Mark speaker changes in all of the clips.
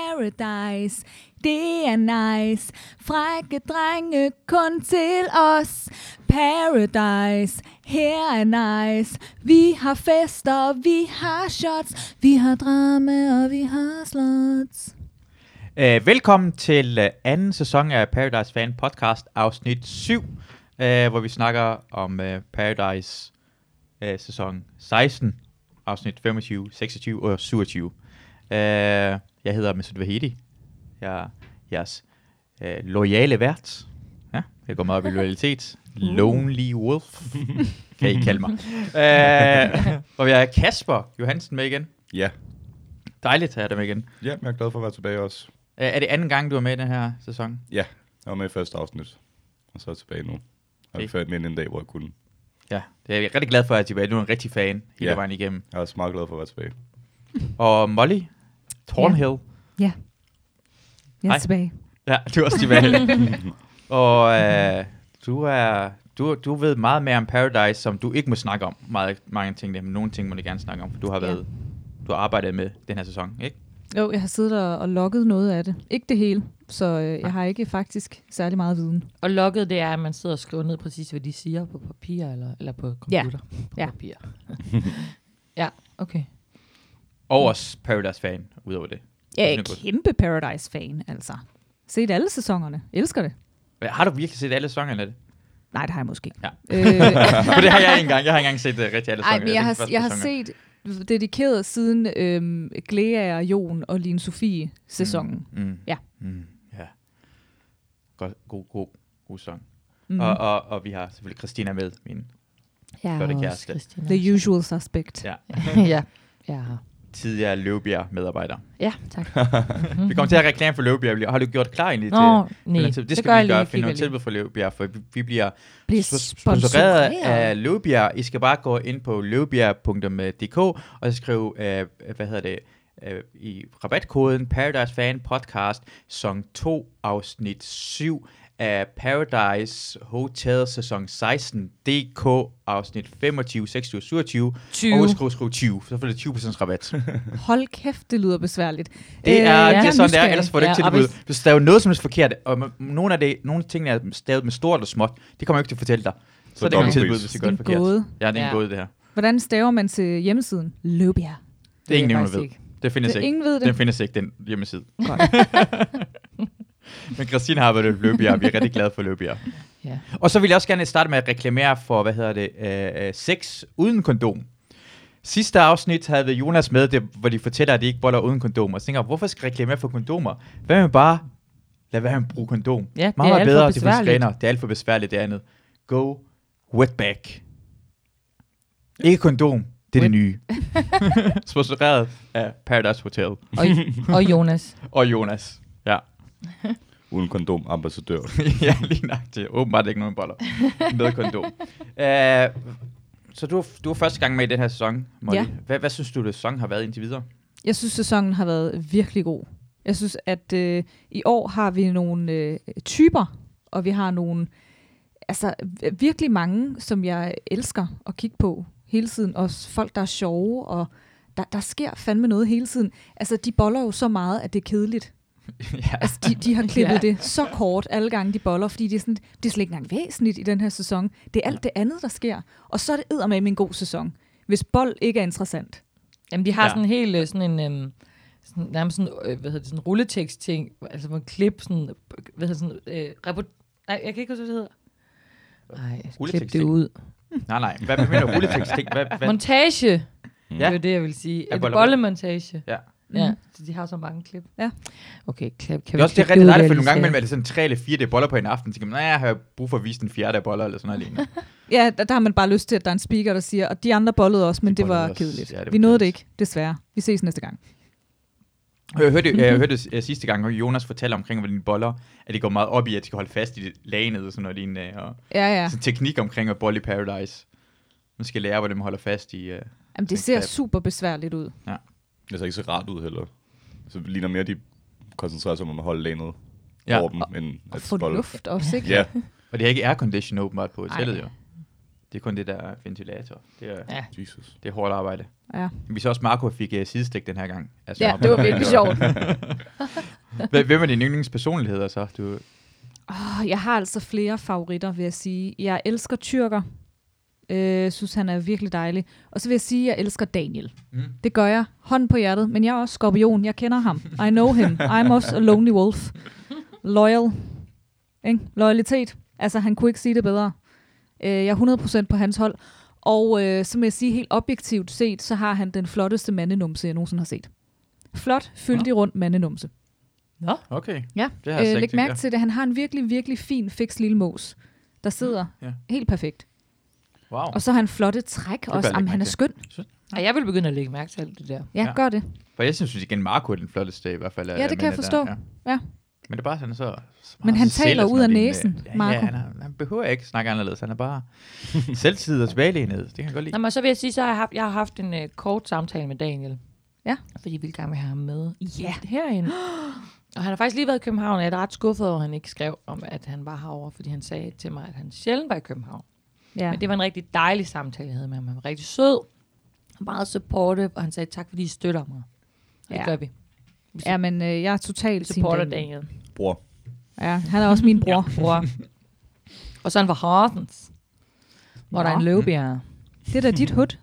Speaker 1: paradise. Det er nice. Frække drenge kun til os. Paradise. Her er nice. Vi har fester, vi har shots. Vi har drama, og vi har slots.
Speaker 2: Øh, velkommen til øh, anden sæson af Paradise Fan Podcast, afsnit 7, øh, hvor vi snakker om øh, Paradise øh, sæson 16, afsnit 25, 26 og 27. Øh, jeg hedder Mesut Vahedi. Jeg er jeres øh, lojale vært. Ja, jeg går meget op i loyalitet. Lonely Wolf, kan I kalde mig. øh, og jeg er Kasper Johansen med igen.
Speaker 3: Ja.
Speaker 2: Dejligt at have dig med igen.
Speaker 3: ja, men jeg er glad for at være tilbage også.
Speaker 2: Øh, er det anden gang, du er med i den her sæson?
Speaker 3: Ja, jeg var med i første afsnit, og så er jeg tilbage nu. Jeg har
Speaker 2: Det-
Speaker 3: ført med en dag, hvor jeg kunne.
Speaker 2: Ja, det er jeg rigtig glad for, at jeg er tilbage. Du er en rigtig fan hele
Speaker 3: Ja.
Speaker 2: vejen igennem.
Speaker 3: Jeg er også meget glad for at være tilbage.
Speaker 2: Og Molly Thornhill.
Speaker 1: Ja. Jeg er
Speaker 2: Hej.
Speaker 1: tilbage.
Speaker 2: Ja, du er også tilbage. og øh, du er... Du, du ved meget mere om Paradise, som du ikke må snakke om. Meget, mange ting der, men nogle ting må du gerne snakke om, for du har
Speaker 1: Ja.
Speaker 2: været... Du har arbejdet med den her sæson, ikke?
Speaker 1: Jo, jeg har siddet og, og logget noget af det. Ikke det hele, så øh, jeg har ikke faktisk særlig meget viden.
Speaker 4: Og logget, det er, at man sidder og skriver ned præcis, hvad de siger på papir eller, eller på
Speaker 1: Ja.
Speaker 4: computer. På
Speaker 1: Ja.
Speaker 4: papir. ja, okay.
Speaker 2: Og også Paradise-fan, udover det.
Speaker 1: Mm. Jeg er
Speaker 2: Det er godt.
Speaker 1: kæmpe Paradise-fan, altså. Set alle sæsonerne. Elsker det.
Speaker 2: Men Har du virkelig set alle sæsonerne af det?
Speaker 1: Nej, det har jeg måske ikke.
Speaker 2: Ja.
Speaker 1: Øh,
Speaker 2: For det har jeg ikke engang. Jeg har ikke engang set uh, rigtig alle
Speaker 1: Ej,
Speaker 2: sæsonerne.
Speaker 1: men jeg har, jeg har set dedikeret siden øhm, Glea og Jon og Line Sofie sæsonen.
Speaker 2: Mm, mm,
Speaker 1: Ja.
Speaker 2: Mm, ja. God, god, god, god sæson.
Speaker 1: Mm.
Speaker 2: Mm. Og, og, og vi har selvfølgelig Christina med, min
Speaker 4: Mm-hmm. Jeg
Speaker 2: Flotte
Speaker 4: er også
Speaker 2: kæreste.
Speaker 4: Christina.
Speaker 1: The usual suspect.
Speaker 2: Ja.
Speaker 4: ja, jeg er her.
Speaker 2: tidligere Løvbjerg-medarbejder.
Speaker 4: Ja, tak.
Speaker 2: Vi kommer til at have reklame for Løvbjerg. lige- Har du gjort klar egentlig
Speaker 4: Nå,
Speaker 2: til?
Speaker 4: nej,
Speaker 2: det skal
Speaker 4: det gør
Speaker 2: vi
Speaker 4: jeg
Speaker 2: lige
Speaker 4: lige.
Speaker 2: gøre,
Speaker 4: Jeg
Speaker 2: finde nogle
Speaker 4: kigger lige.
Speaker 2: tilbud for Løvbjerg, for vi, vi bliver
Speaker 1: Bliver
Speaker 2: sp-
Speaker 1: sponsoreret.
Speaker 2: sponsoreret af Løvbjerg. I skal bare gå ind på løvbjerg.dk og så skrive, øh, hvad hedder det, øh, i rabatkoden Paradise Fan Podcast, sæson 2, afsnit 7 af Paradise Hotel sæson 16 DK afsnit 25, 26, 27 og
Speaker 4: 20.
Speaker 2: husk at skrive 20, så får det 20% rabat.
Speaker 1: Hold kæft, det lyder besværligt.
Speaker 2: Det er, øh,
Speaker 1: jeg
Speaker 2: det er sådan, det er,
Speaker 1: Øh, nysgerrig.
Speaker 2: ellers får du ikke
Speaker 4: Ja, og
Speaker 2: tilbud. Hvis der er jo noget, som er forkert, og man- nogle af det, nogle ting, der er stavet med stort og småt, det kommer jeg ikke til at fortælle dig. Så,
Speaker 3: Så
Speaker 2: så det kommer
Speaker 3: dobbeltpris.
Speaker 2: tilbud, hvis det gør
Speaker 1: Det er
Speaker 2: det
Speaker 1: en
Speaker 2: forkert.
Speaker 1: gåde.
Speaker 2: Ja, det er en
Speaker 4: Ja.
Speaker 2: gåde, det her.
Speaker 1: Hvordan staver man til hjemmesiden? Løbjerg.
Speaker 2: Det er ingen,
Speaker 4: jeg
Speaker 2: der
Speaker 4: faktisk
Speaker 2: ved.
Speaker 4: ikke.
Speaker 2: Det findes
Speaker 1: Det,
Speaker 2: ikke.
Speaker 1: ingen ved
Speaker 2: Den
Speaker 1: det.
Speaker 2: findes ikke, den hjemmeside.
Speaker 1: Godt.
Speaker 2: Men Christine har arbejdet med Løbjerg, og vi er rigtig glade for Løbjerg.
Speaker 4: Ja.
Speaker 2: Og så vil jeg også gerne starte med at reklamere for, hvad hedder det, øh, øh, sex uden kondom. Sidste afsnit havde vi Jonas med, det, hvor de fortæller, at de ikke boller uden kondom. Og så tænker jeg, hvorfor skal jeg reklamere for kondomer? Hvad med bare, lad være med at bruge kondom.
Speaker 4: Ja, det er alt
Speaker 2: Meget, meget
Speaker 4: for
Speaker 2: bedre, at det
Speaker 4: besværligt.
Speaker 2: forsvinder. Det er alt for besværligt, det andet. Go wetback. Ikke kondom, det
Speaker 4: Wet-
Speaker 2: er det nye. Sponsoreret af Paradise Hotel
Speaker 4: Og, og Jonas.
Speaker 2: og Jonas. Ja.
Speaker 3: Uden kondom, ambassadør.
Speaker 2: ja, lige nøjagtigt. Åbenbart ikke nogen boller med kondom. Uh, så du, du er første gang med i den her sæson, Molly.
Speaker 1: Ja.
Speaker 2: Ja. Hvad, hvad synes du, det sæson har været indtil videre?
Speaker 1: Jeg synes, sæsonen har været virkelig god. Jeg synes, at øh, i år har vi nogle øh, typer, og vi har nogle altså v- virkelig mange, som jeg elsker at kigge på hele tiden. Også folk, der er sjove, og der, der sker fandme noget hele tiden. Altså, de boller jo så meget, at det er kedeligt.
Speaker 2: ja.
Speaker 1: Altså, de, de har klippet
Speaker 4: Ja.
Speaker 1: ja. det så kort alle gange, de boller, fordi det er, sådan, det er slet ikke engang væsentligt i den her sæson. Det er alt det andet, der sker. Og så er det eddermame en god sæson, hvis bold ikke er interessant.
Speaker 4: Jamen, de har
Speaker 2: Ja.
Speaker 4: ja. sådan en helt øh, sådan en... Øhm, sådan, nærmest sådan, øh, hvad hedder det, sådan rulletekst-ting, altså hvor en klip, sådan, hvad hedder det, sådan, øh, report... Nej, jeg kan ikke huske, hvad det hedder. Nej, klip det
Speaker 2: Rulletekst-ting.
Speaker 4: ud.
Speaker 2: Nej, nej. Hvad mener du? Rulletekst-ting? Hvad, hvad?
Speaker 4: Montage.
Speaker 3: Mm.
Speaker 4: Det er jo det, jeg vil sige.
Speaker 2: Ja,
Speaker 4: Et
Speaker 2: boller-
Speaker 4: bollemontage.
Speaker 2: Ja.
Speaker 4: ja.
Speaker 1: Mhm.
Speaker 4: Så de har så mange klip.
Speaker 1: Ja.
Speaker 4: Okay, klip. Kan
Speaker 2: Det er også det er rigtig dejligt, for nogle gange imellem er det sådan 3 eller 4 der boller på en aften, så tænker man, nej, jeg har brug for at vise den fjerde af boller, eller sådan noget lignende.
Speaker 1: Ja, der, der har man bare lyst til, at der er en speaker, der siger, og de andre bollede også, men
Speaker 2: De
Speaker 1: det
Speaker 2: bollede
Speaker 1: var
Speaker 2: også.
Speaker 1: kedeligt.
Speaker 2: Ja, det var
Speaker 1: vi nåede det
Speaker 2: kedeligt.
Speaker 1: ikke, desværre. Vi ses næste gang.
Speaker 2: Jeg hørte,
Speaker 1: Mhm.
Speaker 2: jeg hørte øh, sidste gang, hvor Jonas fortalte omkring, hvordan boller, at det går meget op i, at de skal holde fast i lanet og sådan noget lignende, og
Speaker 1: Ja, ja.
Speaker 2: ja. sådan teknik omkring at bolle i Paradise. Man skal lære, hvordan man holder fast i... Uh...
Speaker 1: Jamen, det
Speaker 2: det
Speaker 1: ser
Speaker 2: kan-
Speaker 1: super besværligt ud.
Speaker 3: Det ser ikke så rart ud heller. Så det ligner mere, de koncentrerer sig om at holde lanet
Speaker 2: Ja.
Speaker 3: over dem, end
Speaker 1: Og
Speaker 3: at
Speaker 1: få
Speaker 3: bolle.
Speaker 1: luft også, ikke?
Speaker 3: Ja,
Speaker 2: Og det er ikke aircondition åbenbart på hotellet,
Speaker 1: Ej.
Speaker 2: jo. Det er kun det der ventilator. Det er,
Speaker 4: Ja.
Speaker 3: Jesus.
Speaker 2: det er hårdt arbejde.
Speaker 1: Ja.
Speaker 2: Vi så også, Marco fik uh, sidestik den her gang. Altså,
Speaker 1: Ja, det var virkelig sjovt.
Speaker 2: Hvem- Hvem er dine yndlingspersonligheder så? Du,
Speaker 1: Oh, jeg har altså flere favoritter, vil jeg sige. Jeg elsker Tyrker. Øh, synes, han er virkelig dejlig. Og så vil jeg sige, at jeg elsker Daniel.
Speaker 2: Mm.
Speaker 1: Mm. Det gør jeg. Hånd på hjertet. Men jeg er også skorpion. Jeg kender ham. I know him. I'm also a lonely wolf. Loyal. Ikke? Loyalitet. Altså, han kunne ikke sige det bedre. Øh, jeg er 100% på hans hold. Og øh, som jeg siger, helt objektivt set, så har han den flotteste mandenumse, jeg nogensinde har set. Flot, fyldig rundt mandenumse.
Speaker 4: Nå,
Speaker 2: okay.
Speaker 1: Ja,
Speaker 2: Det har jeg altså
Speaker 1: øh,
Speaker 2: ikke
Speaker 1: læg
Speaker 2: tænkt,
Speaker 1: mærke
Speaker 2: ja.
Speaker 1: til det. Han har en virkelig, virkelig fin, fiks lille mos, der sidder
Speaker 2: Mm, Ja.
Speaker 1: ja. helt perfekt.
Speaker 2: Wow.
Speaker 1: Og så har han flotte træk
Speaker 2: jeg
Speaker 1: også.
Speaker 2: lægge
Speaker 1: Jamen,
Speaker 2: mærke
Speaker 1: han er
Speaker 2: til.
Speaker 1: skøn.
Speaker 4: og jeg vil begynde at lægge mærke til alt det der.
Speaker 1: Ja,
Speaker 2: Ja.
Speaker 1: ja. gør det.
Speaker 2: For jeg synes igen, Marco er den flotteste i hvert fald. af
Speaker 1: Ja, det kan jeg
Speaker 2: mændene
Speaker 1: forstå. Ja.
Speaker 2: Men det er bare sådan så... så
Speaker 1: Men
Speaker 2: meget
Speaker 1: han
Speaker 2: sig selv
Speaker 1: taler
Speaker 2: og sådan
Speaker 1: ud af
Speaker 2: noget,
Speaker 1: næsen,
Speaker 2: øh, ja, Ja,
Speaker 1: Marco.
Speaker 2: han, er- han behøver ikke snakke anderledes. Han er bare selvtid og tilbagelænet. Det kan jeg godt lide.
Speaker 4: Nå, men så vil jeg sige, så har jeg haft, jeg har haft en øh, kort samtale med Daniel.
Speaker 1: Ja.
Speaker 4: Fordi vi ville gerne have ham med
Speaker 1: Ja.
Speaker 4: herinde. Og han har faktisk lige været i København, og jeg er ret skuffet over, at han ikke skrev om, at han var herovre, fordi han sagde til mig, at han sjældent var i København.
Speaker 1: Ja.
Speaker 4: Men det var en rigtig dejlig samtale, jeg havde med ham. Han var rigtig sød, meget supportive, og han sagde, tak fordi I støtter mig. Og Det
Speaker 1: Ja.
Speaker 4: gør vi.
Speaker 1: ja, men øh, jeg er
Speaker 4: Vi
Speaker 1: totalt
Speaker 4: supporter
Speaker 1: team Daniel.
Speaker 4: Daniel.
Speaker 3: Bror.
Speaker 1: Ja, han er også min bror.
Speaker 4: Bror. og så han var Horsens, hvor der er en
Speaker 1: Nå.
Speaker 4: løvebjerg.
Speaker 1: Det er da
Speaker 2: Mm.
Speaker 1: dit hud.
Speaker 4: Det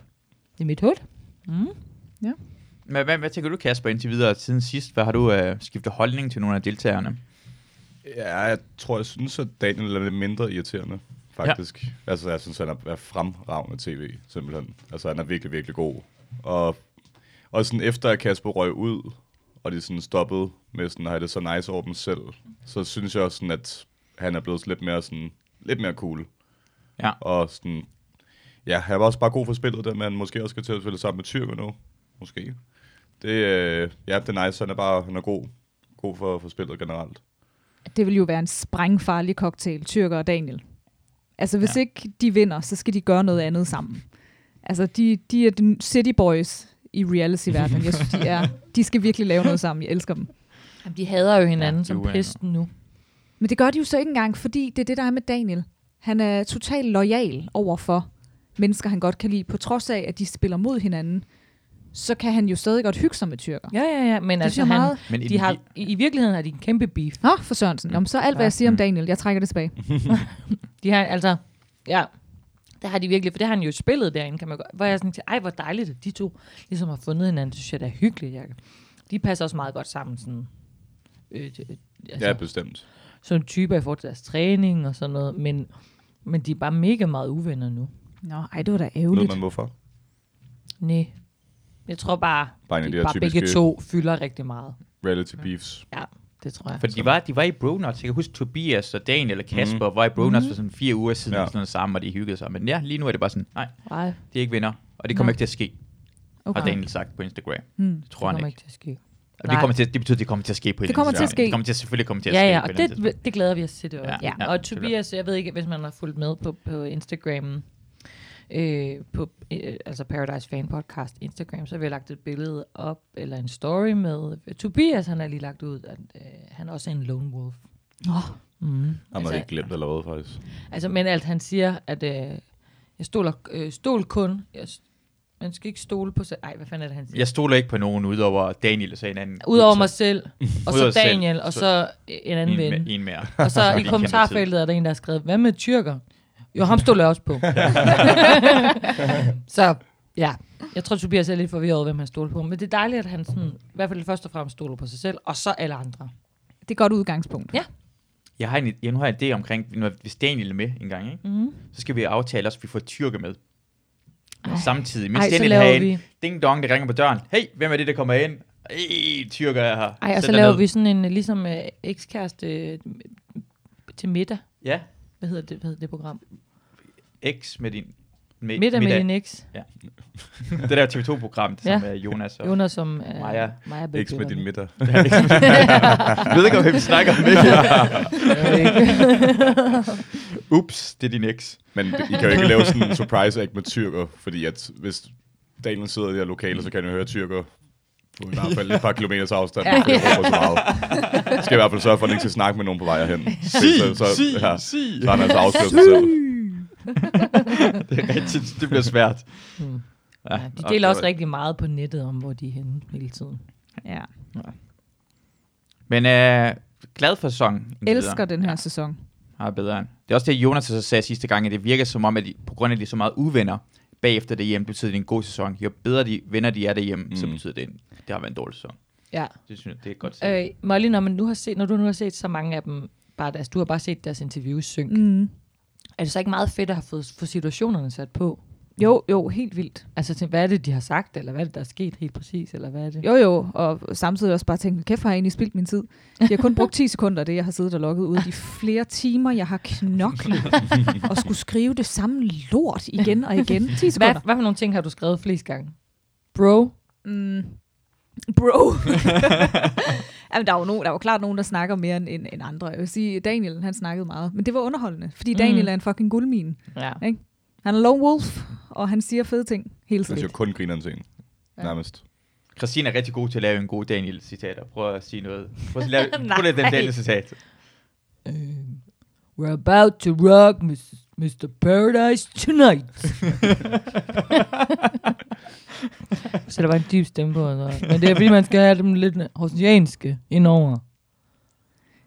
Speaker 4: er mit hul. Mm.
Speaker 2: Men hvad, hvad tænker du, Kasper, indtil videre siden sidst? Hvad har du øh, skiftet holdning til nogle af deltagerne?
Speaker 3: Ja, jeg tror, jeg synes, at Daniel er lidt mindre irriterende, faktisk. Ja. Altså, jeg synes, han er, er fremragende tv, simpelthen. Altså, han er virkelig, virkelig god. Og, og sådan efter, at Kasper røg ud, og de sådan stoppede med sådan, at have det så nice over dem selv, så synes jeg også sådan, at han er blevet lidt mere sådan, lidt mere cool.
Speaker 2: Ja.
Speaker 3: Og sådan, ja, han var også bare god for spillet, der, men måske også skal til at spille sammen med Tyrker nu. Måske. Det, øh, ja, det er nice, han er bare, han er god. God for, for spillet generelt.
Speaker 1: Det vil jo være en sprængfarlig cocktail, Tyrker og Daniel. Altså, hvis ja.
Speaker 2: Ja.
Speaker 1: ikke de vinder, så skal de gøre noget andet sammen. Altså, de, de er den city boys i reality-verdenen. Jeg synes, de, er, de skal virkelig lave noget sammen. Jeg elsker dem.
Speaker 4: Jamen, de hader jo hinanden
Speaker 2: Ja,
Speaker 4: ja,
Speaker 2: de er
Speaker 4: som
Speaker 2: uenige.
Speaker 4: pesten nu.
Speaker 1: Men det gør de jo så ikke engang, fordi det er det, der er med Daniel. Han er totalt lojal overfor mennesker, han godt kan lide. På trods af, at de spiller mod hinanden, så kan han jo stadig godt hygge sig med tyrker.
Speaker 4: Ja, ja, ja. Men
Speaker 1: Det synes
Speaker 4: altså,
Speaker 1: jeg
Speaker 4: han,
Speaker 1: meget...
Speaker 2: Men
Speaker 4: de har, i, i virkeligheden har de en kæmpe beef.
Speaker 1: Nå, for Sørensen. Jamen, så alt, hvad jeg siger om Daniel, jeg trækker det tilbage.
Speaker 4: De har altså, ja, der har de virkelig, for det har han jo spillet derinde, kan man godt, hvor jeg sådan tænker, ej, hvor dejligt, at de to ligesom har fundet hinanden, det synes jeg, det er hyggeligt, jeg. De passer også meget godt sammen, sådan, øh, øh, altså,
Speaker 3: Altså, ja,
Speaker 4: ja.
Speaker 3: bestemt.
Speaker 4: sådan typer i forhold til deres træning og sådan noget, men, men de er bare mega meget uvenner nu.
Speaker 1: Nå, ej, det var da
Speaker 3: Ved
Speaker 1: ærgerligt.
Speaker 3: man hvorfor?
Speaker 4: Nej. Jeg tror bare,
Speaker 3: Bare en af de
Speaker 4: de
Speaker 3: her
Speaker 4: bare
Speaker 3: typiske
Speaker 4: begge to fylder rigtig meget.
Speaker 3: reality beefs.
Speaker 4: Ja, det tror jeg.
Speaker 2: For de var, de var i Bronuts. Jeg kan huske, Tobias og Daniel og Kasper mm. var i
Speaker 4: Mhm.
Speaker 2: Bronuts for sådan fire uger siden,
Speaker 3: Ja.
Speaker 2: ja. sådan noget sammen, og de hyggede sig. Men ja, lige nu er det bare sådan, nej,
Speaker 4: Nej,
Speaker 2: de er ikke vinder. Og det
Speaker 4: Nå.
Speaker 2: kommer ikke til at ske, okay. har
Speaker 1: Okay.
Speaker 2: Daniel sagt på Instagram.
Speaker 1: Hmm.
Speaker 2: Det tror
Speaker 4: det
Speaker 2: han
Speaker 4: kommer
Speaker 2: ikke.
Speaker 4: ikke til at ske.
Speaker 2: Og det,
Speaker 4: Nej.
Speaker 2: kommer til, det betyder, at det kommer til at ske på et
Speaker 1: Det
Speaker 2: eller
Speaker 1: kommer
Speaker 2: andet
Speaker 1: til at
Speaker 2: tidspunkt.
Speaker 1: ske.
Speaker 2: Det kommer til, at- selvfølgelig kommer til at
Speaker 4: Ja,
Speaker 2: ske
Speaker 4: ja,
Speaker 2: på et
Speaker 4: og
Speaker 2: eller andet tidspunkt.
Speaker 4: det, det glæder vi os til det også.
Speaker 2: Ja,
Speaker 1: ja,
Speaker 4: og
Speaker 2: selvfølgelig.
Speaker 4: Tobias, jeg ved ikke, hvis man har fulgt med på, på Instagram, øh, på øh, altså Paradise Fan Podcast Instagram, så har vi lagt et billede op, eller en story med. Tobias, han har lige lagt ud, at øh, han også er en lone wolf.
Speaker 1: Oh,
Speaker 4: Mm.
Speaker 3: Han har
Speaker 4: Altså,
Speaker 3: ikke glemt eller hvad, faktisk.
Speaker 4: altså, men alt han siger, at øh, jeg stoler, øh, stol kun, jeg, s- man skal ikke stole på sig. Ej, hvad fanden er det, han siger?
Speaker 2: Jeg stoler ikke på nogen, udover Daniel og så en anden.
Speaker 4: Udover
Speaker 2: Så-
Speaker 4: mig selv, og
Speaker 2: Udover
Speaker 4: så
Speaker 2: os selv,
Speaker 4: Daniel, og
Speaker 2: så-
Speaker 4: så en anden
Speaker 2: en,
Speaker 4: ven.
Speaker 2: me- en mere.
Speaker 4: Og så
Speaker 2: vi
Speaker 4: i
Speaker 2: kender
Speaker 4: kommentarfeltet er der en, der har skrevet, hvad med tyrker? Jo, ham stod jeg også på. så ja, jeg tror, Tobias er lidt forvirret over, hvem han stoler på. Men det er dejligt, at han sådan, i hvert fald først og fremmest stoler på sig selv, og så alle andre.
Speaker 1: det er et godt udgangspunkt.
Speaker 4: Ja.
Speaker 2: Jeg har en, jeg nu har jeg en idé omkring, når- hvis Daniel er med en gang, ikke? Mm. så skal vi aftale også, at vi får tyrker med. Ej. Samtidig. Mens
Speaker 4: Mm-hmm. Ej, så
Speaker 2: Daniel
Speaker 4: laver
Speaker 2: har en
Speaker 4: vi-
Speaker 2: ding dong, der ringer på døren. Hey, hvem er det, der kommer ind? Hey, tyrker er her.
Speaker 4: Ej, og
Speaker 2: Sæt
Speaker 4: så
Speaker 2: dig
Speaker 4: laver
Speaker 2: ned.
Speaker 4: vi sådan en, øh, ligesom øh, ekskæreste øh, til middag.
Speaker 2: Ja,
Speaker 4: Hvad hedder det, hvad hedder det program?
Speaker 2: X med din... Med,
Speaker 4: Middag med din eks.
Speaker 2: Det der TV2-program, det
Speaker 4: Ja.
Speaker 2: som er Jonas og...
Speaker 4: Jonas som øh,
Speaker 2: Maja.
Speaker 4: Maja Bøk
Speaker 3: Ikke med din middag.
Speaker 2: Jeg ved ikke, om vi snakker om det. Ups, det er din eks.
Speaker 3: Men I kan jo ikke lave sådan en surprise act med tyrker, fordi at hvis Daniel sidder i det her lokale, så kan han jo høre tyrker på i hvert fald et par kilometers afstand, ja. jeg råber så meget. Skal i hvert fald sørge for, at han ikke skal snakke med nogen på vej herhen. Så, så, så, ja,
Speaker 2: sig.
Speaker 3: så har han altså afsløret sig selv.
Speaker 2: Det er rigtigt, det bliver svært.
Speaker 4: Mm. Ja,
Speaker 2: Ja,
Speaker 4: de
Speaker 2: og
Speaker 4: deler
Speaker 2: det
Speaker 4: også
Speaker 2: var-
Speaker 4: rigtig meget på nettet om, hvor de er henne hele tiden.
Speaker 1: Ja.
Speaker 2: Men øh, glad for sæsonen. indtil
Speaker 1: Elsker
Speaker 2: videre.
Speaker 1: den her
Speaker 2: Ja,
Speaker 1: sæson.
Speaker 2: meget bedre. Det er også det, Jonas så sagde sidste gang, at det virker som om, at de, på grund af, at de er så meget uvenner bagefter det hjem, betyder det en god sæson. Jo bedre de venner de er derhjemme, mm. så
Speaker 3: Mm.
Speaker 2: betyder det, en, det har været en dårlig sæson.
Speaker 4: Ja.
Speaker 2: Det synes jeg, det er godt set.
Speaker 4: Øh, Molly, når, man nu har set, når du nu har set så mange af dem, bare deres, du har bare set deres interviews synge, mm.
Speaker 1: Mm.
Speaker 4: er det så ikke meget fedt at have fået, få situationerne sat på? Mm.
Speaker 1: Jo, jo, helt vildt.
Speaker 4: Altså, til, hvad er det, de har sagt, eller hvad er det, der er sket helt præcis, eller hvad er det?
Speaker 1: Jo, jo, og samtidig også bare tænke, kæft har jeg egentlig spildt min tid. Jeg har kun brugt 10 sekunder af det, jeg har siddet og logget ud. De flere timer, jeg har knoklet og skulle skrive det samme lort igen og igen. 10
Speaker 4: Hvad,
Speaker 1: sekunder.
Speaker 4: hvad for nogle ting har du skrevet flest gange? Bro,
Speaker 1: Mm. Bro. Jamen, der er, jo nogen, der er jo klart nogen, der snakker mere end, end, end andre. Jeg vil sige, Daniel, han snakkede meget. Men det var underholdende, fordi Daniel
Speaker 4: Mm.
Speaker 1: mm. er en fucking guldmine.
Speaker 4: ja.
Speaker 1: Han er lone wolf, og han siger fede ting hele
Speaker 3: Jeg
Speaker 1: tiden.
Speaker 3: siger kun grineren til en.
Speaker 1: Ja.
Speaker 3: Nærmest.
Speaker 2: Christine er rigtig god til at lave en god Daniel-citater. Prøv at sige noget. Prøv at lave, prøv at lave
Speaker 4: Nej.
Speaker 2: den Daniel-citat.
Speaker 4: Uh, we're about to rock Mrs. Mr. Paradise tonight. så der var en dyb stemme på. Altså. Men det er fordi, man skal have dem lidt hosianske indover.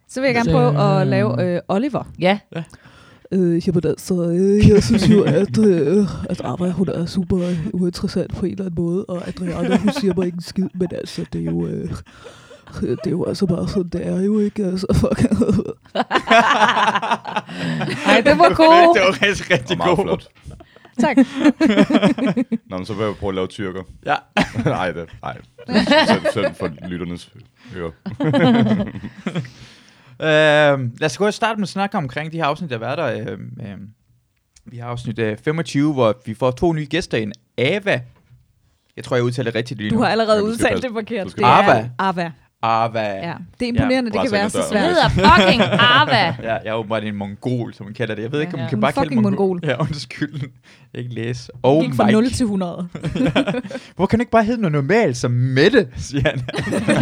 Speaker 1: Så vil jeg gerne
Speaker 4: Så-
Speaker 1: prøve at lave øh, Oliver.
Speaker 4: Ja.
Speaker 5: Øh, jamen altså, øh, jeg synes jo, at, øh, at Abba, hun er super øh, uinteressant på en eller anden måde, og Adriana, hun siger mig ikke en skid, men altså, det er jo... Øh, det er jo altså bare sådan, det er jo ikke, altså, fuck.
Speaker 4: Ej, det var
Speaker 2: det
Speaker 4: cool.
Speaker 2: var rigtig,
Speaker 3: Det er
Speaker 2: rigtig
Speaker 3: meget
Speaker 2: god.
Speaker 3: flot.
Speaker 1: Tak.
Speaker 3: Nå, men så vil jeg prøve at lave tyrker.
Speaker 2: Ja.
Speaker 3: nej, det, nej. Selv, selv for lytternes ører.
Speaker 2: Øhm, lad os gå og starte med at snakke omkring de her afsnit, der har været der. Øhm, øhm, vi har afsnit øh, 25, hvor vi får to nye gæster ind. Ava. Jeg tror, jeg udtaler det rigtigt lige
Speaker 1: Du
Speaker 2: nu.
Speaker 1: har allerede
Speaker 3: Men du skal
Speaker 1: udtalt
Speaker 3: passe-
Speaker 1: det forkert.
Speaker 3: du skal
Speaker 1: Det er
Speaker 2: Arva.
Speaker 1: Arva,
Speaker 2: Ava.
Speaker 1: ja. Det er imponerende, det
Speaker 3: Bare
Speaker 1: kan
Speaker 3: sende
Speaker 1: være
Speaker 4: Det
Speaker 1: så svært.
Speaker 3: døren.
Speaker 4: hedder fucking Arva.
Speaker 2: Ja, jeg er åbenbart en mongol, som man kalder det. Jeg ved ikke, om
Speaker 4: Ja,
Speaker 2: man
Speaker 4: ja.
Speaker 2: kan
Speaker 1: Hun er
Speaker 2: bare kalde
Speaker 1: fucking
Speaker 2: det
Speaker 1: mongol.
Speaker 2: Ja, undskyld. Jeg kan ikke læse.
Speaker 1: Vi
Speaker 2: Og
Speaker 1: gik fra 0
Speaker 2: Mike.
Speaker 1: til 100.
Speaker 2: Hvor kan du ikke bare hedde noget normalt som Mette, siger han.
Speaker 3: ja,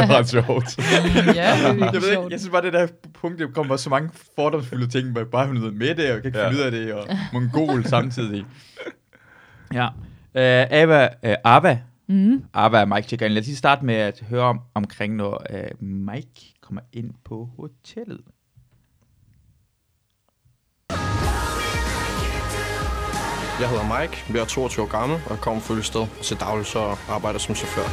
Speaker 3: det var ret sjovt.
Speaker 4: Mm, ja, det er
Speaker 2: jeg
Speaker 4: virkelig
Speaker 2: ved ikke,
Speaker 4: sjovt.
Speaker 2: jeg synes bare, det der punkt, der kommer så mange fordomsfulde ting, hvor jeg bare hun hedder Mette, og jeg kan ikke
Speaker 3: Ja.
Speaker 2: finde ud af det, og mongol samtidig. Ja. Uh, Ava, uh, Ava,
Speaker 4: Mm-hmm.
Speaker 1: Mm.
Speaker 2: Ava og Mike tjekker ind. Lad os lige starte med at høre om, omkring, når uh, Mike kommer ind på hotellet.
Speaker 6: Jeg hedder Mike, jeg er 22 år gammel og kommer fra Ølsted. Til daglig så arbejder jeg som chauffør.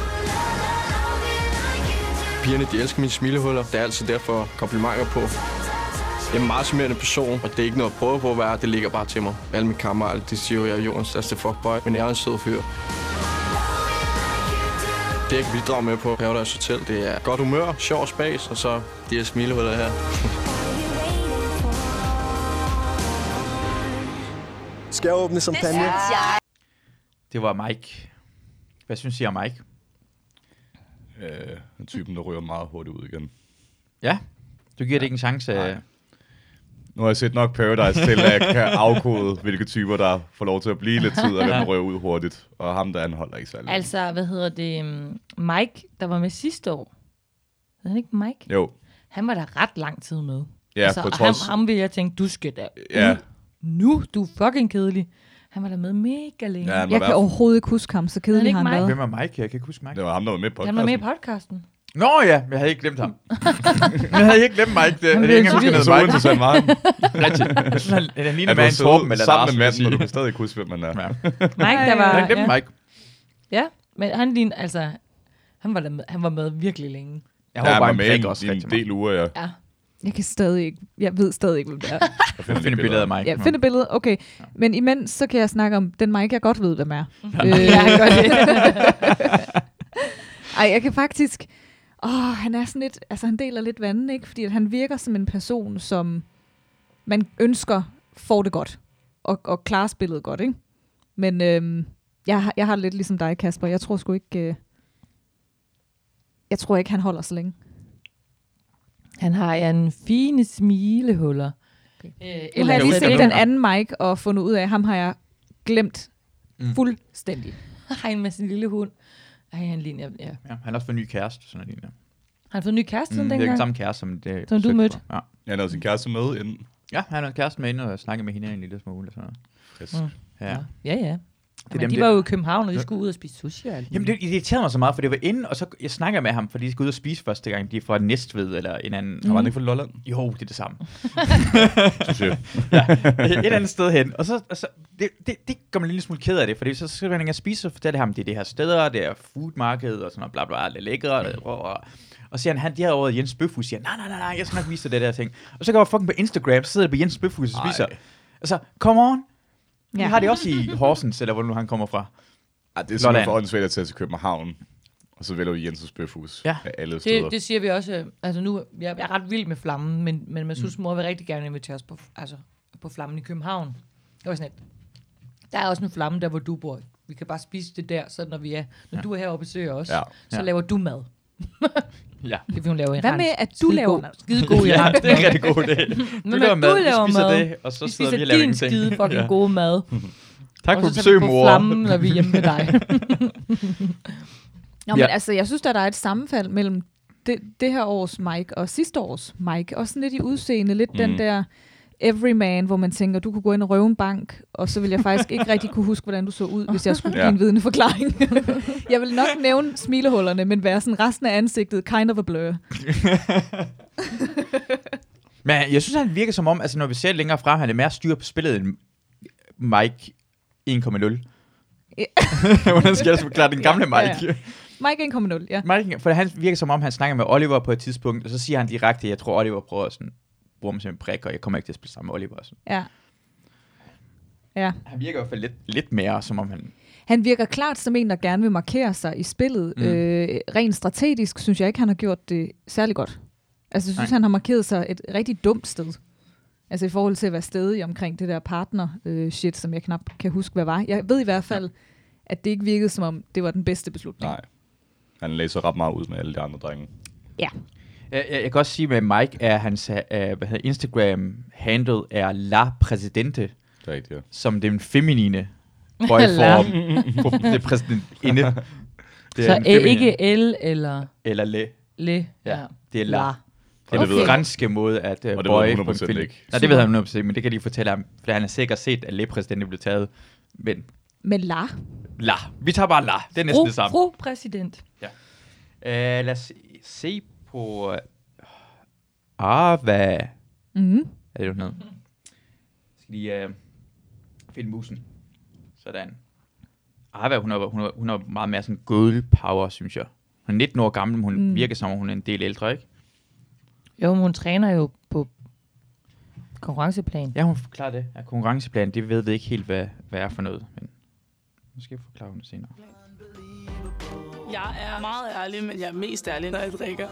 Speaker 6: Pigerne, de elsker mine smilehuller. Det er altid derfor komplimenter på. Jeg er en meget charmerende person, og det er ikke noget at prøve på at være. Det ligger bare til mig. Alle mine kammerater, de siger jo, at jeg er jordens største fuckboy, men jeg er en sød fyr. Det, jeg kan bidrage med på Paradise Hotel, det er godt humør, sjov spas, og så de her smilehuller her.
Speaker 7: Skal jeg åbne champagne?
Speaker 2: Det var Mike. Hvad synes I om Mike?
Speaker 3: Øh, typen, der ryger meget hurtigt ud igen.
Speaker 2: Ja, du giver det ikke en chance.
Speaker 3: Nej.
Speaker 2: Nej.
Speaker 3: Nu har jeg set nok Paradise til, at jeg kan afkode, hvilke typer, der får lov til at blive lidt tid, og hvem rører ud hurtigt. Og ham, der anholder ikke særlig.
Speaker 4: Altså, hvad hedder det? øhm, Mike, der var med sidste år. Hedder han ikke Mike?
Speaker 3: Jo,
Speaker 4: Han var der ret lang tid med.
Speaker 3: ja, altså, på trods...
Speaker 4: ham, ham ville jeg tænke, du skal da
Speaker 3: Ja,
Speaker 4: nu, du er fucking kedelig. Han var der med mega længe.
Speaker 3: ja, han var
Speaker 1: Jeg kan
Speaker 3: der.
Speaker 1: overhovedet ikke huske ham, så
Speaker 4: Er det
Speaker 1: kedelig
Speaker 4: ikke
Speaker 1: har han
Speaker 4: mig?
Speaker 1: været.
Speaker 2: Hvem er Mike? Jeg kan ikke huske Mike.
Speaker 3: Det var ham, der var med på
Speaker 4: han var med i podcasten.
Speaker 2: Nå ja, men jeg havde ikke glemt ham. jeg havde ikke glemt Mike. Det,
Speaker 4: Han
Speaker 2: det
Speaker 4: blev
Speaker 2: er ikke engang
Speaker 4: interviewet.
Speaker 2: noget
Speaker 3: Så
Speaker 2: Mike.
Speaker 3: uinteressant var han.
Speaker 2: Rigtigt. Jeg synes, han- Han ligner
Speaker 3: Han
Speaker 2: mere
Speaker 3: var
Speaker 2: en Torben
Speaker 3: siddet
Speaker 2: eller
Speaker 3: sammen med
Speaker 2: Lars,
Speaker 3: manden,
Speaker 2: vil jeg sige.
Speaker 3: og du kan stadig ikke huske, hvem man er.
Speaker 2: Ja.
Speaker 4: Mike, der
Speaker 2: Jeg
Speaker 4: var...
Speaker 2: havde glemt
Speaker 4: ja,
Speaker 2: Mike.
Speaker 4: ja, men han lign, altså... Han var, der med, han var med virkelig længe.
Speaker 2: Jeg
Speaker 3: Ja,
Speaker 2: håber
Speaker 3: han
Speaker 2: bare,
Speaker 3: var
Speaker 2: han
Speaker 3: med i
Speaker 2: drikker
Speaker 3: en-
Speaker 2: også
Speaker 3: i
Speaker 2: rigtig
Speaker 3: en
Speaker 2: meget.
Speaker 3: del uger, ja.
Speaker 4: Ja.
Speaker 1: Jeg kan stadig ikke, jeg ved stadig ikke, hvem det er.
Speaker 3: Jeg
Speaker 2: Jeg finder
Speaker 3: lige
Speaker 2: billedet af
Speaker 3: billeder.
Speaker 2: Mike.
Speaker 1: Jeg finder billedet, okay. Men imens, så kan jeg snakke om den Mike, jeg godt ved, hvem er. Øh,
Speaker 4: Ja, han gør det.
Speaker 1: Ej, jeg kan faktisk... Åh, han er sådan lidt... Altså, han deler lidt vandet, ikke? Fordi at han virker som en person, som man ønsker får det godt. Og, og klarer spillet godt, ikke? Men øhm, jeg, har- jeg har lidt ligesom dig, Kasper. Jeg tror sgu ikke... Øh, jeg tror ikke, han holder så længe.
Speaker 4: Han har ja, en fine smilehuller. Okay. Øh,
Speaker 1: Nu har jeg lige
Speaker 2: jo ikke
Speaker 1: set
Speaker 2: nogen.
Speaker 1: den anden Mike og fundet ud af, at ham har jeg glemt
Speaker 2: Mm.
Speaker 1: mm. fuldstændig.
Speaker 4: Ej, en masse lille hund. Ej, han ligner... Ja.
Speaker 2: Ja, han har også fået en ny kæreste, sådan er det.
Speaker 4: Har han fået en ny kæreste
Speaker 2: Mm,
Speaker 4: mm,
Speaker 2: det er ikke
Speaker 4: dengang?
Speaker 2: samme kæreste, som det
Speaker 4: Som du
Speaker 2: søgte
Speaker 4: mødte.
Speaker 2: for. Ja.
Speaker 3: Han havde sin kæreste med inden.
Speaker 2: Ja, han havde kæresten med inde og snakkede med hende en lille smule. Og sådan noget.
Speaker 3: Frisk.
Speaker 4: Mm.
Speaker 2: Ja. ja.
Speaker 4: Ja, ja. Det
Speaker 2: dem
Speaker 4: Men de
Speaker 2: der.
Speaker 4: var jo i København, og de
Speaker 2: Ja.
Speaker 4: skulle ud og spise sushi. og alt
Speaker 2: Jamen, det irriterede mig så meget, for det var inde, og så jeg snakker med ham, fordi de skal ud og spise første gang. De er fra Næstved eller en anden.
Speaker 3: Har man ikke fra Lolland?
Speaker 2: Jo, det er det samme.
Speaker 3: Synes jeg.
Speaker 2: et andet sted hen. Og så, og så det, det, det gør mig en lille smule ked af det, fordi så skal man ikke spise og fortælle ham, det er det her steder, det er food market og sådan noget, bla bla, det er lækkert.
Speaker 3: Mm.
Speaker 2: Og, og, og, og siger han, han de her året Jens Bøfhus, siger han, nej, nej, nej, nej, jeg skal nok vise dig det der ting. Og så går jeg fucking på Instagram, så sidder jeg på Jens Bøfhus og spiser. Altså, come on. Ja.
Speaker 1: Ja.
Speaker 2: Vi har det også i Horsens, eller hvor nu han kommer fra.
Speaker 3: Ej, det er
Speaker 2: Lolland.
Speaker 3: simpelthen for åndssvagt at tage til København. Og så vælger vi Jensens Bøfhus.
Speaker 2: Ja.
Speaker 3: Af alle steder.
Speaker 4: Det, det siger vi også. øh, Altså nu, jeg, jeg er ret vild med flammen, men, men man synes, mm. mor vil rigtig gerne invitere os på, altså, på flammen i København. Det var sådan et, der er også en flamme der, hvor du bor. Vi kan bare spise det der, så når, vi er, når ja. du er her og besøger os, ja.
Speaker 3: Ja.
Speaker 4: så
Speaker 2: Ja.
Speaker 4: ja. laver du mad.
Speaker 2: Ja.
Speaker 4: Det vil hun lave i
Speaker 1: Hvad
Speaker 4: Randers.
Speaker 1: med, at du
Speaker 4: Skidegod-
Speaker 1: laver
Speaker 4: Skidegod i
Speaker 2: ja,
Speaker 4: Randers.
Speaker 2: det er en rigtig god idé.
Speaker 4: Men
Speaker 2: Du
Speaker 4: at
Speaker 2: laver mad, vi
Speaker 4: laver
Speaker 2: spiser
Speaker 4: mad.
Speaker 2: det, og så
Speaker 4: vi
Speaker 2: sidder
Speaker 4: spiser
Speaker 2: vi og laver
Speaker 4: din
Speaker 2: ingenting.
Speaker 4: skide fucking
Speaker 2: Ja.
Speaker 4: gode mad.
Speaker 2: Tak for
Speaker 4: og så tager vi
Speaker 2: besøg,
Speaker 4: på
Speaker 2: mor.
Speaker 4: flammen, når vi er hjemme med dig.
Speaker 1: Nå, ja.
Speaker 2: Ja.
Speaker 1: men altså, jeg synes, at der er et sammenfald mellem det, det her års Mike og sidste års Mike. Også sådan lidt i udseende, lidt mm. den
Speaker 3: Mm.
Speaker 1: der everyman, hvor man tænker, du kunne gå ind og røve en bank, og så vil jeg faktisk ikke rigtig kunne huske, hvordan du så ud, hvis jeg skulle
Speaker 3: Ja.
Speaker 1: give en vidende forklaring. jeg vil nok nævne smilehullerne, men være sådan resten af ansigtet kind of a blur.
Speaker 2: Men jeg synes, han virker som om, altså når vi ser det længere frem, han er mere styr på spillet end Mike 1,0.
Speaker 1: Ja.
Speaker 2: Hvordan skal jeg så forklare den gamle
Speaker 1: Ja, ja,
Speaker 2: Mike? Ja,
Speaker 1: Mike 1,0, ja.
Speaker 2: ja. Mike, for han virker som om, han snakker med Oliver på et tidspunkt, og så siger han direkte, jeg tror, Oliver prøver at sådan, bruge mig som en prik, og jeg kommer ikke til at spille sammen med Oliver. og Sådan.
Speaker 1: ja. Ja.
Speaker 2: Han virker i hvert fald lidt, lidt mere, som om han...
Speaker 1: Han virker klart som en, der gerne vil markere sig i spillet.
Speaker 2: Mm.
Speaker 1: Mm. Øh, rent strategisk synes jeg ikke, han har gjort det særlig godt. Altså, jeg synes,
Speaker 2: Nej.
Speaker 1: Nej. han har markeret sig et rigtig dumt sted. Altså i forhold til at være stedig omkring det der partner-shit, øh, shit, som jeg knap kan huske, hvad var. Jeg ved i hvert fald, at det ikke virkede, som om det var den bedste beslutning.
Speaker 3: Nej. Han læser ret meget ud med alle de andre drenge.
Speaker 1: Ja.
Speaker 2: Jeg, jeg, jeg kan også sige med Mike, at hans øh, hvad hedder, Instagram-handle er La Presidente,
Speaker 3: Det er rigtigt, ja.
Speaker 2: som den feminine bøjform på det præsidentinde. Det er
Speaker 4: så
Speaker 2: den
Speaker 4: æ,
Speaker 2: feminine.
Speaker 4: ikke L eller
Speaker 2: Eller Le.
Speaker 4: Le.
Speaker 2: Ja, det er La.
Speaker 4: La.
Speaker 2: Det er
Speaker 1: Okay.
Speaker 2: den franske måde at
Speaker 3: Og
Speaker 2: uh,
Speaker 3: det ved
Speaker 2: bøje
Speaker 3: han
Speaker 2: på en
Speaker 3: 100%
Speaker 2: film.
Speaker 3: ikke.
Speaker 2: Nej, det ved han 100%, men det kan de fortælle ham, for han har sikkert set, at Le-præsidenten blev taget. Men
Speaker 1: Men la,
Speaker 2: La. Vi tager bare La. Det er næsten
Speaker 4: Fru,
Speaker 2: det samme.
Speaker 4: fru præsident.
Speaker 2: Uh, lad os se, se på... Uh, Arva.
Speaker 8: Mhm.
Speaker 1: mm,
Speaker 2: Er det, hun hedder? Jeg skal lige uh, finde musen. Sådan. Arva, hun har, hun, har, hun har meget mere sådan girl power, synes jeg. Hun er 19 år gammel, men hun mm.
Speaker 1: Mm.
Speaker 2: virker som om, hun er en del ældre, ikke?
Speaker 4: Jo, men hun træner jo på konkurrenceplan.
Speaker 2: Ja, hun forklarer det. Ja, konkurrenceplan, det ved vi ikke helt, hvad, hvad er for noget. Men måske forklarer hun det senere.
Speaker 9: Jeg er meget ærlig, men jeg er mest ærlig, når jeg drikker.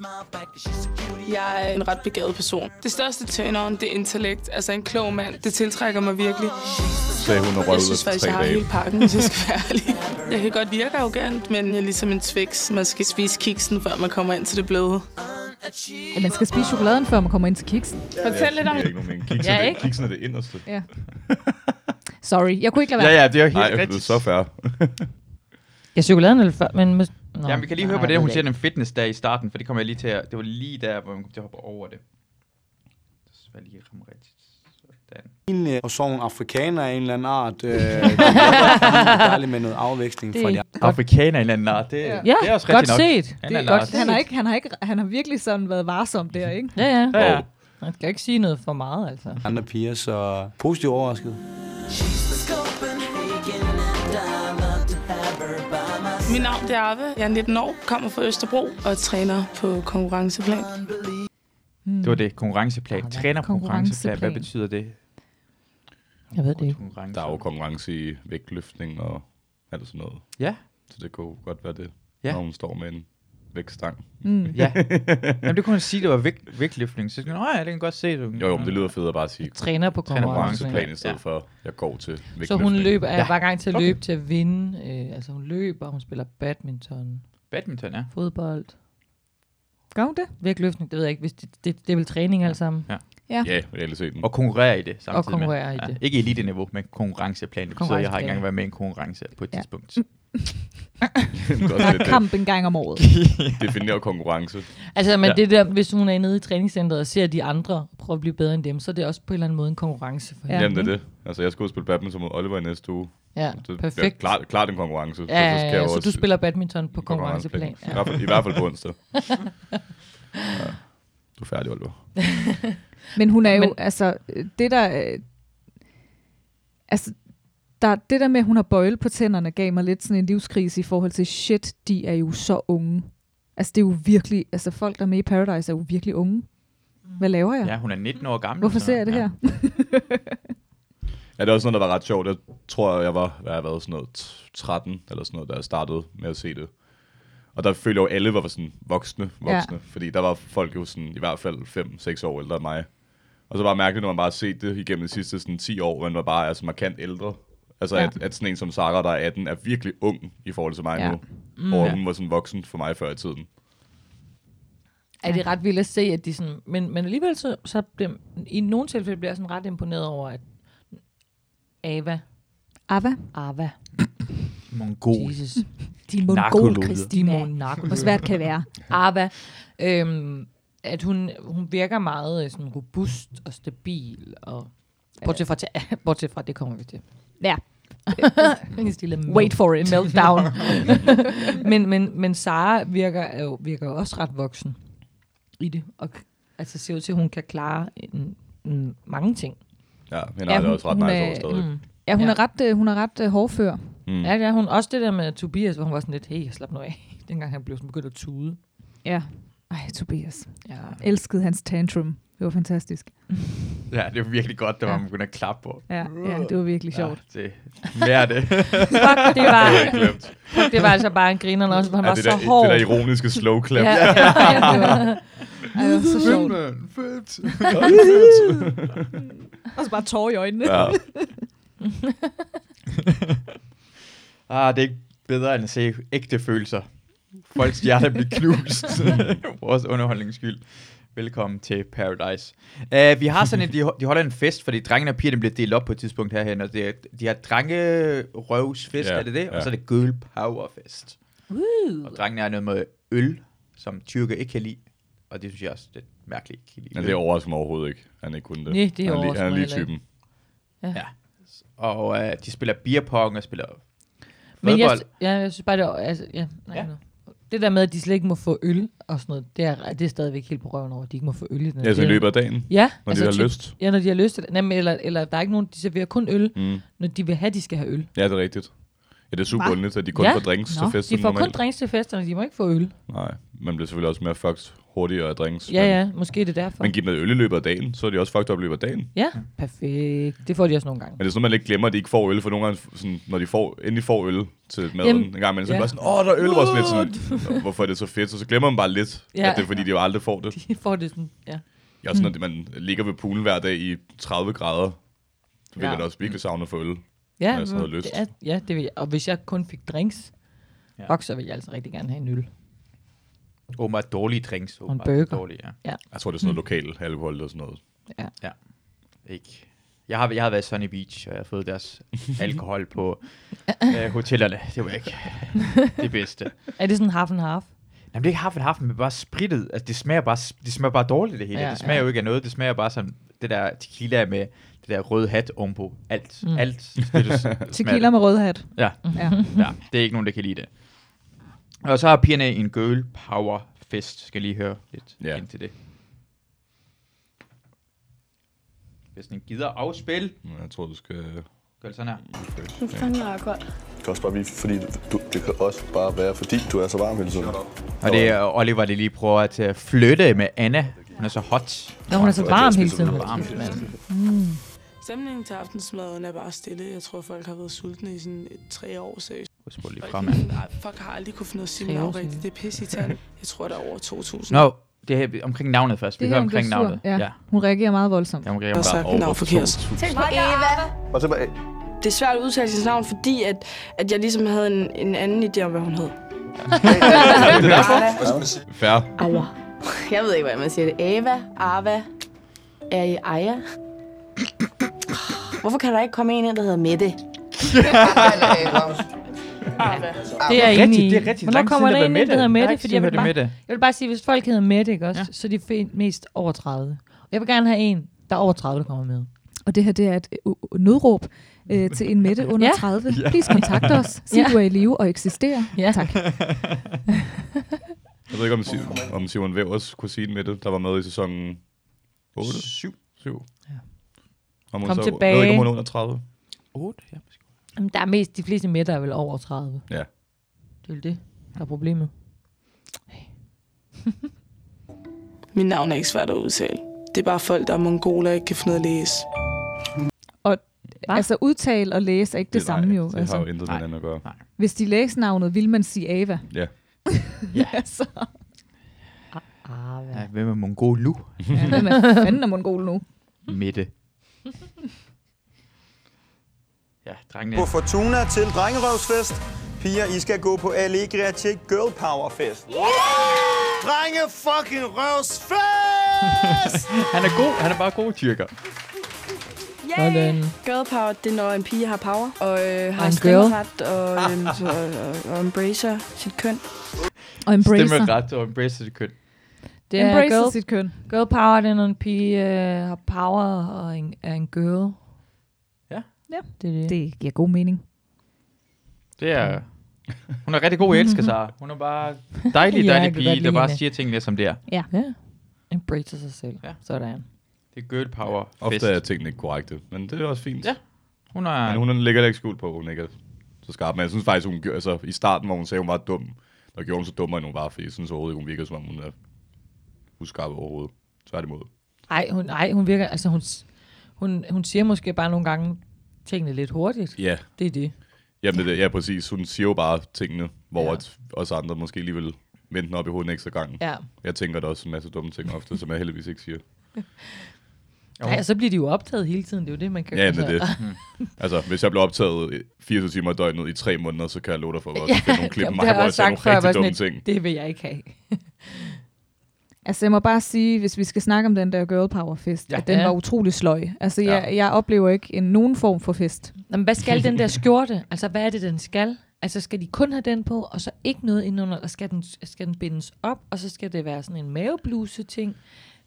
Speaker 9: jeg er en ret begavet person. Det største tænderen, det er intellekt. Altså en klog mand. Det tiltrækker mig virkelig.
Speaker 3: Sagde hun og
Speaker 9: Jeg
Speaker 3: røvede
Speaker 9: synes
Speaker 3: efter
Speaker 9: faktisk, jeg
Speaker 3: tre
Speaker 9: har
Speaker 3: dage.
Speaker 9: hele pakken, hvis jeg skal være ærlig. Jeg kan godt virke arrogant, men jeg er ligesom en tviks. Man skal spise kiksen, før man kommer ind til det bløde.
Speaker 1: at man skal spise chokoladen, før man kommer ind til kiksen.
Speaker 9: Fortæl lidt om
Speaker 3: Jeg er ikke nogen mening. Kiksen,
Speaker 4: Ja,
Speaker 3: er det,
Speaker 4: ikke?
Speaker 3: kiksen er det inderste.
Speaker 1: Ja. Sorry, jeg kunne ikke lade være.
Speaker 2: Ja, ja, det er jo helt
Speaker 3: Nej, det er
Speaker 2: rigtigt.
Speaker 3: så fair.
Speaker 4: Ja, chokoladen eller før, men... Mås- Nå,
Speaker 2: Ja, vi kan lige høre
Speaker 4: nej,
Speaker 2: på det,
Speaker 4: jeg
Speaker 2: hun
Speaker 4: ved
Speaker 2: siger
Speaker 4: ikke.
Speaker 2: den fitness der i starten, for det kommer jeg lige til at, Det var lige der, hvor man kom til at hoppe over det. Så skal jeg lige ramme rigtigt. Sådan.
Speaker 10: en og så en afrikaner af en eller anden art. Øh, det er dejligt med noget afveksling
Speaker 4: Det
Speaker 10: fra
Speaker 4: er
Speaker 10: de
Speaker 2: Afrikaner i en eller anden det, ja.
Speaker 4: Ja,
Speaker 2: det er også
Speaker 4: godt
Speaker 2: rigtigt nok.
Speaker 4: set.
Speaker 2: Han
Speaker 4: Det
Speaker 2: er
Speaker 4: er
Speaker 2: Lars.
Speaker 4: godt set.
Speaker 1: Han har, ikke, han, har ikke, han har virkelig sådan været varsom der, ikke?
Speaker 4: Ja, ja.
Speaker 2: Ja, ja.
Speaker 4: Man skal ikke sige noget for meget, altså.
Speaker 10: andre piger, så positivt overrasket.
Speaker 9: Mit navn det er Arve. Jeg er 19 år, kommer fra Østerbro og træner på konkurrenceplan.
Speaker 2: Det var det. Konkurrenceplan.
Speaker 4: Ah,
Speaker 2: Træner konkurrenceplan. Hvad
Speaker 1: konkurrenceplan.
Speaker 2: betyder det?
Speaker 4: Jeg ved det ikke.
Speaker 2: Konkurrence.
Speaker 3: Der er jo konkurrence i vægtløftning og alt sådan noget.
Speaker 2: Ja.
Speaker 3: Så det kunne godt være det,
Speaker 2: Ja.
Speaker 3: ja. når hun står med en vægtstang.
Speaker 1: Mm.
Speaker 2: Ja. Jamen, det kunne han sige, det var vægt, vægtløftning. Så skal jeg, ja, det kan jeg godt se.
Speaker 3: Jo, jo, men det lyder fedt at bare sige
Speaker 4: Træner på konkurrenceplan.
Speaker 3: konkurrenceplan i stedet
Speaker 2: Ja.
Speaker 3: ja. for, jeg går til vægtløftning.
Speaker 4: Så hun løber,
Speaker 2: Ja.
Speaker 4: ja. var i gang til at
Speaker 2: Okay.
Speaker 4: løbe til at vinde. Øh, altså hun løber, hun spiller badminton,
Speaker 2: Badminton, ja.
Speaker 4: fodbold,
Speaker 1: Gør hun det?
Speaker 4: vægtløftning, det ved jeg ikke, hvis det, det, det er vel træning alt sammen.
Speaker 1: Ja.
Speaker 3: Ja, realiteten.
Speaker 2: Og konkurrere i det samtidig
Speaker 4: konkurrere i
Speaker 2: med.
Speaker 4: det.
Speaker 2: ikke elite-niveau, men konkurrenceplan. Det betyder, jeg har ikke
Speaker 4: Konkurrenceplan.
Speaker 2: engang været med i en konkurrence på et
Speaker 1: Ja.
Speaker 2: tidspunkt.
Speaker 3: Det er
Speaker 1: Der
Speaker 3: også
Speaker 1: er
Speaker 3: lidt
Speaker 1: kamp en gang om året.
Speaker 3: det. Definere konkurrence.
Speaker 4: Altså, men
Speaker 2: Ja.
Speaker 4: ja. det der, hvis hun er nede i træningscenteret og ser de andre prøve at blive bedre end dem, så er det også på en eller anden måde en konkurrence for
Speaker 1: Ja.
Speaker 4: hende.
Speaker 3: Jamen, det
Speaker 4: ikke?
Speaker 3: er det. Altså, jeg skal ud og spille badminton mod Oliver i næste uge.
Speaker 4: Mm. Ja,
Speaker 3: Det er
Speaker 4: perfekt.
Speaker 3: klart, klart en konkurrence.
Speaker 4: Ja, ja, ja, så du spiller badminton på konkurrenceplan.
Speaker 3: I,
Speaker 4: Ja.
Speaker 3: hvert fald, I hvert fald på onsdag. Ja. Du er færdig, Oliver.
Speaker 1: Men hun er jo,
Speaker 4: Men-
Speaker 1: men, altså, øh, det der... øh, Altså, der, det der med, at hun har bøjle på tænderne, gav mig lidt sådan en livskrise i forhold til, shit, de er jo så unge. Altså, det er jo virkelig... Altså, folk, der er med i Paradise, er jo virkelig unge. Hvad laver jeg?
Speaker 2: Ja, hun er 19 år gammel.
Speaker 1: Hvorfor
Speaker 2: så-
Speaker 1: ser jeg det
Speaker 2: ja.
Speaker 1: her?
Speaker 3: Ja, det er også noget, der var ret sjovt. Jeg tror, jeg var, hvad har jeg været sådan noget, 13 eller sådan noget, da jeg startede med at se det. Og der følte jeg jo, alle var sådan voksne, voksne. Ja. Fordi der var folk jo sådan, i hvert fald 5-6 år ældre end mig. Og så var det mærkeligt, når man bare har set det igennem de sidste sådan 10 år, men man bare er så markant ældre. Altså, ja.
Speaker 1: Ja.
Speaker 3: at, at sådan en som Sara, der er 18, er virkelig ung i forhold til mig ja.
Speaker 1: Ja.
Speaker 3: nu. Mm, og hun var sådan voksen for mig før i tiden.
Speaker 4: Er det er ret vildt at se, at de sådan... Men, men alligevel så, så bliver, i nogle tilfælde bliver jeg sådan ret imponeret over, at Ava,
Speaker 1: Ava?
Speaker 4: Ava,
Speaker 2: Mongol.
Speaker 4: Jesus,
Speaker 1: De er
Speaker 2: Narkoloder.
Speaker 1: mongol,
Speaker 4: de
Speaker 1: Christina.
Speaker 4: monarker.
Speaker 1: Hvor svært kan det være?
Speaker 4: Arva, øhm, at hun, hun virker meget øh, sådan robust og stabil. Og, bortset, fra til, bortset fra, det kommer vi til.
Speaker 1: Ja.
Speaker 4: En stille
Speaker 1: Wait for it.
Speaker 4: meltdown. Mm. men, men, men Sara virker, er jo, virker jo også ret voksen i det. Og k- altså ser ud til, at hun kan klare en, en, mange ting.
Speaker 3: Ja, hende
Speaker 1: Ja,
Speaker 3: ja, har det
Speaker 1: hun-
Speaker 3: også ret
Speaker 1: hun
Speaker 3: nice
Speaker 1: er-
Speaker 3: over stadig. Mm.
Speaker 1: Ja, hun
Speaker 4: Ja.
Speaker 1: er ret, øh, hun er ret øh, hårdfør.
Speaker 3: Mm.
Speaker 4: Ja, det er hun. Også det der med Tobias, hvor hun var sådan lidt, hey, slap nu af. Dengang han blev sådan begyndt at tude.
Speaker 1: Ja. Ej, Tobias.
Speaker 4: Ja.
Speaker 1: Elskede hans tantrum. Det var fantastisk.
Speaker 2: Ja, det var virkelig godt, der var
Speaker 1: Ja.
Speaker 2: man begyndte at klappe på.
Speaker 1: Ja, ja det var virkelig sjovt.
Speaker 2: Ja, det mere af det.
Speaker 4: Fuck, det var,
Speaker 3: Det er ikke glemt.
Speaker 4: det var altså bare en griner, også, for han
Speaker 3: Ja,
Speaker 4: var
Speaker 3: det,
Speaker 4: så
Speaker 3: der,
Speaker 4: hård.
Speaker 3: det der ironiske slow clap.
Speaker 4: Ja,
Speaker 3: Ja.
Speaker 4: ja, ja, det var-
Speaker 1: Ej, det var så sjovt. Og så bare tårer i øjnene.
Speaker 3: Ja.
Speaker 2: Ah, det er ikke bedre end at se ægte følelser. Folks hjerter bliver knust. Vores underholdnings skyld. Velkommen til Paradise. Uh, vi har sådan, at de, de holder en fest, fordi drengene og pigerne bliver delt op på et tidspunkt herhen, og det er, de har drengerøvsfest,
Speaker 3: Ja,
Speaker 2: er det det?
Speaker 3: ja.
Speaker 2: Og så er det girl power fest. Og drengene er noget med øl, som tyrker ikke kan lide, og det synes jeg også, det er mærkeligt. ikke kan lide
Speaker 3: Men
Speaker 2: øl.
Speaker 3: det overrasker mig overhovedet ikke. Han ikke kunne det.
Speaker 4: Nej, det
Speaker 3: han er lige,
Speaker 4: overrasker
Speaker 3: han er
Speaker 4: mig
Speaker 3: lige
Speaker 4: heller ikke.
Speaker 3: typen.
Speaker 2: Og øh, de spiller beer pong og spiller
Speaker 4: Men jeg,
Speaker 2: fodbold.
Speaker 4: ja, jeg synes bare, det er... Altså, ja, nej,
Speaker 2: Ja.
Speaker 4: ja. Det der med, at de slet ikke må få øl og sådan noget, det er, det er stadigvæk helt på røven over, at de ikke må få øl i den her
Speaker 3: Ja, så Altså i
Speaker 4: del.
Speaker 3: løbet af dagen,
Speaker 4: Ja,
Speaker 3: når altså, de har
Speaker 4: typ-
Speaker 3: lyst.
Speaker 4: Ja, når de har lyst. Eller, jamen, eller, eller der er ikke nogen, de serverer kun øl,
Speaker 3: Mm.
Speaker 4: når de vil have, de skal have øl.
Speaker 3: Ja, det er rigtigt. Ja, det er super
Speaker 1: Hva?
Speaker 3: ondeligt, at de kun
Speaker 4: Ja.
Speaker 3: får drinks til
Speaker 1: Nå,
Speaker 3: festen
Speaker 4: De får kun
Speaker 3: normalt.
Speaker 4: drinks til festerne, de må ikke få øl.
Speaker 3: Nej, man bliver selvfølgelig også mere fucked hurtigere af drinks.
Speaker 4: Ja,
Speaker 3: men,
Speaker 4: ja, måske er det derfor.
Speaker 3: Men giv dem noget øl i løbet af dagen, så er de også fucked op i løbet af dagen.
Speaker 4: Ja, perfekt. Det får de også nogle gange.
Speaker 3: Men det er sådan, man lidt glemmer, at de ikke får øl, for nogle gange, sådan, når de får, endelig får øl til maden
Speaker 4: Jamen,
Speaker 3: Jamen, en gang, men så
Speaker 4: ja.
Speaker 3: er det bare sådan, åh, der er øl, hvor sådan lidt sådan, "Nå, hvorfor er det så fedt? Så, så glemmer man bare lidt,
Speaker 4: Ja.
Speaker 3: ja. at det er fordi, de jo aldrig får det.
Speaker 4: De får det sådan, ja. Hmm.
Speaker 3: Jeg er sådan, at man ligger ved poolen hver dag i 30 grader, så vil
Speaker 4: Ja.
Speaker 3: ja. man også virkelig savne at få øl.
Speaker 4: Ja,
Speaker 3: Når jeg så havde lyst.
Speaker 4: Det er, ja, det vil jeg. Og hvis jeg kun fik drinks,
Speaker 2: Ja.
Speaker 4: ja. så vil jeg altså rigtig gerne have en øl.
Speaker 2: Åbenbart dårlige drinks.
Speaker 4: en
Speaker 2: Åbenbart
Speaker 4: burger. Mm.
Speaker 2: Dårlige, ja.
Speaker 3: Jeg tror, det er sådan noget lokal alkohol og sådan noget.
Speaker 2: Ikke. Jeg har, jeg har været i Sunny Beach, og jeg har fået deres alkohol på øh, hotellerne. Det var ikke det bedste.
Speaker 4: Er det sådan half and half?
Speaker 2: Jamen, det er ikke haft haft, men bare spritet. Altså, det smager bare, det smager bare dårligt, det hele. Ja,
Speaker 4: Ja,
Speaker 2: det smager ja.
Speaker 4: ja.
Speaker 2: jo ikke af noget. Det smager bare som det der tequila med det der røde hat ovenpå. Alt. Mm.
Speaker 4: Mm.
Speaker 2: Alt. smager det.
Speaker 1: Tequila med rød hat.
Speaker 2: Ja.
Speaker 1: ja.
Speaker 2: Ja, det er ikke nogen, der kan lide det. Og så har pigerne en girl power fest. Skal jeg lige høre lidt
Speaker 3: Ja.
Speaker 2: ja. ind til det. Hvis den gider afspille,
Speaker 3: Men Jeg tror, du skal...
Speaker 2: gør det sådan her.
Speaker 9: Nu fanden er godt.
Speaker 6: Det kan også bare, fordi du, det kan også bare være, fordi du er så varm hele tiden.
Speaker 2: Og det er Oliver, der lige prøver at øh, flytte med Anna. Hun er så hot.
Speaker 4: Nå, hun er så varm hele tiden.
Speaker 2: Varm.
Speaker 5: Mm.
Speaker 9: Stemningen til aftensmaden er bare stille. Jeg tror, folk har været sultne i sådan et, tre år, seriøst.
Speaker 2: Husk lige
Speaker 9: Folk,
Speaker 2: frem.
Speaker 9: er sådan, "Ej, fuck har aldrig kunne finde noget at sige
Speaker 4: Tre
Speaker 9: mit
Speaker 4: år
Speaker 9: navn rigtigt.
Speaker 4: siden.
Speaker 9: Det er pisse i tanden. Jeg tror, der er over 2.000.
Speaker 2: Nå, det her omkring navnet først. Vi
Speaker 1: Det
Speaker 2: hører
Speaker 1: her, hun
Speaker 2: omkring
Speaker 1: bliver sur.
Speaker 2: navnet.
Speaker 1: Ja. Hun reagerer meget voldsomt.
Speaker 2: Ja, hun
Speaker 9: Jeg har
Speaker 2: reagerer
Speaker 9: sagt mit navn forkert.
Speaker 6: Og så bare,
Speaker 9: Det er svært at udtale sit navn, fordi at, at jeg ligesom havde en, en anden idé om, hvad hun hed.
Speaker 3: Fair.
Speaker 9: Jeg ved ikke, hvordan man siger det. Ava, Ava.
Speaker 11: er i Aja. Hvorfor kan der ikke komme en ind, der hedder Mette?
Speaker 4: Det er jeg
Speaker 2: Ah, Rigtigt,
Speaker 4: enig i.
Speaker 2: det er rigtigt.
Speaker 4: Hvornår
Speaker 2: Lang tid
Speaker 4: kommer
Speaker 2: siden,
Speaker 4: der
Speaker 2: det
Speaker 4: en,
Speaker 2: var
Speaker 4: ind, der
Speaker 2: Mette.
Speaker 4: hedder
Speaker 2: Der er
Speaker 4: Mette?
Speaker 2: ikke
Speaker 4: Fordi
Speaker 2: siden,
Speaker 4: jeg
Speaker 2: hvor
Speaker 4: vil,
Speaker 2: det er
Speaker 4: bare,
Speaker 2: Mette.
Speaker 4: jeg vil bare sige, hvis folk hedder Mette, ikke også,
Speaker 2: Ja.
Speaker 4: ja. så er de fe- mest over 30. Jeg vil gerne have en, der er over 30, der kommer med.
Speaker 1: Og det her, det er et øh, øh, nødråb øh, til en Mette under
Speaker 4: Ja.
Speaker 1: 30. Please kontakt os. Sig
Speaker 4: Ja.
Speaker 1: du er i live og eksisterer.
Speaker 4: Ja.
Speaker 1: Tak.
Speaker 3: Jeg ved ikke, om, Si- om Simon Vævers kusine med det, der var med i sæsonen 8? 7. 7. Ja. Om hun
Speaker 4: Kom
Speaker 3: så, Jeg ved
Speaker 4: tilbage.
Speaker 3: ikke, om hun er under 30.
Speaker 2: 8, ja.
Speaker 4: Jamen, der er mest, de fleste Mette er vel over 30.
Speaker 3: Ja.
Speaker 4: Det er vel det, der er problemet.
Speaker 9: Mit navn er ikke svært at udtale. Det er bare folk, der er mongoler, ikke kan finde ud af at læse.
Speaker 4: Hva?
Speaker 1: Altså udtale og læse er ikke det, det samme
Speaker 3: nej,
Speaker 1: jo.
Speaker 3: Det
Speaker 1: altså.
Speaker 3: har jo intet med
Speaker 2: Nej.
Speaker 3: hinanden at gøre.
Speaker 1: Hvis de læste navnet, ville man sige Ava.
Speaker 3: Ja.
Speaker 2: Ja.
Speaker 1: altså,
Speaker 4: Ah, hvad?
Speaker 2: ja. Hvem er mongol nu?
Speaker 1: ja, hvem er fanden er mongol nu?
Speaker 2: Mette. ja, drengene.
Speaker 7: På Fortuna til drengerøvsfest. Piger, I skal gå på Allegria til Girl Power Fest. Drenge fucking røvsfest!
Speaker 2: Han er god. Han er bare god tyrker.
Speaker 4: Sådan.
Speaker 12: Girl power, det er, når en pige har power, og øh,
Speaker 4: Og
Speaker 12: har
Speaker 4: en
Speaker 12: stemmeret, og, øh, så- og, og, og embracer sit køn.
Speaker 1: Og embracer.
Speaker 2: Stemmer ret og embrace det køn.
Speaker 4: Det er
Speaker 1: Embracer
Speaker 4: girl,
Speaker 1: sit køn.
Speaker 4: girl power, det er, når en pige øh, har power og en, er en girl.
Speaker 2: Ja.
Speaker 1: Ja.
Speaker 4: Det er det. det.
Speaker 1: Det giver god mening.
Speaker 2: Det er... Hun er rigtig god i elsker, Sara. Hun er bare dejlig,
Speaker 4: Ja,
Speaker 2: dejlig
Speaker 4: jeg kan godt
Speaker 2: pige, der
Speaker 4: lide
Speaker 2: bare
Speaker 4: hende.
Speaker 2: siger tingene, som det er.
Speaker 4: Ja. Embracer sig selv.
Speaker 2: Ja.
Speaker 4: Ja. Sådan.
Speaker 2: Det er girl power
Speaker 3: Ofte
Speaker 2: fest.
Speaker 3: er tingene ikke korrekte, men det er også fint.
Speaker 2: Ja. Hun er...
Speaker 3: Men hun ligger da ikke skjult på, at hun ikke er så skarp. Men jeg synes faktisk, hun gjorde, altså i starten, hvor hun sagde, hun var dum, der gjorde hun så dummere, end hun var, fordi jeg synes overhovedet ikke, hun virker, som om hun er uskarp overhovedet. Tværtimod.
Speaker 4: Ej, hun, ej, hun virker, altså hun, s- hun, hun siger måske bare nogle gange tingene lidt hurtigt.
Speaker 3: Ja,
Speaker 4: Det er det.
Speaker 3: Jamen, det, er det. ja, præcis. Hun siger jo bare tingene, hvor
Speaker 4: Ja.
Speaker 3: ja. os andre måske lige vil vente den op i hovedet en ekstra gang.
Speaker 4: Ja.
Speaker 3: Jeg tænker da også en masse dumme ting ofte, som jeg heldigvis ikke siger.
Speaker 2: Jo.
Speaker 4: Ej, og så bliver de jo optaget hele tiden, det er jo det, man kan
Speaker 3: Ja, men det. Altså, hvis jeg blev optaget i 24 timer i døgnet i tre måneder, så kan jeg love dig for, at jeg også finde nogle klip af mig,
Speaker 4: det har jeg
Speaker 3: hvor jeg
Speaker 4: også
Speaker 3: siger
Speaker 4: sagt
Speaker 3: nogle
Speaker 4: før, jeg var
Speaker 3: rigtig
Speaker 4: sådan
Speaker 3: dumme
Speaker 4: lidt,
Speaker 3: ting.
Speaker 4: det vil jeg ikke have.
Speaker 1: Altså, jeg må bare sige, hvis vi skal snakke om den der girl power fest,
Speaker 2: Ja.
Speaker 1: ja. at den
Speaker 4: Ja.
Speaker 1: var utrolig sløj. Altså,
Speaker 3: Ja.
Speaker 1: jeg, jeg oplever ikke en, nogen form for fest.
Speaker 4: Jamen, hvad skal den der skjorte? Altså, hvad er det, den skal? Altså, skal de kun have den på, og så ikke noget indenunder, og skal den, skal den bindes op, og så skal det være sådan en mavebluse-ting?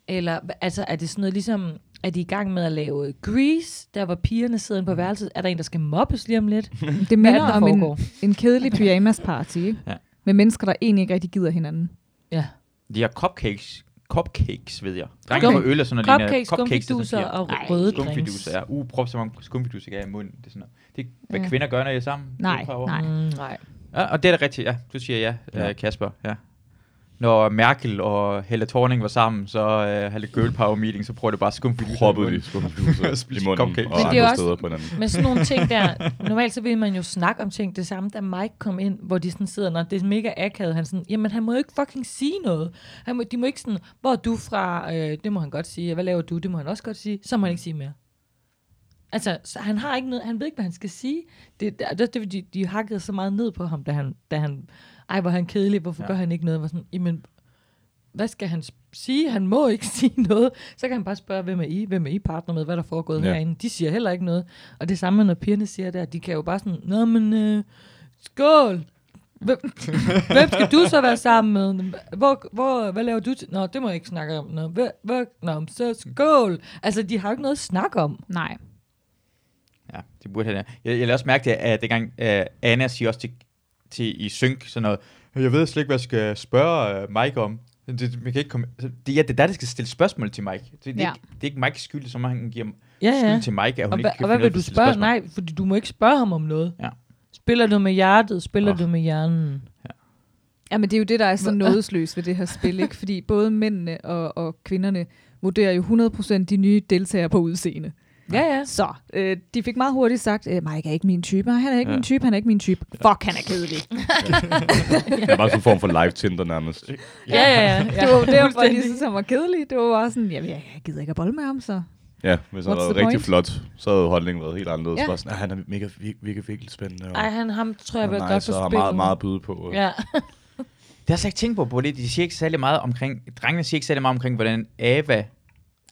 Speaker 4: Eller, hva- altså, er det sådan noget ligesom, er de i gang med at lave grease, der hvor pigerne sidder inde på værelset? Er der en, der skal mobbes lige om lidt?
Speaker 1: Det
Speaker 4: Hvad er
Speaker 1: minder
Speaker 4: det, der
Speaker 1: om en,
Speaker 4: foregår?
Speaker 1: en kedelig pyjamas party, ikke?
Speaker 2: Ja.
Speaker 1: Med mennesker, der egentlig ikke rigtig gider hinanden.
Speaker 4: Ja.
Speaker 2: De har cupcakes. Cupcakes, ved jeg. Drengene
Speaker 4: Skum-
Speaker 2: får øl og sådan noget. lignende.
Speaker 4: Cupcakes, skumfiduser
Speaker 2: det er sådan,
Speaker 4: og
Speaker 2: de har.
Speaker 4: røde drinks.
Speaker 2: Skumfiduser, ja. Uh, prop så mange skumfiduser jeg har i munden. Det er sådan noget. Det er, hvad
Speaker 1: Ja.
Speaker 2: kvinder gør, når I er sammen.
Speaker 1: Nej,
Speaker 2: Det er power.
Speaker 1: nej.
Speaker 4: Mm, nej.
Speaker 2: Ja, og det er da rigtigt, ja. Du siger ja, ja.
Speaker 3: Ja.
Speaker 2: Øh, Kasper. Ja. Når Merkel og Helle Thorning var sammen, så øh, havde lidt girl power meeting, så prøver det bare skumfiduser. i
Speaker 3: Proppede
Speaker 2: munden.
Speaker 3: de skumfiduser
Speaker 2: Spiste
Speaker 3: i munden
Speaker 2: cupcakes.
Speaker 3: og
Speaker 4: Men det er
Speaker 3: andre
Speaker 4: også-
Speaker 3: steder på hinanden.
Speaker 4: Men sådan nogle ting der, normalt så vil man jo snakke om ting. Det samme, da Mike kom ind, hvor de sådan sidder, når det er mega akavet, han sådan, jamen han må jo ikke fucking sige noget. Han må, de må ikke sådan, hvor er du fra, øh, det må han godt sige, hvad laver du, det må han også godt sige, så må han ikke sige mere. Altså, så han har ikke noget, han ved ikke, hvad han skal sige. Det, det, det, det de, de hakkede så meget ned på ham, da han, da han ej, hvor er han kedelig, hvorfor
Speaker 2: Ja.
Speaker 4: ja. gør han ikke noget? Var sådan, jamen, hvad skal han s- sige? Han må ikke sige noget. Så kan han bare spørge, hvem er I? Hvem er I partner med? Hvad er der foregået ja.
Speaker 3: Ja.
Speaker 4: herinde? De siger heller ikke noget. Og det samme, når pigerne siger der, de kan jo bare sådan, Nå, men øh, skål! Hvem, hvem skal du så være sammen med? Hvor, hvor, hvad laver du til? Nå, det må jeg ikke snakke om. Nå, hvad, hvad, nå men så skål! Altså, de har jo ikke noget at snakke om.
Speaker 1: Nej.
Speaker 2: Ja, de burde have det. Jeg, jeg lader også mærke det, at dengang øh, Anna siger også til, til i synk sådan noget, jeg ved slet ikke, hvad jeg skal spørge øh, Mike om. Det, det, man kan ikke komme, altså, det, ja, det er der, der skal stille spørgsmål til Mike. Det, det, ja.
Speaker 1: Ja.
Speaker 2: ikke, det er ikke Mikes skyld, som han giver
Speaker 4: Ja,
Speaker 2: ja, ja. skyld til Mike, at hun
Speaker 4: Og,
Speaker 2: ikke
Speaker 4: hva,
Speaker 2: kan
Speaker 4: og hvad
Speaker 2: finde ud af
Speaker 4: vil
Speaker 2: at
Speaker 4: du
Speaker 2: stille
Speaker 4: spørge?
Speaker 2: spørgsmål.
Speaker 4: Nej, fordi du må ikke spørge ham om noget.
Speaker 2: Ja.
Speaker 4: Spiller du med hjertet? Spiller
Speaker 2: Åh.
Speaker 4: du med hjernen?
Speaker 1: Ja, men det er jo det, der er så
Speaker 4: Hvor-
Speaker 1: nådesløst ved det her spil, ikke? Fordi både mændene og, og kvinderne vurderer jo 100% de nye deltagere på udseende.
Speaker 4: Ja, ja.
Speaker 1: Så øh, de fik meget hurtigt sagt, øh, Mike er ikke min type, han er ikke
Speaker 2: Ja.
Speaker 1: ja. min type, han er ikke min type. Fuck, han er kedelig.
Speaker 3: Det er bare sådan en form for live Tinder nærmest.
Speaker 4: Ja, ja, ja. ja.
Speaker 1: Det var jo derfor, de
Speaker 4: Fuldstændig.
Speaker 1: synes, han var kedelig. Det var bare sådan, jamen, jeg jeg gider ikke at bolle med ham, så.
Speaker 3: Ja, hvis han
Speaker 1: What's
Speaker 3: havde
Speaker 1: the
Speaker 3: været rigtig
Speaker 1: point?
Speaker 3: flot, så havde holdningen været helt anderledes.
Speaker 1: Ja.
Speaker 3: Ja. Bare sådan, "Ah, han er mega, vir- virker virkelig spændende. Og,
Speaker 4: Ej, han, ham tror jeg
Speaker 3: han
Speaker 4: vil
Speaker 3: er
Speaker 4: godt
Speaker 3: nice, og
Speaker 4: for
Speaker 3: har
Speaker 4: spil.
Speaker 3: meget, meget at byde på. øh. og-
Speaker 4: Ja.
Speaker 2: Det har jeg slet ikke tænkt på, på det. De siger ikke særlig meget omkring, drengene siger ikke særlig meget omkring, hvordan Ava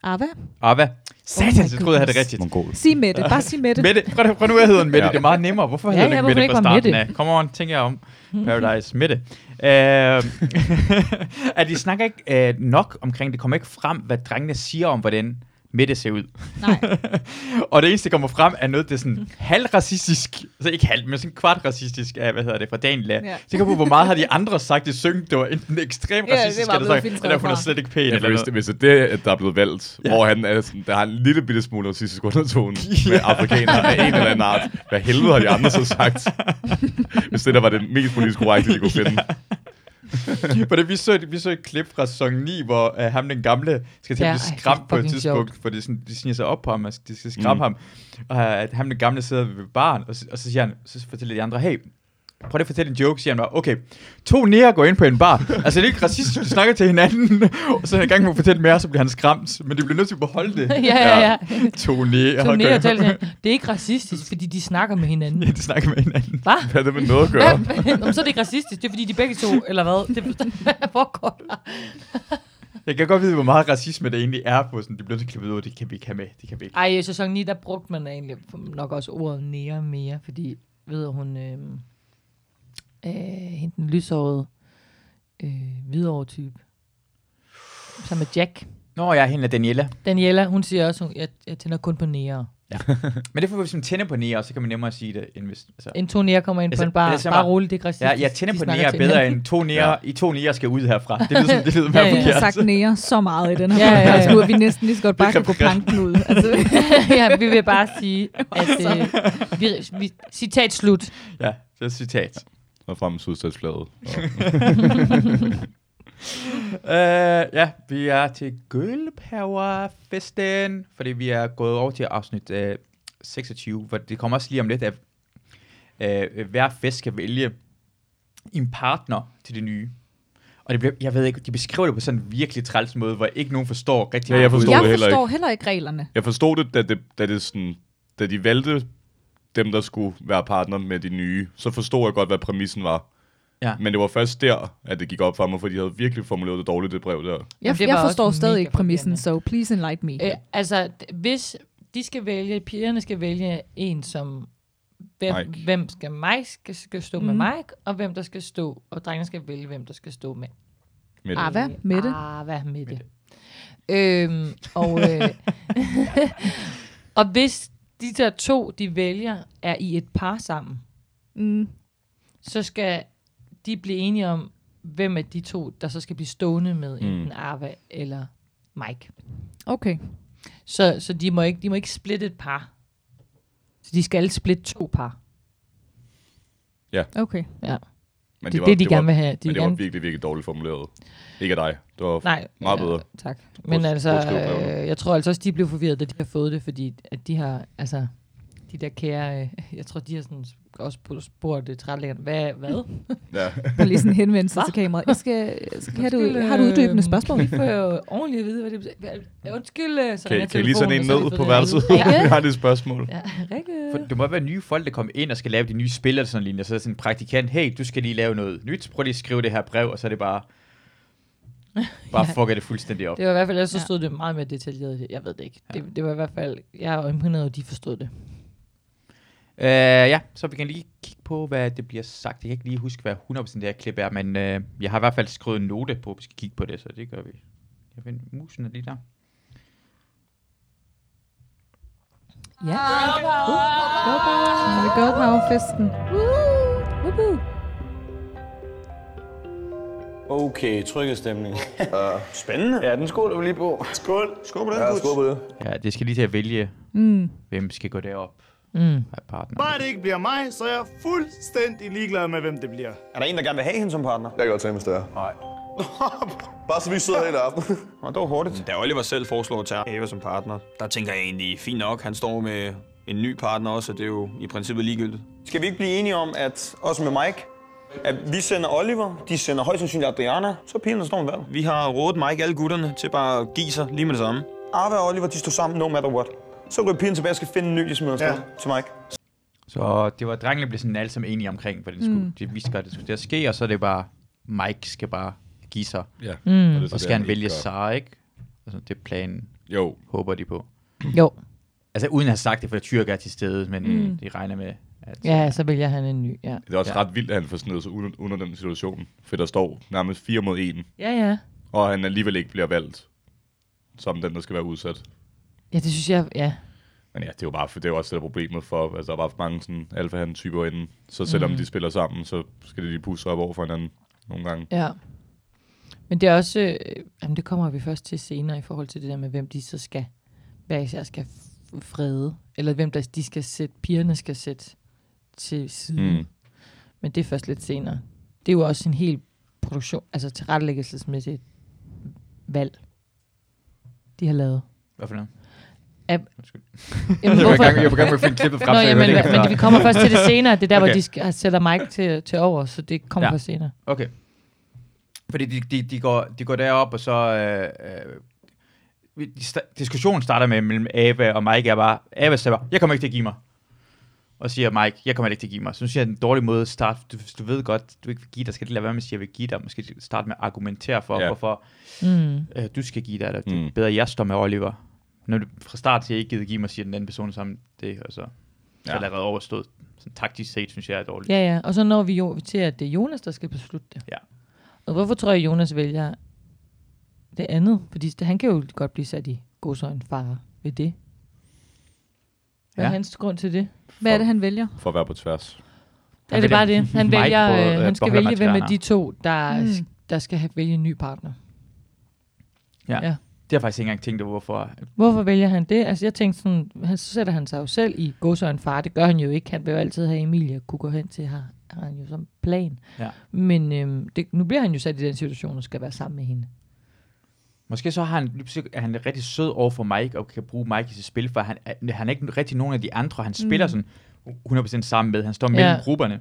Speaker 1: Ava?
Speaker 2: Ava. Satans,
Speaker 1: my
Speaker 2: jeg troede, jeg havde det
Speaker 1: goodness.
Speaker 2: rigtigt.
Speaker 3: Mongol.
Speaker 1: Sig Mette. Bare sig Mette.
Speaker 2: Mette. Prøv, nu- prøv nu at hedde Mette.
Speaker 3: Ja.
Speaker 2: Det er meget nemmere. Hvorfor
Speaker 1: Ja,
Speaker 2: hedder
Speaker 1: ja,
Speaker 2: ja,
Speaker 1: hvorfor
Speaker 2: Mette
Speaker 1: ikke
Speaker 2: fra
Speaker 1: bare
Speaker 2: starten
Speaker 1: Mette?
Speaker 2: af? Kom on, tænker jeg om. Paradise Mette. Uh, at de snakker ikke uh, nok omkring, det kommer ikke frem, hvad drengene siger om, hvordan Mette ser ud.
Speaker 1: Nej.
Speaker 2: og det eneste, der kommer frem, er noget, det er sådan halvracistisk. Altså ikke halv, men sådan kvartracistisk af, hvad hedder det, fra Daniela.
Speaker 1: Ja.
Speaker 2: Ja. Så kan på, hvor meget har de andre sagt i synk, det var enten ekstremt
Speaker 1: Ja, det er
Speaker 2: racistisk,
Speaker 1: bare
Speaker 2: eller,
Speaker 1: blevet
Speaker 2: så,
Speaker 1: filtreret
Speaker 2: eller hun er
Speaker 1: fra.
Speaker 2: slet ikke pæn.
Speaker 3: Ja,
Speaker 2: eller
Speaker 3: for hvis,
Speaker 2: noget.
Speaker 3: det, hvis det er det, der er blevet valgt,
Speaker 2: Ja.
Speaker 3: ja. hvor han er sådan, der har en lille bitte smule racistisk undertone ja. med afrikanere af en eller anden art. Hvad helvede har de andre så sagt? hvis det der var det mest politisk korrekte, de kunne finde. Ja.
Speaker 2: For det, vi, så, et- vi så et klip fra sæson 9, hvor uh, ham den gamle skal til
Speaker 4: Ja, ej,
Speaker 2: at
Speaker 4: det er
Speaker 2: blive skræmt på et
Speaker 4: fucking
Speaker 2: tidspunkt, for det er sådan, de sniger sig op på ham, og de skal skræmme
Speaker 3: Mm.
Speaker 2: mm. ham. Og at ham den gamle sidder ved baren, og, s- og så, siger han, så fortæller de andre, hey, prøv lige at fortælle en joke, siger han bare, okay, to nære går ind på en bar. altså, det er ikke racistisk, de snakker til hinanden, og så er han i gang med at fortælle mere, så bliver han skræmt, men de bliver nødt til at beholde det.
Speaker 4: ja, ja, ja.
Speaker 2: To nære.
Speaker 4: Som Nea
Speaker 2: går ind-
Speaker 4: talte, det er ikke racistisk, fordi de snakker med hinanden.
Speaker 2: Ja, de snakker med hinanden.
Speaker 4: Hvad?
Speaker 3: Hvad er det med noget at gøre?
Speaker 4: Hvad? Nå, men så er det ikke racistisk, det er fordi de begge to, eller hvad? Det, hvad foregår der?
Speaker 2: Jeg kan godt vide, hvor meget racisme det egentlig er på, sådan, de bliver nødt til at klippe ud, og det kan vi ikke have med, det kan vi ikke.
Speaker 4: Ej, i sæson 9, der brugte man egentlig nok også ordet nære mere, fordi ved hun, øh, øh, hende den lyshårede, øh, hvidovre type, som er Jack.
Speaker 2: Nå, jeg er hende af Daniela.
Speaker 4: Daniela, hun siger også, hun, jeg, jeg tænder kun på nære.
Speaker 2: Men det får vi sådan tænder på nære, og så kan man nemmere sige det, end hvis... Altså,
Speaker 4: En to nære kommer ind på
Speaker 2: Altså,
Speaker 4: en bar,
Speaker 2: altså,
Speaker 4: bare
Speaker 2: man-
Speaker 4: roligt, det er ikke racistisk.
Speaker 2: ja, jeg tænder
Speaker 4: de
Speaker 2: på
Speaker 4: snakker
Speaker 2: nære
Speaker 4: til
Speaker 2: bedre
Speaker 4: hinanden.
Speaker 2: end to nære. I to nære skal ud herfra. Ah, Det lyder, som, det lyder mere
Speaker 4: Ja, ja.
Speaker 1: Jeg
Speaker 2: ja,
Speaker 1: har
Speaker 2: forkert.
Speaker 1: sagt nære så meget i den her
Speaker 4: Ja, ja, ja.
Speaker 1: podcast, Altså, nu at vi næsten lige så godt bare
Speaker 2: kan
Speaker 1: kan gå
Speaker 2: vi godt.
Speaker 1: planken ud. Altså,
Speaker 4: ja, vi vil bare sige, at øh, vi, vi, citat slut.
Speaker 2: Ja, det er et citat.
Speaker 3: Og frem med sydstatsflaget.
Speaker 2: Uh, ja, vi er til Gølpower-festen, fordi vi er gået over til afsnit uh, 26, for det kommer også lige om lidt, at uh, hver fest skal vælge en partner til det nye. Og det bliver, jeg ved ikke, de beskriver det på sådan en virkelig træls måde, hvor ikke nogen forstår rigtig
Speaker 3: Ja, jeg
Speaker 2: meget.
Speaker 3: forstår
Speaker 1: jeg
Speaker 3: det heller
Speaker 1: forstår heller ikke reglerne.
Speaker 3: Jeg forstod det, da, det, da, det sådan, da de valgte dem, der skulle være partner med de nye, så forstod jeg godt, hvad præmissen var.
Speaker 2: Ja.
Speaker 3: Men det var først der, at det gik op for mig, for de havde virkelig formuleret det dårligt, det brev der.
Speaker 1: Jeg,
Speaker 4: det
Speaker 1: jeg
Speaker 4: var
Speaker 1: forstår
Speaker 4: også
Speaker 1: stadig
Speaker 4: mega
Speaker 1: ikke præmissen, så
Speaker 4: forvirrende.
Speaker 1: please enlighten me.
Speaker 4: Øh, altså, d- hvis de skal vælge, pigerne skal vælge en som, hvem,
Speaker 3: Mike.
Speaker 4: hvem skal Mike skal, skal stå mm. med
Speaker 1: Mhm.
Speaker 4: Mike, og hvem der skal stå, og drengene skal vælge, hvem der skal stå med
Speaker 3: Med det.
Speaker 1: Ava, Mette.
Speaker 4: Ava, Mette. Øhm, og, øh, og hvis de der to, de vælger, er i et par sammen,
Speaker 1: Mm.
Speaker 4: så skal de blive enige om, hvem af de to, der så skal blive stående med, mm. enten Ava eller Mike.
Speaker 1: Okay.
Speaker 4: Så, så de, må ikke, de må ikke splitte et par. Så de skal splitte to par.
Speaker 1: Okay.
Speaker 3: Men
Speaker 4: det er det, de gerne
Speaker 3: var,
Speaker 4: vil have. De
Speaker 3: men det
Speaker 4: vil
Speaker 3: var
Speaker 4: gerne...
Speaker 3: virkelig, virkelig dårligt formuleret. Ikke af dig. Det var
Speaker 4: Nej,
Speaker 3: meget
Speaker 4: ja,
Speaker 3: bedre.
Speaker 4: Tak. Men
Speaker 3: Prøv-
Speaker 4: altså,
Speaker 3: prøv at skrive brevene.
Speaker 4: øh, jeg tror altså også, de blev forvirret, da de har fået det, fordi at de har, altså, de der kære, øh, jeg tror, de har sådan også spurgt det trætlæggerne, hvad, hvad?
Speaker 3: Ja.
Speaker 1: Bare lige sådan henvende sig
Speaker 4: Hva?
Speaker 1: til kameraet. Jeg skal, jeg skal have
Speaker 4: Undskyld,
Speaker 1: du, har du uddybende
Speaker 4: øh,
Speaker 1: spørgsmål?
Speaker 4: Vi får jo ordentligt at vide, hvad det betyder. Undskyld, øh, så
Speaker 3: Kan,
Speaker 4: ringer
Speaker 3: kan I lige sende en
Speaker 4: telefonen, og så har de
Speaker 3: ned på
Speaker 4: fået det at
Speaker 3: værelset?
Speaker 4: vide.
Speaker 3: Vi har det spørgsmål.
Speaker 4: Ja, ja,
Speaker 2: For
Speaker 4: Rikke.
Speaker 2: det må være nye folk, der kommer ind og skal lave de nye spil eller sådan lignende. Så er der sådan en praktikant, hey, du skal lige lave noget nyt. Prøv lige at skrive det her brev, og så er det bare... Bare
Speaker 4: Ja.
Speaker 2: fucker det fuldstændig op.
Speaker 4: Det var i hvert fald, ellers så
Speaker 1: Ja.
Speaker 4: stod det meget mere detaljeret. Jeg ved det ikke. Det, det var i hvert fald, jeg er imponeret, over, at de forstod det.
Speaker 2: Øh, ja, så vi kan lige kigge på, hvad det bliver sagt. Jeg kan ikke lige huske, hvad 100% det her klip er, men øh, jeg har i hvert fald skrevet en note på, at vi skal kigge på det, så det gør vi. Jeg finder musen er lige der.
Speaker 4: Ja.
Speaker 1: Når vi går på havfesten.
Speaker 10: Okay, trykkestemning.
Speaker 7: Spændende.
Speaker 6: Ja, den skål du lige på.
Speaker 7: Skål. Skål på den, ja,
Speaker 6: på det.
Speaker 2: Ja, det skal lige til at vælge,
Speaker 1: Mm.
Speaker 2: hvem skal gå derop
Speaker 4: Mm.
Speaker 2: af partner.
Speaker 7: Bare det ikke bliver mig, så er jeg fuldstændig ligeglad med, hvem det bliver.
Speaker 10: Er der en, der gerne vil have hende som partner?
Speaker 6: Jeg kan godt tage med større. Nej. Bare så vi sidder hele aftenen.
Speaker 10: Og det var hurtigt.
Speaker 6: Da Oliver selv foreslår at tage Ava som partner, der tænker jeg egentlig, fint nok, han står med en ny partner også, og det er jo i princippet ligegyldigt.
Speaker 10: Skal vi ikke blive enige om, at også med Mike, at vi sender Oliver, de sender højst sandsynligt Adriana, så pigerne står med valg.
Speaker 6: Vi har rådet Mike alle gutterne til bare at give sig lige med det samme.
Speaker 10: Arve og Oliver, de står sammen no matter what. Så går pigerne tilbage og skal finde en ny, de smider afsted
Speaker 7: Ja.
Speaker 10: til Mike.
Speaker 2: Så det var, drengene blev sådan alle sammen enige omkring, hvad det skulle. Mm. De vidste godt, det skulle til at ske, og så er det bare, Mike skal bare give sig.
Speaker 3: ja. Mm.
Speaker 2: Og så skal han vælge Sara, ikke? Altså, det er planen. Jo. Håber de på.
Speaker 4: Jo.
Speaker 2: Altså uden at have sagt det, for Tyrk er til stede, men
Speaker 4: Mm.
Speaker 2: mm. de regner med, at...
Speaker 4: Ja, så vælger han en ny, ja.
Speaker 3: Det er også ja. ret vildt, at han får snedet sig under, under den situation. For der står nærmest 4 mod 1.
Speaker 4: Ja, ja.
Speaker 3: Og han alligevel ikke bliver valgt som den, der skal være udsat.
Speaker 4: Ja, det synes jeg, ja.
Speaker 3: Men ja, det er jo bare for, det er jo også det der er problemet for, altså der er bare for mange sådan alfa han typer inden. Så selvom
Speaker 4: Mhm.
Speaker 3: mm. de spiller sammen, så skal de lige pusse op over for hinanden nogle gange.
Speaker 4: Ja. Men det er også, øh, jamen det kommer vi først til senere i forhold til det der med, hvem de så skal, hver især skal f- frede, eller hvem der, de skal sætte, pigerne skal sætte til siden. Mm.
Speaker 3: Mm.
Speaker 4: Men det er først lidt senere. Det er jo også en helt produktion, altså tilrettelæggelsesmæssigt valg, de har lavet.
Speaker 2: Hvad for noget?
Speaker 4: Af,
Speaker 2: Jeg var i gang- jeg var i gang med at finde klippet frem,
Speaker 4: Nå,
Speaker 2: så jeg
Speaker 4: jamen,
Speaker 2: hørte ikke
Speaker 4: men
Speaker 2: efter.
Speaker 4: vi kommer først til det senere. Det er der, okay. hvor
Speaker 2: Okay.
Speaker 4: de skal, sætter Mike til, til over, så det kommer ja. først senere.
Speaker 2: Okay. Fordi de, de, de, går, de går derop, og så... Øh, øh, vi- de sta- diskussionen starter med mellem Ava og Mike, er bare, Ava siger bare, jeg kommer ikke til at give mig. Og siger Mike, jeg kommer ikke til at give mig. Så nu siger jeg en dårlig måde at starte. Du, hvis du ved godt, du ikke vil give dig, skal det lade være med at sige, at jeg vil give dig. Måske starte med at argumentere for,
Speaker 3: Ja.
Speaker 2: ja. hvorfor
Speaker 4: Mm.
Speaker 2: øh, du skal give dig, eller det
Speaker 3: Mm.
Speaker 2: er bedre, at jeg står med Oliver. Når du fra start til ikke gider give mig, siger den anden person sammen det, og så, så
Speaker 4: Ja.
Speaker 2: er det allerede overstået. Sådan taktisk set, synes jeg er dårligt.
Speaker 4: Ja, ja. Og så når vi jo til, at det er Jonas, der skal beslutte det.
Speaker 2: Ja.
Speaker 4: Og hvorfor tror jeg, Jonas vælger det andet? Fordi det- han kan jo godt blive sat i godsøjne fare ved det. Hvad er
Speaker 3: Ja.
Speaker 4: hans grund til det?
Speaker 1: Hvad er det, han vælger?
Speaker 3: For at være på tværs.
Speaker 4: Er det bare det? Han,
Speaker 1: Mike
Speaker 4: vælger,
Speaker 1: både,
Speaker 4: øh,
Speaker 1: øh,
Speaker 4: han skal
Speaker 1: beholder
Speaker 4: vælge, hvem af
Speaker 2: materialer.
Speaker 4: de to, der,
Speaker 1: Mm.
Speaker 4: der skal have, vælge en ny partner.
Speaker 2: Ja.
Speaker 4: Ja.
Speaker 2: ja. Det har jeg faktisk ikke engang tænkt over, hvorfor
Speaker 4: Hvorfor vælger han det? Altså jeg tænkte sådan, han, så sætter han sig jo selv i godsøjne fare. Det gør han jo ikke. Han vil jo altid have Emilie at kunne gå hen til, har, har han jo som plan.
Speaker 2: Ja.
Speaker 4: Men øhm, det, nu bliver han jo sat i den situation, og skal være sammen med hende.
Speaker 2: Måske så har han, lige pludselig er han rigtig sød over for Mike, og kan bruge Mike i sit spil, for han er, han er ikke rigtig nogen af de andre, han spiller
Speaker 4: Mm.
Speaker 2: mm. sådan 100% sammen med. Han står
Speaker 4: Ja.
Speaker 2: mellem grupperne.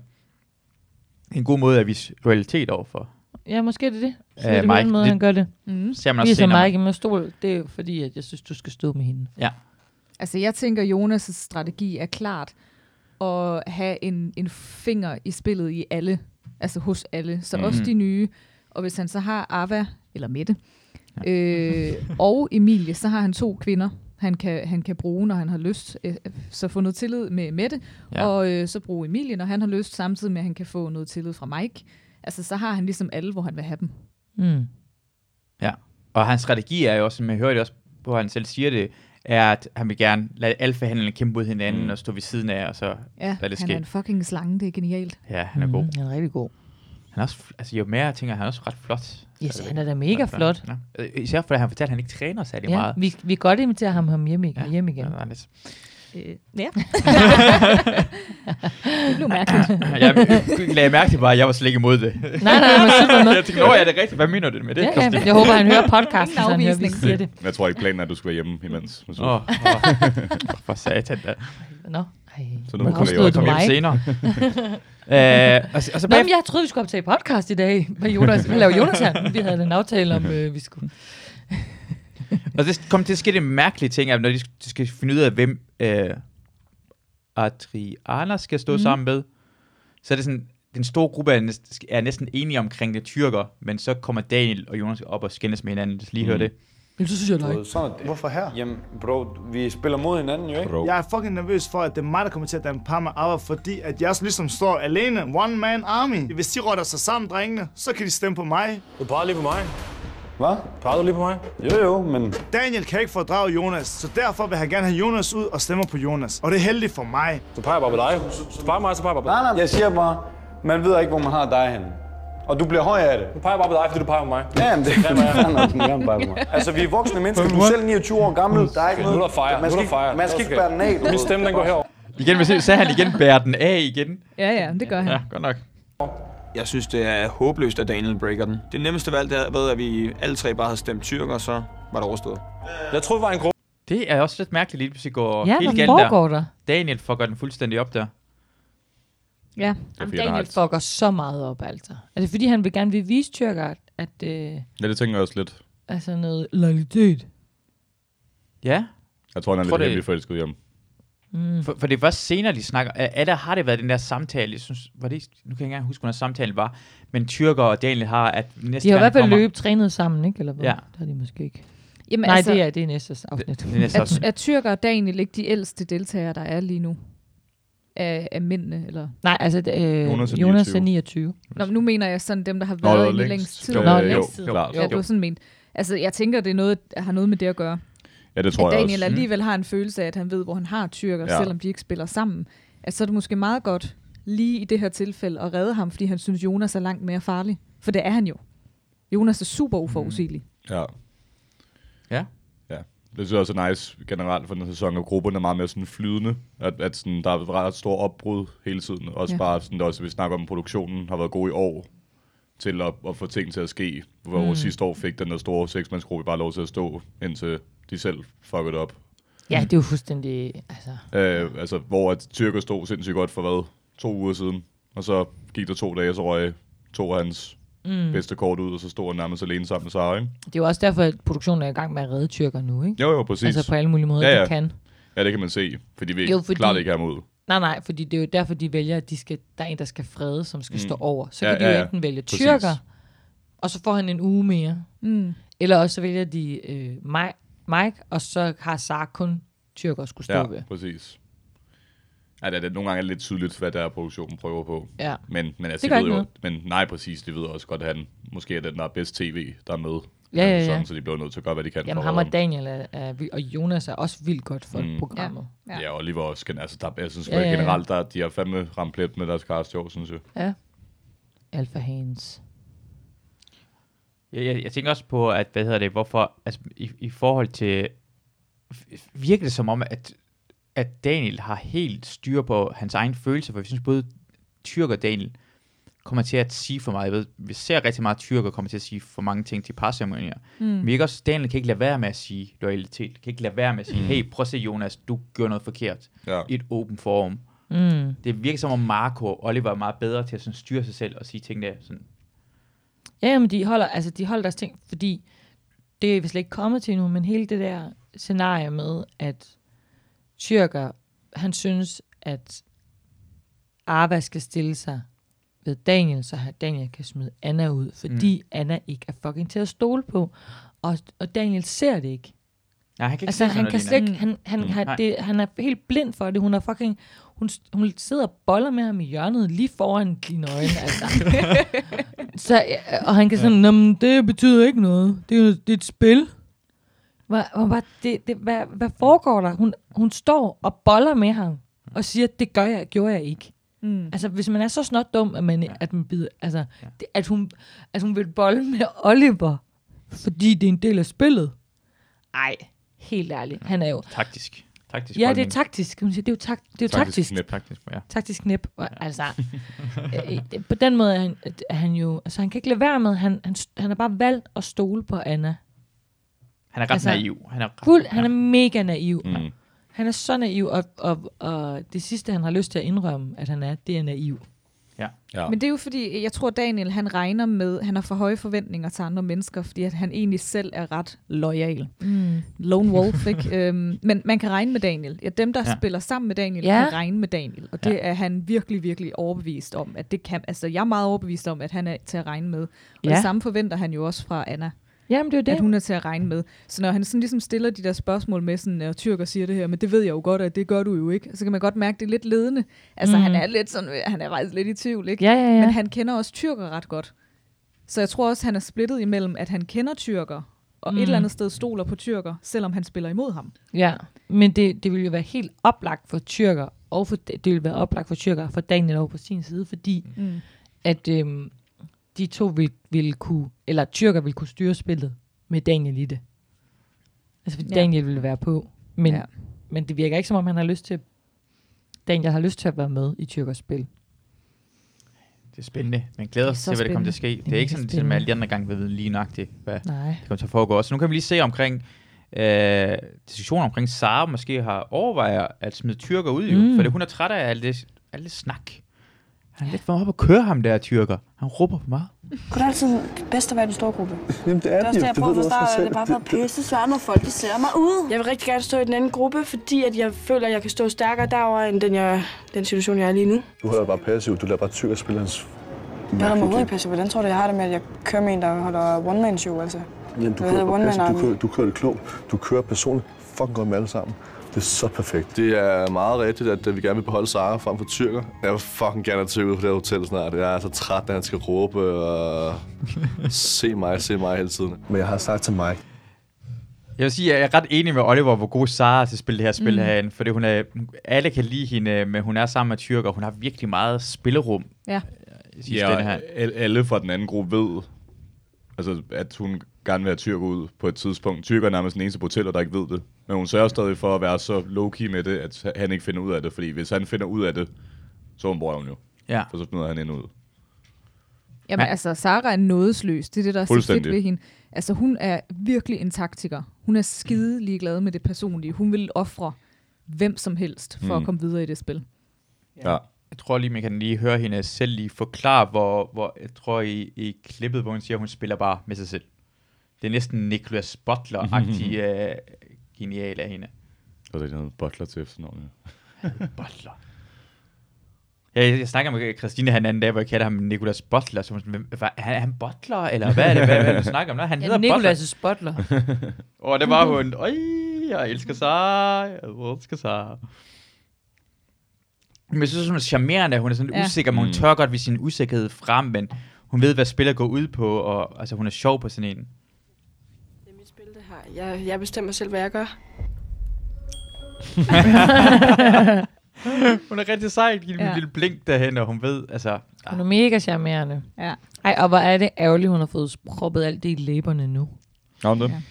Speaker 2: En god måde at vise loyalitet overfor.
Speaker 4: Ja, måske er det det. Så
Speaker 2: Øh,
Speaker 4: det er Mike,
Speaker 2: Mike,
Speaker 4: den måde,
Speaker 2: det
Speaker 4: han gør det.
Speaker 1: Mm.
Speaker 2: ser man også
Speaker 4: Viser
Speaker 2: senere.
Speaker 4: Mike, men stol, det er jo fordi, at jeg synes, du skal stå med hende.
Speaker 2: Ja.
Speaker 1: Altså, jeg tænker, Jonas' strategi er klart at have en, en finger i spillet i alle, altså hos alle, så mm. også
Speaker 2: Mhm.
Speaker 1: de nye. Og hvis han så har Ava, eller Mette, ja. øh, og Emilie, så har han to kvinder, han kan, han kan bruge, når han har lyst. Øh, Så få noget tillid med Mette,
Speaker 2: Ja.
Speaker 1: ja. og øh, så bruge Emilie, når han har lyst, samtidig med, at han kan få noget tillid fra Mike. Altså, så har han ligesom alle, hvor han vil have dem.
Speaker 4: Mm.
Speaker 2: Ja. Og hans strategi er jo også, som jeg hørte det også, hvor han selv siger det, er, at han vil gerne lade alfahandlerne kæmpe mod hinanden mm. og stå ved siden af, og så
Speaker 1: Ja,
Speaker 2: lade det
Speaker 1: han er
Speaker 2: ske.
Speaker 1: en fucking slange, det er genialt.
Speaker 2: Ja, han er god.
Speaker 4: Mm, han er rigtig god.
Speaker 2: Han er også, altså jo mere jeg tænker, han er også ret flot. Altså,
Speaker 4: Yes, han er da mega flot.
Speaker 2: Ja. Øh, Især fordi han fortalte, at han ikke træner særlig
Speaker 4: Ja,
Speaker 2: meget.
Speaker 4: vi, vi kan godt invitere ham, ham hjem, igen, ja. hjem igen.
Speaker 2: Ja, nice.
Speaker 1: Øh, ja.
Speaker 4: det blev mærkeligt.
Speaker 2: jeg lagde mærke til bare, at jeg var slet ikke imod det.
Speaker 4: Nej, nej, men super med.
Speaker 2: Jeg tænkte, "Nå, ja, det er rigtigt. Hvad mener du med det,
Speaker 4: Ja, ja,
Speaker 2: Christine?"
Speaker 4: jeg håber, han hører podcasten, så han hører, vi siger det.
Speaker 3: Men jeg tror ikke, planen er, at du skal være hjemme imens. Åh,
Speaker 2: Åh, åh. For satan da.
Speaker 4: Nå, ej.
Speaker 3: Så
Speaker 2: nu
Speaker 4: Nå,
Speaker 2: kommer jeg
Speaker 4: afslørede
Speaker 2: jo
Speaker 4: du
Speaker 2: komme hjem
Speaker 4: mig.
Speaker 2: senere. Øh, og så- og så
Speaker 4: Nå, men
Speaker 2: bagefter-
Speaker 4: jeg troede, vi skulle optage podcast i dag. Hvad, Jonas, hvad laver Jonas her? Vi havde en aftale om, øh, vi skulle...
Speaker 2: Og det kom til at ske det mærkelige ting, at når de sk- de skal finde ud af, hvem øh, Adriana skal stå
Speaker 1: Mhm.
Speaker 2: mm. sammen med, så er det sådan, den store gruppe er næsten, er næsten enige omkring det tyrker, men så kommer Daniel og Jonas op og skændes med hinanden. Lad os lige mm. høre det.
Speaker 4: Jamen, så synes jeg
Speaker 10: nej. Sådan, er det.
Speaker 13: Hvorfor her?
Speaker 10: Jamen, bro, vi spiller mod hinanden jo, ikke?
Speaker 3: Bro.
Speaker 13: Jeg er fucking nervøs for, at det er mig, der kommer til at danne par med Abba, fordi at jeg ligesom står alene. One man army. Hvis de rotter sig sammen, drengene, så kan de stemme på mig.
Speaker 10: Du pegede lige på mig. Hvad? Pegede du lige på mig? Jo, jo, men...
Speaker 13: Daniel kan ikke fordrage Jonas, så derfor vil han gerne have Jonas ud og stemmer på Jonas. Og det er heldigt for mig.
Speaker 10: Du peger bare på dig. Du peger mig, så peger jeg bare på dig. Nej, nej, jeg siger bare, man ved ikke, hvor man har dig henne. Og du bliver høj af det. Du peger bare på dig, fordi du peger på mig. Ja, men det er fair nok, du gerne peger på mig. Altså, vi er voksne mennesker. Du er selv 29 år gammel. Der er ikke noget... Nu er der fejre. Man skal, ikke- man skal ikke bære den af. du ved.
Speaker 2: Igen, hvis sagde han igen, bærer den af igen.
Speaker 1: Ja, ja, det gør han.
Speaker 2: Ja, godt nok.
Speaker 10: Jeg synes, det er håbløst, at Daniel breaker den. Det nemmeste valg, det havde været, at vi alle tre bare havde stemt tyrker, og så var det overstået. Jeg troede, det var en gruppe.
Speaker 2: Det er også lidt mærkeligt, lige pludselig går
Speaker 4: Ja,
Speaker 2: helt
Speaker 4: hvad
Speaker 2: galt
Speaker 4: foregår der?
Speaker 2: Daniel får den fuldstændig op der.
Speaker 1: Ja.
Speaker 4: Jamen,
Speaker 3: fordi, han har
Speaker 4: Daniel
Speaker 3: et-
Speaker 4: fucker så meget op, altså. Er det, fordi han vil gerne vil vise tyrker, at... Øh,
Speaker 3: Ja, det tænker jeg også lidt.
Speaker 4: altså noget lojalitet.
Speaker 2: Ja.
Speaker 3: Jeg tror, han er
Speaker 2: Tror
Speaker 3: lidt
Speaker 2: det-
Speaker 3: hemmelig forelsket hjem.
Speaker 4: Mm.
Speaker 2: For, for det er først senere, de snakker. Er, er der, har det været den der samtale? Jeg synes, var det, nu kan jeg ikke engang huske, hvornår samtalen var. Men Tyrker og Daniel har, at næste
Speaker 4: De har i
Speaker 2: gang
Speaker 4: hvert fald
Speaker 2: kommer-
Speaker 4: løbet trænet sammen, ikke? Eller hvad?
Speaker 2: Ja.
Speaker 4: Det har de måske ikke.
Speaker 1: Jamen,
Speaker 4: Nej,
Speaker 1: altså-
Speaker 4: det er det er næste afsnit.
Speaker 2: Det- det er næste
Speaker 1: Er, er tyrker og Daniel ikke de ældste deltagere, der er lige nu? Af, af mændene, eller?
Speaker 4: Nej, altså øh,
Speaker 3: Jonas
Speaker 4: Jonas,
Speaker 3: er
Speaker 4: Jonas er
Speaker 3: 29.
Speaker 4: 29.
Speaker 1: Nå, men nu mener jeg sådan dem, der har
Speaker 3: Nå,
Speaker 1: været
Speaker 3: der
Speaker 1: Nå,
Speaker 3: er
Speaker 1: i længst,
Speaker 3: længst.
Speaker 1: længst tid.
Speaker 3: Jo,
Speaker 1: Nå,
Speaker 3: jo,
Speaker 1: længst
Speaker 3: jo,
Speaker 1: tid.
Speaker 3: klart.
Speaker 1: Ja, det var sådan ment. Altså, jeg tænker, det er noget, der har noget med det at gøre.
Speaker 3: Ja, det tror
Speaker 1: at
Speaker 3: jeg
Speaker 1: Daniel
Speaker 3: også.
Speaker 1: alligevel har en følelse af, at han ved, hvor han har tyrker,
Speaker 3: Ja.
Speaker 1: ja. selvom de ikke spiller sammen. Altså, så er det måske meget godt lige i det her tilfælde at redde ham, fordi han synes, Jonas er langt mere farlig. For det er han jo. Jonas er
Speaker 3: Mm.
Speaker 1: super uforudsigelig.
Speaker 3: Ja.
Speaker 2: Ja.
Speaker 3: Ja. Det synes jeg også er nice generelt for den her sæson, at grupperne er meget mere sådan flydende. At, at sådan, der er ret store opbrud hele tiden. Også
Speaker 1: Ja.
Speaker 3: ja. bare, sådan, der også, vi snakker om, at produktionen har været god i år til at, at få ting til at ske. Hvor
Speaker 1: Mm.
Speaker 3: mm. sidste år fik den der store seksmandsgruppe bare lov til at stå, indtil de selv fuckede op.
Speaker 4: Ja, det er jo fuldstændig... Altså,
Speaker 3: Øh, altså, hvor at Tyrker stod sindssygt godt for hvad? To uger siden. Og så gik der to dage, så røg to af hans
Speaker 4: Mm.
Speaker 3: mm. bedste kort ud, og så stod han nærmest alene sammen med Sara, ikke?
Speaker 4: det er jo også derfor, at produktionen er i gang med at redde tyrker nu, ikke?
Speaker 3: Jo, jo, præcis.
Speaker 4: Altså på alle mulige måder, ja, ja. de kan.
Speaker 3: Ja, det kan man se, for de vil
Speaker 4: Jo,
Speaker 3: jo,
Speaker 4: fordi-
Speaker 3: fordi... klart ikke have ham ud.
Speaker 4: Nej, nej, fordi det er jo derfor, de vælger, at de skal, der er en, der skal frede, som skal mm.
Speaker 3: Mm.
Speaker 4: stå over. Så
Speaker 3: Ja,
Speaker 4: kan de jo
Speaker 3: ja, ja.
Speaker 4: enten vælge
Speaker 3: Præcis.
Speaker 4: tyrker, og så får han en uge mere.
Speaker 1: Mm.
Speaker 4: Eller også så vælger de øh, Mi- Mike, og så har Sark kun tyrker at skulle stå
Speaker 3: Ja,
Speaker 4: ved.
Speaker 3: præcis. Ja, det er, det, nogle gange er det lidt tydeligt, hvad der er, produktionen prøver på.
Speaker 4: Ja.
Speaker 3: Men, men altså,
Speaker 4: Det
Speaker 3: det
Speaker 4: gør
Speaker 3: de ved
Speaker 4: ikke
Speaker 3: jo, men nej, præcis, de ved også godt, at han måske er den, der er bedst tv, der er med. i
Speaker 4: Ja,
Speaker 3: den
Speaker 4: ja,
Speaker 3: sæson,
Speaker 4: ja.
Speaker 3: Så de bliver nødt til at gøre, hvad de kan
Speaker 4: Jamen
Speaker 3: for at
Speaker 4: ham og Daniel er, er, vild- og Jonas er også vildt godt for mm. programmet.
Speaker 3: Ja. ja, Oliver også. gen- Altså, der, jeg synes
Speaker 4: Ja,
Speaker 3: ja,
Speaker 4: ja, ja.
Speaker 3: generelt, der, de har fandme ramt plet med deres cast i år, synes jeg.
Speaker 4: Ja. Alpha Hans.
Speaker 2: Jeg, jeg, jeg tænker også på, at, hvad hedder det, hvorfor, altså i, i forhold til, f- virker det som om, at, at Daniel har helt styr på hans egen følelse, for jeg synes både Tyrk og Daniel kommer til at sige for meget. Jeg ved, vi ser rigtig meget Tyrker kommer til at sige for mange ting til parceremonier.
Speaker 1: Mm.
Speaker 2: Mm. Men ikke også, Daniel kan ikke lade være med at sige loyalitet, kan ikke lade være med at sige,
Speaker 3: Mm.
Speaker 2: mm. hey, prøv at se Jonas, du gjorde noget forkert
Speaker 3: Ja.
Speaker 2: i et åbent forum.
Speaker 4: Mm.
Speaker 2: Det virker som om Marco og Oliver er meget bedre til at sådan, styre sig selv og sige ting der. Sådan,
Speaker 4: Ja, men de holder, altså, de holder deres ting, fordi det er vi slet ikke kommet til nu, men hele det der scenarie med, at Tyrker, han synes, at Arva skal stille sig ved Daniel, så han- Daniel kan smide Anna ud, fordi mm. Anna ikke er fucking til at stole på. Og, og Daniel ser det ikke.
Speaker 2: Nej, han kan ikke
Speaker 4: altså,
Speaker 2: se sådan
Speaker 4: han
Speaker 2: noget
Speaker 4: kan
Speaker 2: lige
Speaker 4: slet
Speaker 2: nu.
Speaker 4: ikke, han, han,
Speaker 2: Mm.
Speaker 4: mm. har,
Speaker 2: Nej.
Speaker 4: det, han er helt blind for det. Hun er fucking, hun, hun sidder og boller med ham i hjørnet lige foran dine øjne. Altså. så, ja, og han kan sådan, ja. men det betyder ikke noget. Det er, jo- det er et spil. Hvad, hvad, hvad, det, det, hvad, hvad foregår der? Hun, hun står og boller med ham og siger, det gør jeg, gjorde jeg ikke.
Speaker 1: Mm.
Speaker 4: Altså, hvis man er så snot dum, at man, at man bider, altså, det, at, hun, at hun vil bolle med Oliver, fordi det er en del af spillet. Ej, helt ærligt. Han er jo...
Speaker 2: Taktisk. Taktisk
Speaker 4: Ja, det er
Speaker 2: holdning.
Speaker 4: taktisk. kan man sige. Det er jo, tak, det er jo taktisk.
Speaker 2: Knep. Taktisk, ja.
Speaker 4: Taktisk knep. Og, altså, øh, øh, på den måde er han, er han jo... Altså, han kan ikke lade være med. Han, han, han har bare valgt at stole på Anna.
Speaker 2: Han er ret
Speaker 4: Altså,
Speaker 2: altså, naiv. Han er ret,
Speaker 4: Fuld, han er mega naiv.
Speaker 2: Mm.
Speaker 4: Han er så naiv, og, og, og det sidste, han har lyst til at indrømme, at han er, det er naiv.
Speaker 2: Ja.
Speaker 3: ja.
Speaker 1: Men det er jo fordi, jeg tror Daniel, han regner med, han har for høje forventninger til andre mennesker, fordi at han egentlig selv er ret loyal.
Speaker 4: Mm.
Speaker 1: Lone Wolf, ikke? øhm, men man kan regne med Daniel. Ja, dem, der
Speaker 2: Ja.
Speaker 1: ja. spiller sammen med Daniel,
Speaker 4: Ja.
Speaker 1: ja. kan regne med Daniel. Og det ja. er han virkelig, virkelig overbevist om. At det kan, altså, jeg er meget overbevist om, at han er til at regne med. Og
Speaker 4: Ja.
Speaker 1: ja. det samme forventer han jo også fra Anna.
Speaker 4: Jamen, det er jo det.
Speaker 1: At hun er til at regne med. Så når han sådan ligesom stiller de der spørgsmål med, sådan, at tyrker siger det her, men det ved jeg jo godt, at det gør du jo ikke. Så kan man godt mærke, det er lidt ledende. Altså,
Speaker 4: Mm.
Speaker 1: mm. han er lidt sådan, øh, han er faktisk lidt i tvivl, ikke?
Speaker 4: Ja, ja, ja.
Speaker 1: Men han kender også tyrker ret godt. Så jeg tror også, han er splittet imellem, at han kender tyrker, og mm.
Speaker 4: Mm.
Speaker 1: et eller andet sted stoler på tyrker, selvom han spiller imod ham.
Speaker 4: Ja, men det, det ville jo være helt oplagt for tyrker, og for, det ville være oplagt for tyrker og for Daniel over på sin side, fordi
Speaker 1: Mm.
Speaker 4: at øhm, de to ville, ville kunne, eller tyrker ville kunne styre spillet med Daniel i det. Altså fordi ja.
Speaker 1: Ja.
Speaker 4: Daniel ville være på, men, ja.
Speaker 1: Ja.
Speaker 4: men det virker ikke som om han har lyst til, Daniel har lyst til at være med i tyrkers spil.
Speaker 2: Det er spændende. Man glæder
Speaker 4: Det er
Speaker 2: sig
Speaker 4: så
Speaker 2: til, hvad der kommer til at ske.
Speaker 4: spændende.
Speaker 2: Det er ikke sådan,
Speaker 4: Mega
Speaker 2: at man alle
Speaker 4: spændende.
Speaker 2: de andre gange vil vide lige nøjagtigt, hvad
Speaker 4: Nej.
Speaker 2: det kommer til at foregå. Så nu kan vi lige se omkring øh, diskussioner omkring Sara måske har overvejer at smide tyrker ud, jo,
Speaker 4: Mm.
Speaker 2: mm. fordi hun er træt af alt det, alt det snak. Han er lidt for op at køre ham der, tyrker. Han råber for meget.
Speaker 12: Kunne det altid bedst at være i den store gruppe?
Speaker 14: Jamen, det er
Speaker 12: Det er også det, jeg prøver at forstå, at det er bare
Speaker 14: Det,
Speaker 12: for at pisse svært, når folk de ser mig ude. Jeg vil rigtig gerne stå i den anden gruppe, fordi at jeg føler, at jeg kan stå stærkere derovre, end den, jeg, den situation, jeg er lige nu.
Speaker 14: du holder bare passiv. Du lader bare tyr spille hans...
Speaker 12: Jeg holder mig overhovedet ikke passiv. Hvordan tror du, jeg har det med, at jeg kører med en, der holder one-man-show, altså?
Speaker 14: Jamen, du
Speaker 12: Hvad hedder
Speaker 14: kører,
Speaker 12: One Man
Speaker 14: altså, du,
Speaker 12: Army?
Speaker 14: kører, du kører det klogt. Du kører personligt fucking godt med alle sammen. Det er så perfekt.
Speaker 15: Det er meget rigtigt, at øh, vi gerne vil beholde Sara frem for Tyrker. Jeg vil fucking gerne have Tyrker på det her hotel snart. Jeg er så træt, at han skal råbe og se mig, se mig hele tiden.
Speaker 14: Men jeg har sagt til mig,
Speaker 2: Jeg vil sige, at jeg er ret enig med Oliver, hvor god Sara er til at spille det her spil
Speaker 14: Mm.
Speaker 2: mm. herinde, fordi hun er, alle kan lide hende, men hun er sammen med tyrker, og hun har virkelig meget spillerum. Øh,
Speaker 1: Ja.
Speaker 2: i sidste
Speaker 3: Ja,
Speaker 2: ende her.
Speaker 3: og al- alle fra den anden gruppe ved, altså, at hun gerne vil have tyrker ud på et tidspunkt. Tyrker er nærmest den eneste på hotellet, der ikke ved det. Men hun sørger stadig for at være så low-key med det, at han ikke finder ud af det. Fordi hvis han finder ud af det, så bruger hun jo.
Speaker 2: Ja.
Speaker 3: For så smider han hende ud.
Speaker 1: Jamen
Speaker 3: Ja.
Speaker 1: altså, Sara er nådesløs. Det er det, der er så fedt
Speaker 3: Fuldstændig.
Speaker 1: ved hende. Altså, hun er virkelig en taktiker. Hun er skide ligeglad med det personlige. Hun vil ofre hvem som helst for mm.
Speaker 2: Mm.
Speaker 1: at komme videre i det spil.
Speaker 3: Ja.
Speaker 2: Jeg tror lige, man kan lige høre hende selv lige forklare, hvor, hvor jeg tror i, i klippet, hvor hun siger, at hun spiller bare med sig selv. Det er næsten Nicholas Butler-agtig øh, genial af hende.
Speaker 3: Og det er noget butler til efternavn, ja.
Speaker 2: butler. Ja, jeg, jeg snakker med Christine her den anden dag, hvor jeg kalder ham Nicholas Butler. Så hun sådan, hvem, hvad, er han- er han Butler, eller hvad er det, hvad, hvad er det, du snakker om? Nej, han
Speaker 4: Ja,
Speaker 2: hedder
Speaker 4: Nicholas'
Speaker 2: Butler.
Speaker 4: Butler.
Speaker 2: og det var hun. Øj, jeg elsker sig. Jeg elsker sig. Men jeg synes, hun er charmerende. Hun er sådan lidt
Speaker 1: Ja.
Speaker 2: usikker, men hun
Speaker 1: Mm.
Speaker 2: tør godt vise sin usikkerhed frem, men hun ved, hvad spillet går ud på, og altså, hun er sjov på sådan en.
Speaker 12: Det her. Jeg, jeg bestemmer selv, hvad jeg gør.
Speaker 2: hun er rigtig sej, giver ja.
Speaker 4: Ja.
Speaker 2: en lille blink derhen, og hun ved, altså...
Speaker 4: Hun er mega charmerende.
Speaker 1: Ja.
Speaker 4: Ej, og hvor er det ærgerligt, hun har fået proppet alt det i læberne nu.
Speaker 3: Nå, men det. Ja.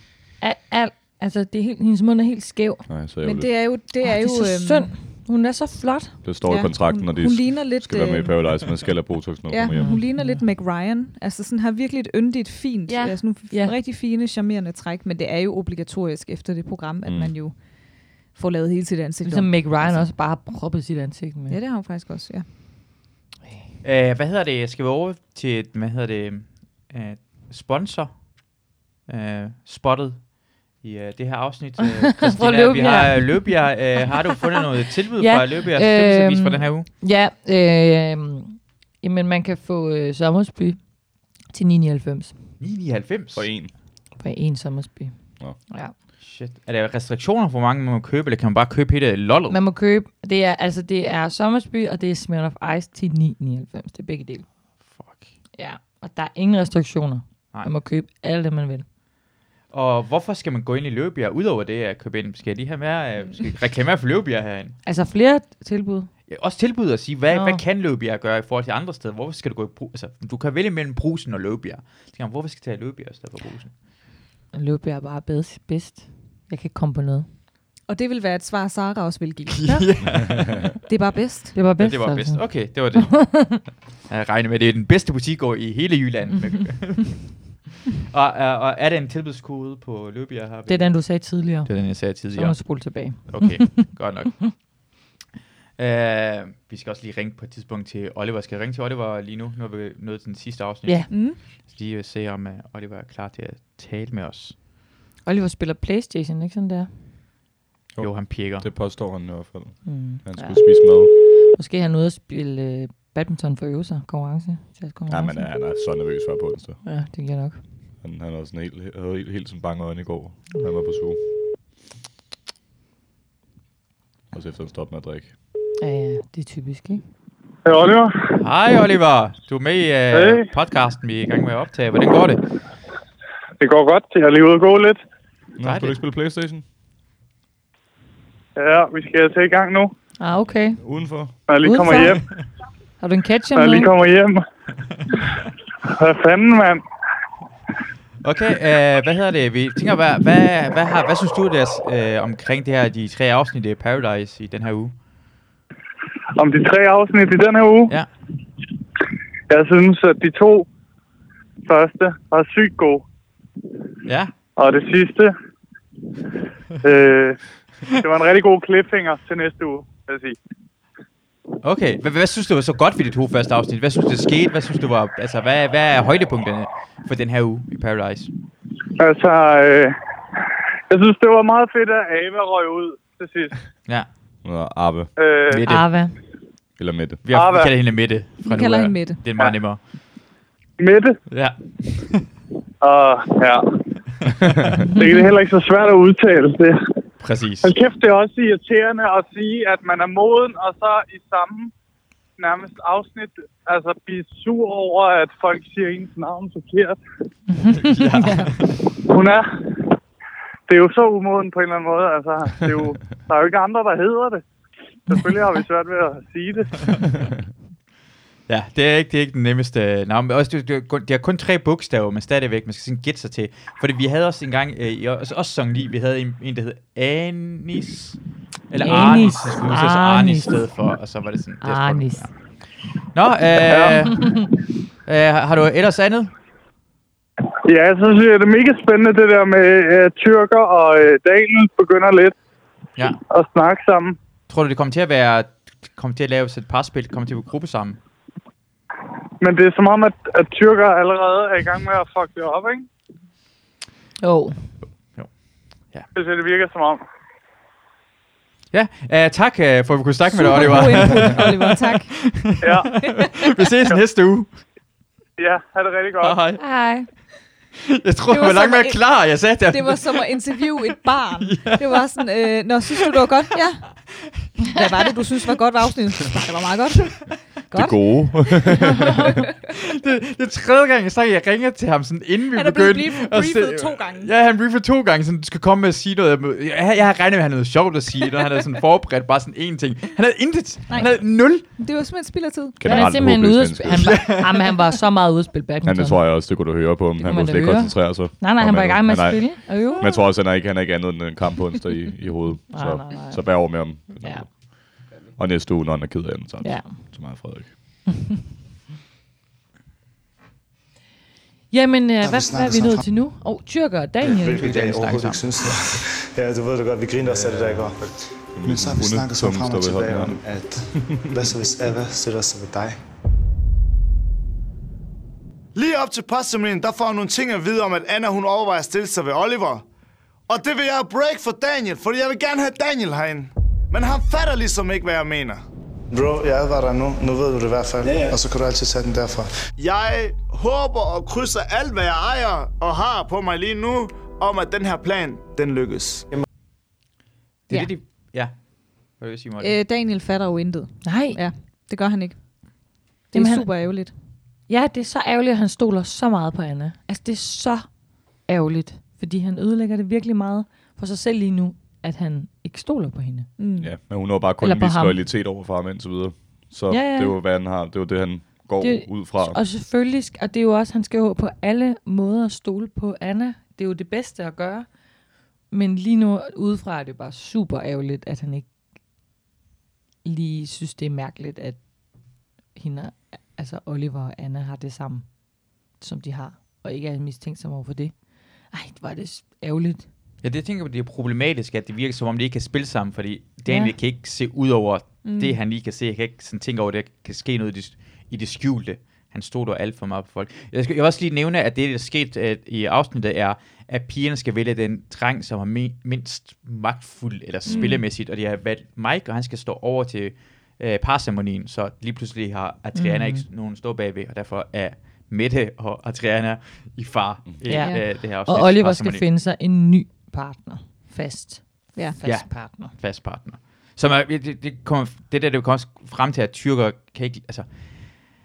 Speaker 4: Al, al, altså, det er helt, hendes mund er helt skæv.
Speaker 3: Nej, så ærgerligt.
Speaker 1: er jo... Det
Speaker 4: Åh,
Speaker 1: er,
Speaker 4: det er
Speaker 1: jo, øhm,
Speaker 4: så synd. Hun er så flot.
Speaker 3: Det står ja, i kontrakten,
Speaker 1: hun,
Speaker 3: når de
Speaker 1: hun ligner lidt,
Speaker 3: skal være med i
Speaker 1: øh,
Speaker 3: Paradise, man skal lade Botox, når man
Speaker 1: Ja, Mhm.
Speaker 3: kommer hjem.
Speaker 1: hun ligner lidt Mac Ryan. Altså sådan har virkelig et yndigt, fint, ja. altså nogle ja. rigtig fine, charmerende træk, men det er jo obligatorisk efter det program, at
Speaker 4: Mm.
Speaker 1: mm. man jo får lavet hele sit ansigt
Speaker 4: Ligesom
Speaker 1: om.
Speaker 4: Meg Ryan også bare har proppet sit ansigt med.
Speaker 1: Ja, det har hun faktisk også, ja.
Speaker 2: Øh, hvad hedder det? Skal vi over til, hvad hedder det, øh, sponsor? Øh, spottet i øh, det her afsnit. Øh, Christina, vi har
Speaker 4: Løvbjerg.
Speaker 2: øh, Løbjerg. Øh, har du fundet noget tilbud fra Løbjergs
Speaker 4: øhm,
Speaker 2: tilbudsavis for den her uge?
Speaker 4: Ja, øh, jamen man kan få øh, Sommersby til 99
Speaker 2: 99? For en.
Speaker 4: på en Sommersby.
Speaker 3: Nå.
Speaker 4: Ja.
Speaker 2: Shit. Er der restriktioner for, hvor mange man må købe, eller kan man bare købe hele lollet?
Speaker 4: Man må købe, det er, altså det er Sommersby, og det er Smirnoff Ice til 999. Det er begge dele. Fuck. Ja, og der er ingen restriktioner.
Speaker 2: Nej.
Speaker 4: Nej. Man må købe alt det, man vil.
Speaker 2: Og hvorfor skal man gå ind i Løbjerg, udover det at købe ind? Skal jeg lige have mere, øh, skal jeg reklamere for Løbjerg herinde?
Speaker 4: Altså flere tilbud.
Speaker 2: Ja, Også tilbud at sige, hvad,
Speaker 4: Nå.
Speaker 2: hvad kan Løbjerg gøre i forhold til andre steder? Hvorfor skal du gå i brug? Altså, du kan vælge mellem brusen og Løbjerg. Så tænker jeg, hvorfor skal jeg tage Løbjerg i stedet for brusen?
Speaker 4: Løbjerg er bare bedst, bedst. Jeg kan ikke komme på noget.
Speaker 1: Og det vil være et svar, Sara også vil give. det er bare bedst.
Speaker 4: Det var
Speaker 2: Ja,
Speaker 4: bedst.
Speaker 2: det var
Speaker 4: altså.
Speaker 2: bedst. Okay, det var det. Jeg regner med, at det er den bedste butik i hele Jylland. og, og, og, er der en tilbudskode på Løbjerg? Her?
Speaker 4: Det er den, du sagde tidligere.
Speaker 2: Det er den, jeg sagde tidligere.
Speaker 4: Så må du spole tilbage.
Speaker 2: Okay, godt nok. Uh, vi skal også lige ringe på et tidspunkt til Oliver. Skal jeg ringe til Oliver lige nu? Nu er vi nået til den sidste afsnit.
Speaker 4: Ja. Mm.
Speaker 2: Så lige øh, se, om uh, Oliver er klar til at tale med os.
Speaker 4: Oliver spiller Playstation, ikke sådan der?
Speaker 2: Jo, jo han pirker.
Speaker 3: Det påstår han i hvert fald.
Speaker 4: Mm.
Speaker 3: Han skulle spise mad.
Speaker 4: Måske er han ude at spille øh, badminton for at øve sig. Konkurrence. Til
Speaker 3: Ja, men øh,
Speaker 4: konkurrence.
Speaker 3: han er så nervøs for på onsdag.
Speaker 4: Ja, det giver nok.
Speaker 3: Han, han havde sådan helt, havde helt, helt sådan bange øjne i går. Han var på suge. Også efter han stoppede med at drikke.
Speaker 4: Ja, ja, det er typisk, ikke?
Speaker 8: Hej Oliver.
Speaker 2: Hej Oliver, du er med i uh,
Speaker 8: Hey.
Speaker 2: podcasten, vi er i gang med at optage. Hvordan går det?
Speaker 8: Det går godt. Jeg er lige ude og gå lidt.
Speaker 3: Nå, skulle du ikke spille Playstation?
Speaker 8: Ja, vi skal til i gang nu,
Speaker 4: Ah, okay.
Speaker 3: Udenfor?
Speaker 8: når jeg lige
Speaker 4: Udenfor?
Speaker 8: kommer hjem.
Speaker 4: Har du en ketchup
Speaker 8: Når jeg
Speaker 4: med?
Speaker 8: lige kommer hjem. Hvad fanden, mand?
Speaker 2: Okay, uh, hvad hedder det? Vi tænker, hvad, hvad, hvad, har, hvad synes du deres, uh, omkring det her, de tre afsnit af Paradise i den her uge?
Speaker 8: Om de tre afsnit i den her uge?
Speaker 2: Ja.
Speaker 8: Jeg synes, at de to første var sygt gode.
Speaker 2: Ja.
Speaker 8: Og det sidste, øh, det var en rigtig god cliffhanger til næste uge, vil jeg sige.
Speaker 2: Okay, hvad, hvad synes du var så godt ved de to første afsnit? Hvad synes du der skete? Hvad synes du var, altså, hvad, hvad er højdepunkterne for den her uge i Paradise?
Speaker 8: Altså, øh, jeg synes, det var meget fedt, at Ava røg ud til sidst.
Speaker 2: Ja.
Speaker 3: Nå, Arve.
Speaker 8: Øh,
Speaker 2: Mette.
Speaker 4: Arva.
Speaker 3: Eller Mette.
Speaker 2: Vi, har, vi
Speaker 8: Arva.
Speaker 2: kalder hende Mette. Fra
Speaker 1: Vi kalder
Speaker 2: nu af.
Speaker 1: hende Mette.
Speaker 2: Det er meget nemmere.
Speaker 8: Mette.
Speaker 2: Ja.
Speaker 8: Og ja, det er heller ikke så svært at udtale det.
Speaker 2: Præcis.
Speaker 8: Hold kæft, det er også irriterende at sige, at man er moden, og så i samme nærmest afsnit, altså blive sur over, at folk siger ens navn forkert. Hun er... Det er jo så umoden på en eller anden måde. Altså, det er jo, der er jo ikke andre, der hedder det. Selvfølgelig har vi svært ved at sige det.
Speaker 2: Ja, det er ikke, det er ikke den nemmeste navn. Men også, det, det, er kun- det er kun tre bogstaver, men stadigvæk, man skal sådan gætte sig til. Fordi vi havde også engang, øh, i, også, også Song Li, vi havde en, en der hed Anis. Eller Arnis.
Speaker 4: Anis.
Speaker 2: Der skulle udtales Arnis i
Speaker 4: Arnis.
Speaker 2: stedet for, og så var det sådan. Det er sgu-
Speaker 4: Arnis.
Speaker 2: Nå, øh, øh, har du ellers andet?
Speaker 8: Ja, så synes jeg, det er mega spændende, det der med øh, tyrker og øh, dalen begynder lidt
Speaker 2: Ja.
Speaker 8: at snakke sammen.
Speaker 2: Tror du, det kommer til at være kommer til at lave et parspil, kommer til at være gruppe sammen?
Speaker 8: Men det er som om, at, at tyrker allerede er i gang med at fuck det op, ikke?
Speaker 4: Jo.
Speaker 8: Det synes jeg, det virker som om.
Speaker 2: Ja, uh, tak uh, for, at vi kunne snakke med dig,
Speaker 8: Super
Speaker 2: Oliver.
Speaker 8: god input, Oliver. Tak. Ja.
Speaker 2: vi ses næste uge.
Speaker 8: Ja, ha' det rigtig godt.
Speaker 2: Hej.
Speaker 1: Hej.
Speaker 2: Jeg tror,
Speaker 1: Det
Speaker 2: jeg
Speaker 1: var
Speaker 2: var langt
Speaker 1: som
Speaker 2: mere
Speaker 1: at-
Speaker 2: klar, jeg sagde det.
Speaker 1: Det var som at interviewe et barn. Det var sådan, øh, nå, synes du, det var godt? Ja. Hvad var det, du synes var godt ved afsnittet? Det var meget godt. Godt.
Speaker 2: gode. det, det er tredje gang, jeg snakker, jeg ringer til ham, sådan, inden vi
Speaker 1: Han er
Speaker 2: begyndte.
Speaker 1: blevet brief-
Speaker 2: og
Speaker 1: briefet to gange.
Speaker 2: Ja, han briefede to gange, sådan, du skal komme med at sige noget. Jeg, jeg, jeg havde regnet med, at han havde noget sjovt at sige, og han havde sådan forberedt bare sådan én ting. Han havde intet.
Speaker 1: Nej.
Speaker 2: Han havde nul.
Speaker 1: Det var simpelthen spild af tid.
Speaker 4: Han er simpelthen ude at sp- han var, jamen, Ah, han var så meget ude at spille badminton.
Speaker 3: Ja, det tror jeg også, det kunne du høre på ham. Han
Speaker 4: man
Speaker 3: kunne
Speaker 4: da
Speaker 3: slet ikke
Speaker 4: høre.
Speaker 3: koncentrere sig.
Speaker 4: Nej, nej,
Speaker 3: om
Speaker 4: han var i
Speaker 3: andet.
Speaker 4: gang med
Speaker 3: Men
Speaker 4: at
Speaker 3: nej.
Speaker 4: spille. Jo.
Speaker 3: Men jeg tror også, han er ikke, han er ikke andet end en kamp på onsdag i, i hovedet.
Speaker 4: Nej,
Speaker 3: så,
Speaker 4: nej, nej.
Speaker 3: så vær over med ham.
Speaker 4: Ja.
Speaker 3: Og næste uge, når han er ked af den, så,
Speaker 4: Ja.
Speaker 3: så meget Frederik.
Speaker 4: Jamen, øh,
Speaker 16: vi
Speaker 4: hvad, hvad er
Speaker 16: snakker
Speaker 4: vi
Speaker 16: så
Speaker 4: nået
Speaker 16: frem.
Speaker 4: til nu? Åh, oh, Tyrker og Daniel.
Speaker 16: synes det. Ja, du ved det godt, vi griner også af det der i går. Men så har vi
Speaker 3: Hunde-
Speaker 16: snakket så frem og
Speaker 3: tumstoppe i
Speaker 16: tilbage om,
Speaker 3: hånden.
Speaker 16: at hvad så hvis Eva sætter sig ved dig?
Speaker 13: Lige op til postsamlingen, der får hun nogle ting at vide om, at Anna hun overvejer at stille sig ved Oliver. Og det vil jeg break for Daniel, fordi jeg vil gerne have Daniel herinde. Men han fatter ligesom ikke, hvad jeg mener.
Speaker 16: Bro, jeg var der nu. Nu ved du det i hvert fald.
Speaker 13: Ja, ja.
Speaker 16: Og så kan du altid tage den derfra.
Speaker 13: Jeg håber og krydser alt, hvad jeg ejer og har på mig lige nu, om at den her plan, den lykkes.
Speaker 2: Det er ja. det, de... Ja. Hvad vil jeg sige, Molly?
Speaker 1: Øh, Daniel fatter jo intet.
Speaker 4: Nej.
Speaker 1: Ja, det gør han ikke. Det
Speaker 4: Jamen,
Speaker 1: er
Speaker 4: han-
Speaker 1: super ærgerligt.
Speaker 4: Ja, det er så ærgerligt, at han stoler så meget på Anna. Altså, det er så ærgerligt, fordi han ødelægger det virkelig meget for sig selv lige nu, at han ikke stoler på hende.
Speaker 1: Mm.
Speaker 3: Ja, men hun har jo bare kun
Speaker 4: Eller på
Speaker 3: vist
Speaker 4: ham.
Speaker 3: loyalitet over for ham indtil videre. Så
Speaker 4: Ja,
Speaker 3: ja,
Speaker 4: ja.
Speaker 3: ja. det var, hvad han har. Det var det, han går det, ud fra.
Speaker 4: Og selvfølgelig, sk- og det er jo også, han skal jo på alle måder stole på Anna. Det er jo det bedste at gøre. Men lige nu udefra er det jo bare super ærgerligt, at han ikke lige synes, det er mærkeligt, at hende, altså Oliver og Anna har det samme, som de har, og ikke er mistænksom over for det. Ej, hvor er det s- ærgerligt.
Speaker 2: Ja, det jeg tænker jeg, det er problematisk, at det virker som om, de ikke kan spille sammen, fordi Daniel
Speaker 4: Ja.
Speaker 2: ja. kan ikke se ud over
Speaker 4: Mm.
Speaker 2: mm. det, han lige kan se. Han kan ikke sådan tænke over, at der kan ske noget i det, i det skjulte. Han stod der alt for meget på folk. Jeg, skal, jeg vil også lige nævne, at det, der er sket øh, i afsnittet, er, at pigerne skal vælge den dreng, som er mi- mindst magtfuld eller
Speaker 4: Mm.
Speaker 2: spillemæssigt, og de har valgt Mike, og han skal stå over til øh, parceremonien, så lige pludselig har Adriana
Speaker 4: Mm.
Speaker 2: mm. ikke nogen stå bagved, og derfor er Mette og Adriana i far i ja. øh, det her afsnit.
Speaker 4: og Oliver skal finde sig en ny partner. Fast.
Speaker 1: Ja.
Speaker 4: Fast ja. partner.
Speaker 2: Fast partner. Som er, det, det, kommer, det der, det kommer også frem til, at tyrker kan ikke, altså,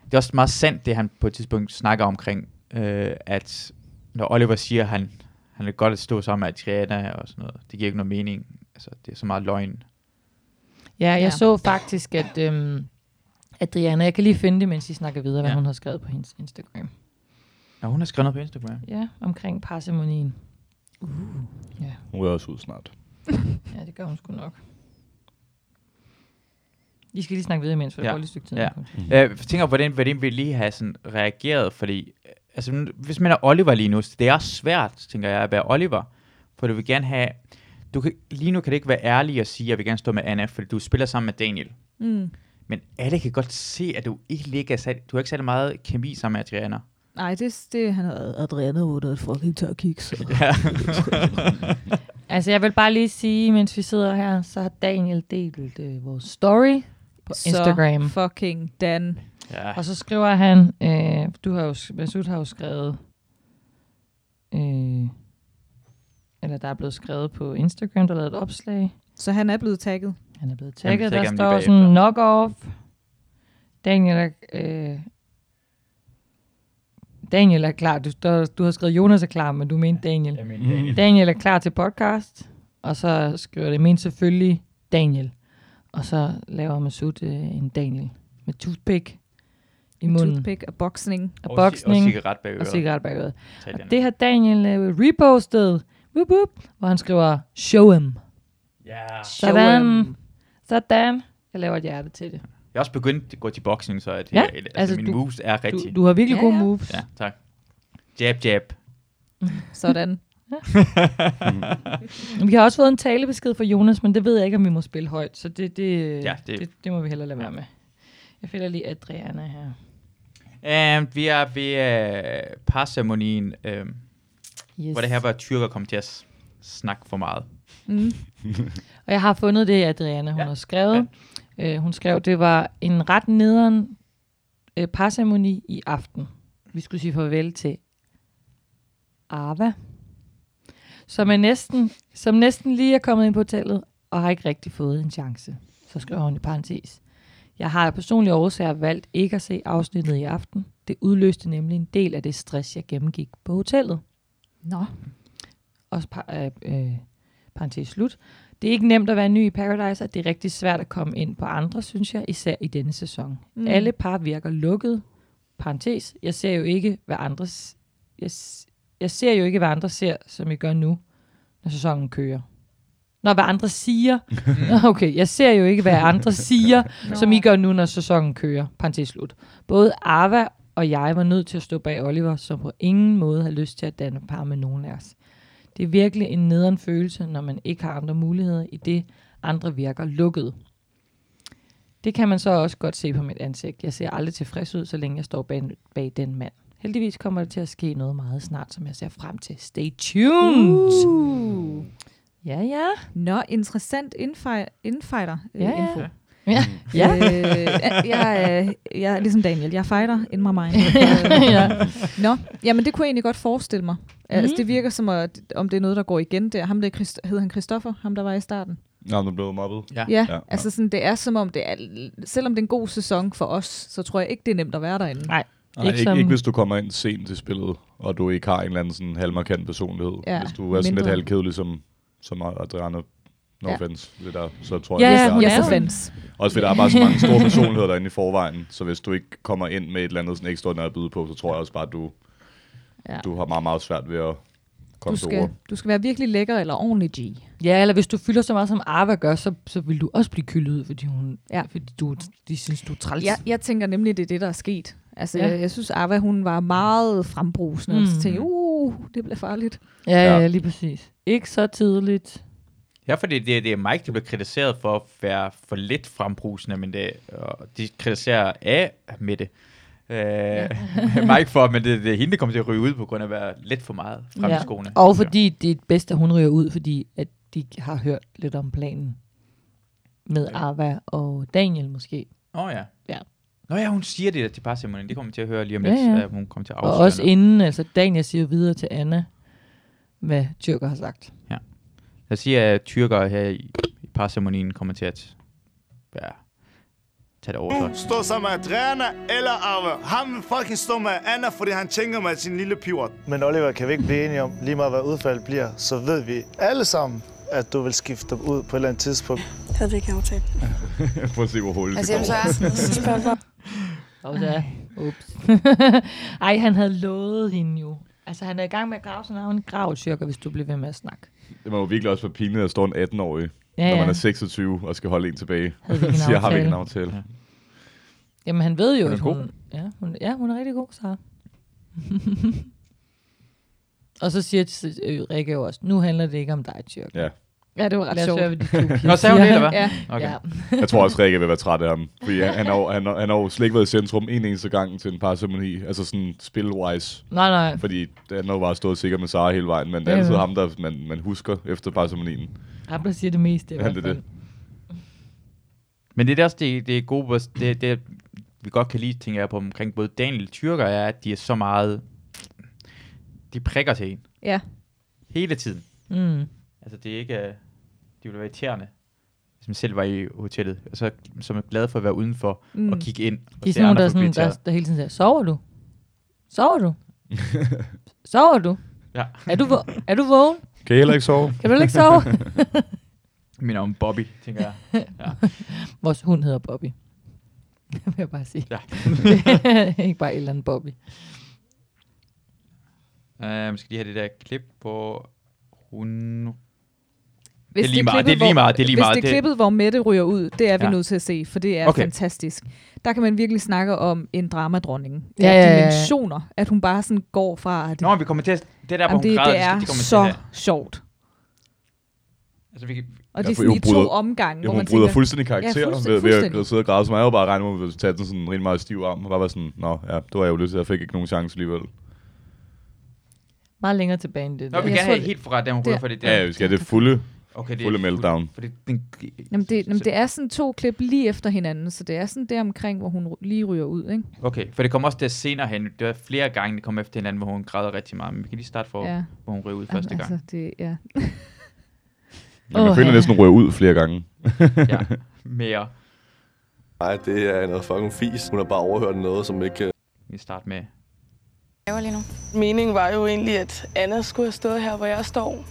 Speaker 2: det er også meget sandt, det han på et tidspunkt snakker omkring, øh, at når Oliver siger, at han, han er godt at stå sammen med Adriana og sådan noget, det giver ikke noget mening. Altså, det er så meget løgn.
Speaker 4: Ja, jeg
Speaker 1: Ja.
Speaker 4: ja. så faktisk, at øhm, Adriana, jeg kan lige finde det, mens I snakker videre, hvad
Speaker 2: Ja.
Speaker 4: hun har skrevet på hendes Instagram.
Speaker 2: Ja, hun har skrevet noget på Instagram.
Speaker 4: Ja, omkring parsemonien.
Speaker 2: Uh.
Speaker 3: Hun er også ud snart.
Speaker 4: Ja, det gør hun sgu nok. I skal lige snakke videre imens, for ja. jeg får lige et stykke tid.
Speaker 2: Ja. Jeg tænker, hvordan, hvordan vil lige have sådan reageret, fordi altså, nu- hvis man er Oliver lige nu, så det er også svært, tænker jeg, at være Oliver, for du vil gerne have, du kan, lige nu kan det ikke være ærlig og sige, at jeg vil gerne stå med Anna, fordi du spiller sammen med Daniel.
Speaker 1: Mm.
Speaker 2: Men alle kan godt se, at du ikke ligger sat, du har ikke særlig meget kemi sammen med Adriana.
Speaker 1: Nej, det, det han havde Adriana ud af et fucking tør kiks.
Speaker 2: Ja.
Speaker 4: Altså, jeg vil bare lige sige, mens vi sidder her, så har Daniel delt øh, vores story på Instagram.
Speaker 1: Så fucking Dan.
Speaker 2: Ja.
Speaker 4: Og så skriver han, øh, du har jo, Masud har jo skrevet, øh, eller der er blevet skrevet på Instagram, der er lavet et opslag.
Speaker 1: Så han er blevet tagget?
Speaker 4: Han er blevet
Speaker 1: Jamen,
Speaker 4: tagget,
Speaker 1: tagger
Speaker 4: der
Speaker 1: ham lige
Speaker 4: står
Speaker 1: bagefter.
Speaker 4: sådan, knock off. Daniel er, øh, Daniel er klar. Du, der, du har skrevet, Jonas er klar, men du mente Daniel. Jeg
Speaker 2: mente Daniel.
Speaker 4: Daniel er klar til podcast, og så skriver det, men selvfølgelig Daniel. Og så laver Masud øh, en Daniel med toothpick i
Speaker 1: Med
Speaker 4: munden.
Speaker 1: toothpick og boksning.
Speaker 4: Og,
Speaker 2: Og ci- og
Speaker 4: boksning.
Speaker 2: cigaret bag øret.
Speaker 4: Og cigaret bag øret.
Speaker 2: Tag
Speaker 4: Og
Speaker 2: den.
Speaker 4: det har Daniel øh, repostet, whoop, whoop, hvor han skriver, show him.
Speaker 2: Ja.
Speaker 4: Sådan. Sådan. Jeg laver et hjerte til det.
Speaker 2: Jeg er også begyndt at gå til boksning, så at
Speaker 4: Ja,
Speaker 2: ja, altså,
Speaker 4: altså,
Speaker 2: altså, mine
Speaker 4: du-
Speaker 2: moves er rigtige.
Speaker 4: du har virkelig Ja, gode ja. moves.
Speaker 2: Ja, tak. Jab, jab.
Speaker 1: Sådan.
Speaker 4: Vi har også fået en talebesked fra Jonas, men det ved jeg ikke, om vi må spille højt, så det, det,
Speaker 2: Ja,
Speaker 4: det,
Speaker 2: det-
Speaker 4: det, det må vi hellere lade være med. Jeg finder lige Adriana her.
Speaker 2: Um, vi er ved uh, parceremonien, um,
Speaker 4: Yes.
Speaker 2: yes. hvor det her var, at tyrker kom til at s- snakke for meget.
Speaker 4: Mm. Og jeg har fundet det, Adriana, hun ja. har skrevet. Ja. Øh, hun skrev, det var en ret nederen øh, parsemoni i aften. Vi skulle sige farvel til Arva, som, er næsten, som næsten lige er kommet ind på hotellet og har ikke rigtig fået en chance. Så skriver hun i parentes. Jeg har af personlige årsager valgt ikke at se afsnittet i aften. Det udløste nemlig en del af det stress, jeg gennemgik på hotellet.
Speaker 1: Nå.
Speaker 4: Også par, øh, øh, parentes slut. Det er ikke nemt at være ny i Paradise, og det er rigtig svært at komme ind på andre, synes jeg, især i denne sæson.
Speaker 1: Mm.
Speaker 4: Mm. Alle par virker lukket. Parentes. Jeg ser jo ikke, hvad andre... s- Jeg, s- jeg ser jo ikke, hvad andre ser, som I gør nu, når sæsonen kører. Når hvad andre siger. Nå, Okay, jeg ser jo ikke, hvad andre siger, som I gør nu, når sæsonen kører. Parentes slut. Både Ava og jeg var nødt til at stå bag Oliver, som på ingen måde har lyst til at danne par med nogen af os. Det er virkelig en nederen følelse, når man ikke har andre muligheder, i det andre virker lukket. Det kan man så også godt se på mit ansigt. Jeg ser aldrig tilfreds ud, så længe jeg står bag, bag den mand. Heldigvis kommer det til at ske noget meget snart, som jeg ser frem til. Stay tuned!
Speaker 1: Uh.
Speaker 4: Ja, ja.
Speaker 1: Nå, interessant indfej- indfighter øh,
Speaker 4: Ja, ja.
Speaker 1: info.
Speaker 4: Ja.
Speaker 3: Mm.
Speaker 4: Ja.
Speaker 1: Øh, jeg, øh, jeg er ligesom Daniel, jeg fighter in my mind. Øh,
Speaker 4: ja.
Speaker 1: Nå, jamen det kunne jeg egentlig godt forestille mig. Altså,
Speaker 4: Mhm.
Speaker 1: det virker som, at, om det er noget, der går igen der. Ham der, Christ- hed han Christoffer, ham der var i starten.
Speaker 3: Nå, den blev mobbet.
Speaker 1: Ja, ja altså sådan, det er som om, det er, selvom det er en god sæson for os, så tror jeg ikke, det er nemt at være derinde.
Speaker 4: Nej,
Speaker 3: Nej, ikke, ikke, ikke hvis du kommer ind sent til spillet, og du ikke har en eller anden sådan halvmarkant personlighed.
Speaker 1: Ja,
Speaker 3: Ja, hvis du er sådan lidt
Speaker 1: mindre.
Speaker 3: halvkedelig, som, som Adriana, no
Speaker 1: Ja.
Speaker 3: ja. offense, det der, så tror
Speaker 1: Ja,
Speaker 3: jeg,
Speaker 1: ja,
Speaker 3: det
Speaker 1: hun
Speaker 3: starter.
Speaker 1: er offense.
Speaker 3: Også fordi der er bare så mange store personligheder derinde i forvejen, så hvis du ikke kommer ind med et eller andet sådan ekstraordinært at byde på, så tror jeg også bare, at du,
Speaker 1: Ja.
Speaker 3: ja. du har meget, meget svært ved at
Speaker 1: du
Speaker 3: komme til
Speaker 1: skal,
Speaker 3: ord.
Speaker 1: du skal være virkelig lækker eller ordentlig G.
Speaker 4: Ja, eller hvis du fylder så meget, som Arva gør, så, så vil du også blive kyldet ud, fordi, hun,
Speaker 1: Ja.
Speaker 4: fordi du, de synes, du er træls.
Speaker 1: Jeg, jeg tænker nemlig, det er det, der er sket. Altså,
Speaker 4: Ja.
Speaker 1: ja. jeg, jeg synes, Ava, hun var meget frembrusende. Mm. Og
Speaker 4: Mm.
Speaker 1: så tænkte jeg, uh, det bliver farligt.
Speaker 4: Ja, ja, lige præcis. Ikke så tidligt.
Speaker 2: Ja, fordi det, det er Mike, der bliver kritiseret for at være for lidt frembrusende, men det, og de kritiserer af med det. Øh, Mike for, men det, det er hende, der kommer til at ryge ud på grund af at være lidt for meget frem i skoene.
Speaker 4: Og fordi det er bedst, at hun ryger ud, fordi at de har hørt lidt om planen med Arva og Daniel måske.
Speaker 2: Åh oh, ja.
Speaker 4: ja.
Speaker 2: Nå ja, hun siger det der til parceremonien. Det kommer vi til at høre lige om
Speaker 4: Ja,
Speaker 2: lidt,
Speaker 4: ja.
Speaker 2: ja. hun kommer til at
Speaker 4: Og
Speaker 2: afsløre
Speaker 4: også
Speaker 2: noget.
Speaker 4: inden, altså Daniel siger videre til Anna, hvad Tyrker har sagt.
Speaker 2: Ja. Jeg siger, at tyrkere her i, i parceremonien kommer til at ja, tage det over for.
Speaker 13: Du står sammen med Adriana eller Arve. Ham vil fucking stå med Anna, fordi han tænker med sin lille pivot.
Speaker 16: Men Oliver, kan vi ikke blive enige om, lige meget hvad udfaldet bliver, så ved vi alle sammen, at du vil skifte dem ud på et eller andet tidspunkt.
Speaker 12: Det havde vi ikke aftalt.
Speaker 3: Prøv at se, hvor hurtigt
Speaker 12: Altså,
Speaker 3: det
Speaker 12: jamen, så
Speaker 3: går.
Speaker 12: er
Speaker 4: Og der, ups. Ej, han havde lovet hende jo. Altså, han er i gang med at grave sådan en grav, Tyrker, hvis du bliver ved med at snakke.
Speaker 3: Det må jo virkelig også være pinligt at stå en 18-årig,
Speaker 4: Ja,
Speaker 3: ja, ja.
Speaker 4: ja.
Speaker 3: når man er 26 og skal holde en tilbage.
Speaker 4: Havde vi ikke en
Speaker 3: Siger, har vi
Speaker 4: aftale?
Speaker 3: ikke en aftale? Ja.
Speaker 4: Jamen, han ved jo,
Speaker 3: Hun er
Speaker 4: at
Speaker 3: god.
Speaker 4: hun... Ja hun, ja, hun er rigtig god, Sara. og så siger t- øh, Rikke jo også, nu handler det ikke om dig, Tyrk.
Speaker 3: Ja.
Speaker 1: Ja, det var ret
Speaker 4: Lad os
Speaker 1: sjovt.
Speaker 4: høre, hvad de to piger
Speaker 2: Nå, sagde
Speaker 4: siger.
Speaker 2: hun det, eller hvad?
Speaker 4: Ja.
Speaker 2: Okay.
Speaker 4: ja.
Speaker 3: Jeg tror også, Rikke vil være træt af ham. Fordi han, han, har, jo- han, har- han har jo slet ikke været i centrum en eneste gang til en parceremoni. Altså sådan spil-wise.
Speaker 4: Nej, nej.
Speaker 3: Fordi han har jo bare stået sikkert med Sara hele vejen. Men det er
Speaker 4: Ja,
Speaker 3: altid
Speaker 4: ja.
Speaker 3: ham, der man, man husker efter parceremonien.
Speaker 4: Ham, der siger det meste i
Speaker 3: Ja,
Speaker 4: hvert
Speaker 3: det
Speaker 4: fald.
Speaker 3: er
Speaker 4: Det.
Speaker 3: det.
Speaker 2: Men det er også det, det er gode, ved- det, det, vi godt kan lide, tænker jeg på omkring både Daniel og Tyrker, er, at de er så meget, de prikker til en.
Speaker 1: Ja.
Speaker 2: Hele tiden.
Speaker 4: Mm.
Speaker 2: Altså, det er ikke... øh, Det ville være irriterende, hvis man selv var i hotellet. Og så som er glad for at være udenfor mm. og
Speaker 4: Mm.
Speaker 2: kigge ind. Og
Speaker 4: De er
Speaker 2: se
Speaker 4: sådan nogle,
Speaker 2: andre
Speaker 4: der, er
Speaker 2: folk blive
Speaker 4: sådan, der,
Speaker 2: irriteret.
Speaker 4: der hele tiden siger, sover du? Sover du? sover du?
Speaker 2: Ja.
Speaker 4: Er du, vå- er du vågen?
Speaker 3: Kan I heller ikke sove?
Speaker 4: Kan du heller ikke sove?
Speaker 2: Minder om Bobby, tænker jeg. Ja.
Speaker 4: Vores hund hedder Bobby. Det vil jeg bare sige.
Speaker 2: Ja.
Speaker 4: ikke bare et eller andet Bobby.
Speaker 2: Uh, skal lige have det der klip på hun...
Speaker 1: Hvis
Speaker 2: det er lige meget, det er lige meget, det er lige
Speaker 1: hvis
Speaker 2: meget.
Speaker 1: det er klippet, hvor Mette ryger ud, det er vi
Speaker 2: Ja.
Speaker 1: ja. nødt til at se, for det er
Speaker 2: Okay.
Speaker 1: okay. fantastisk. Der kan man virkelig snakke om en dramadronning.
Speaker 4: Ja,
Speaker 1: Af
Speaker 4: ja, ja, ja.
Speaker 1: dimensioner, at hun bare sådan går fra... At,
Speaker 2: Nå, vi kommer til at... Det er der, hvor
Speaker 1: Jamen,
Speaker 2: hun
Speaker 1: det,
Speaker 2: græder,
Speaker 1: det
Speaker 2: det skal-
Speaker 1: er
Speaker 2: det kommer vi til
Speaker 1: så
Speaker 2: at
Speaker 1: sjovt.
Speaker 2: Altså, vi kan...
Speaker 1: Og
Speaker 3: Ja,
Speaker 1: det er
Speaker 3: for
Speaker 1: sådan
Speaker 3: hun
Speaker 1: i to
Speaker 3: bryder-
Speaker 1: omgange,
Speaker 3: ja,
Speaker 1: hvor
Speaker 3: hun
Speaker 1: man
Speaker 3: bryder
Speaker 1: tænker,
Speaker 3: fuldstændig karakter
Speaker 1: ja,
Speaker 3: ja,
Speaker 1: fuldstændig,
Speaker 3: ved, ved
Speaker 1: fuldstændig.
Speaker 3: at sidde og græde, så jeg jo bare regnet med, at tage den sådan en rimelig meget stiv arm, og bare være sådan, nå, ja, det var jeg jo lyst til, jeg fik ikke nogen chance alligevel.
Speaker 4: Meget længere tilbage end det.
Speaker 2: Nå, vi
Speaker 4: Jeg
Speaker 2: kan
Speaker 4: tror,
Speaker 2: have helt fra, da hun ryger for det der.
Speaker 3: Ja, vi skal have det fulde,
Speaker 2: Okay, det er
Speaker 3: fulde
Speaker 2: fuld-
Speaker 3: meltdown.
Speaker 2: For det, den,
Speaker 1: Jamen det, jamen det er sådan to klip lige efter hinanden, så det er sådan der omkring, hvor hun ry- lige ryger ud, ikke?
Speaker 2: Okay, for det kommer også der senere hen. Det var flere gange, det kom efter hinanden, hvor hun græder rigtig meget. Men vi kan lige starte for,
Speaker 1: Ja.
Speaker 2: ja. hvor hun ryger ud
Speaker 1: Jamen,
Speaker 2: første gang.
Speaker 1: Altså, det, ja.
Speaker 3: Men man føler næsten, hun ryger ud flere gange.
Speaker 2: ja, mere.
Speaker 15: Nej, det er noget fucking fis. Hun har bare overhørt noget, som ikke... øh,
Speaker 2: Vi starter med...
Speaker 9: laver lige nu? Meningen var jo egentlig, at Anna skulle have stået her, hvor jeg står.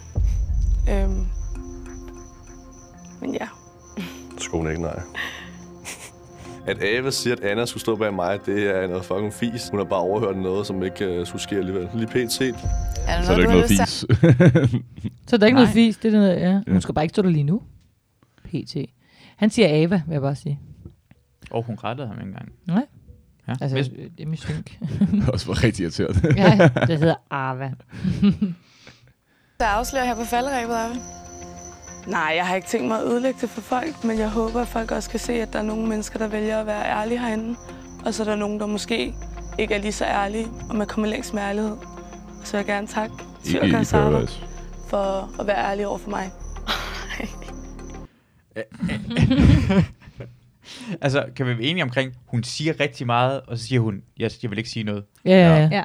Speaker 9: Øhm. Men ja.
Speaker 15: Skulle hun ikke, nej. At Ava siger, at Anna skulle stå bag mig, det er noget fucking fis. Hun har bare overhørt noget, som ikke øh, skulle ske alligevel. Lige pt.
Speaker 9: Er
Speaker 3: Så er det ikke noget fis.
Speaker 4: Så der er ikke
Speaker 15: Nej.
Speaker 4: noget fis. Det er noget, ja.
Speaker 15: Ja.
Speaker 4: Hun skal bare ikke stå der lige nu. PT. Han siger Ava, vil jeg bare sige.
Speaker 2: Og hun rettede ham engang.
Speaker 4: Nej.
Speaker 2: Ja.
Speaker 4: Altså,
Speaker 2: Hvis-
Speaker 4: det er min synk.
Speaker 3: Det også var rigtig irriterende.
Speaker 4: ja, det hedder Ava.
Speaker 9: Der afslører her på faldrebet, er vi? Nej, jeg har ikke tænkt mig at ødelægge det for folk, men jeg håber, at folk også kan se, at der er nogle mennesker, der vælger at være ærlige herinde. Og så er der nogen, der måske ikke er lige så ærlige, og man kommer længst med ærlighed. Og så vil jeg gerne takke
Speaker 3: I-
Speaker 9: Tyrk
Speaker 3: i
Speaker 9: og Sara
Speaker 3: Paradise.
Speaker 9: for at være ærlige over for mig.
Speaker 2: altså, kan vi være enige omkring, hun siger rigtig meget, og så siger hun, jeg, jeg vil ikke sige noget.
Speaker 1: ja.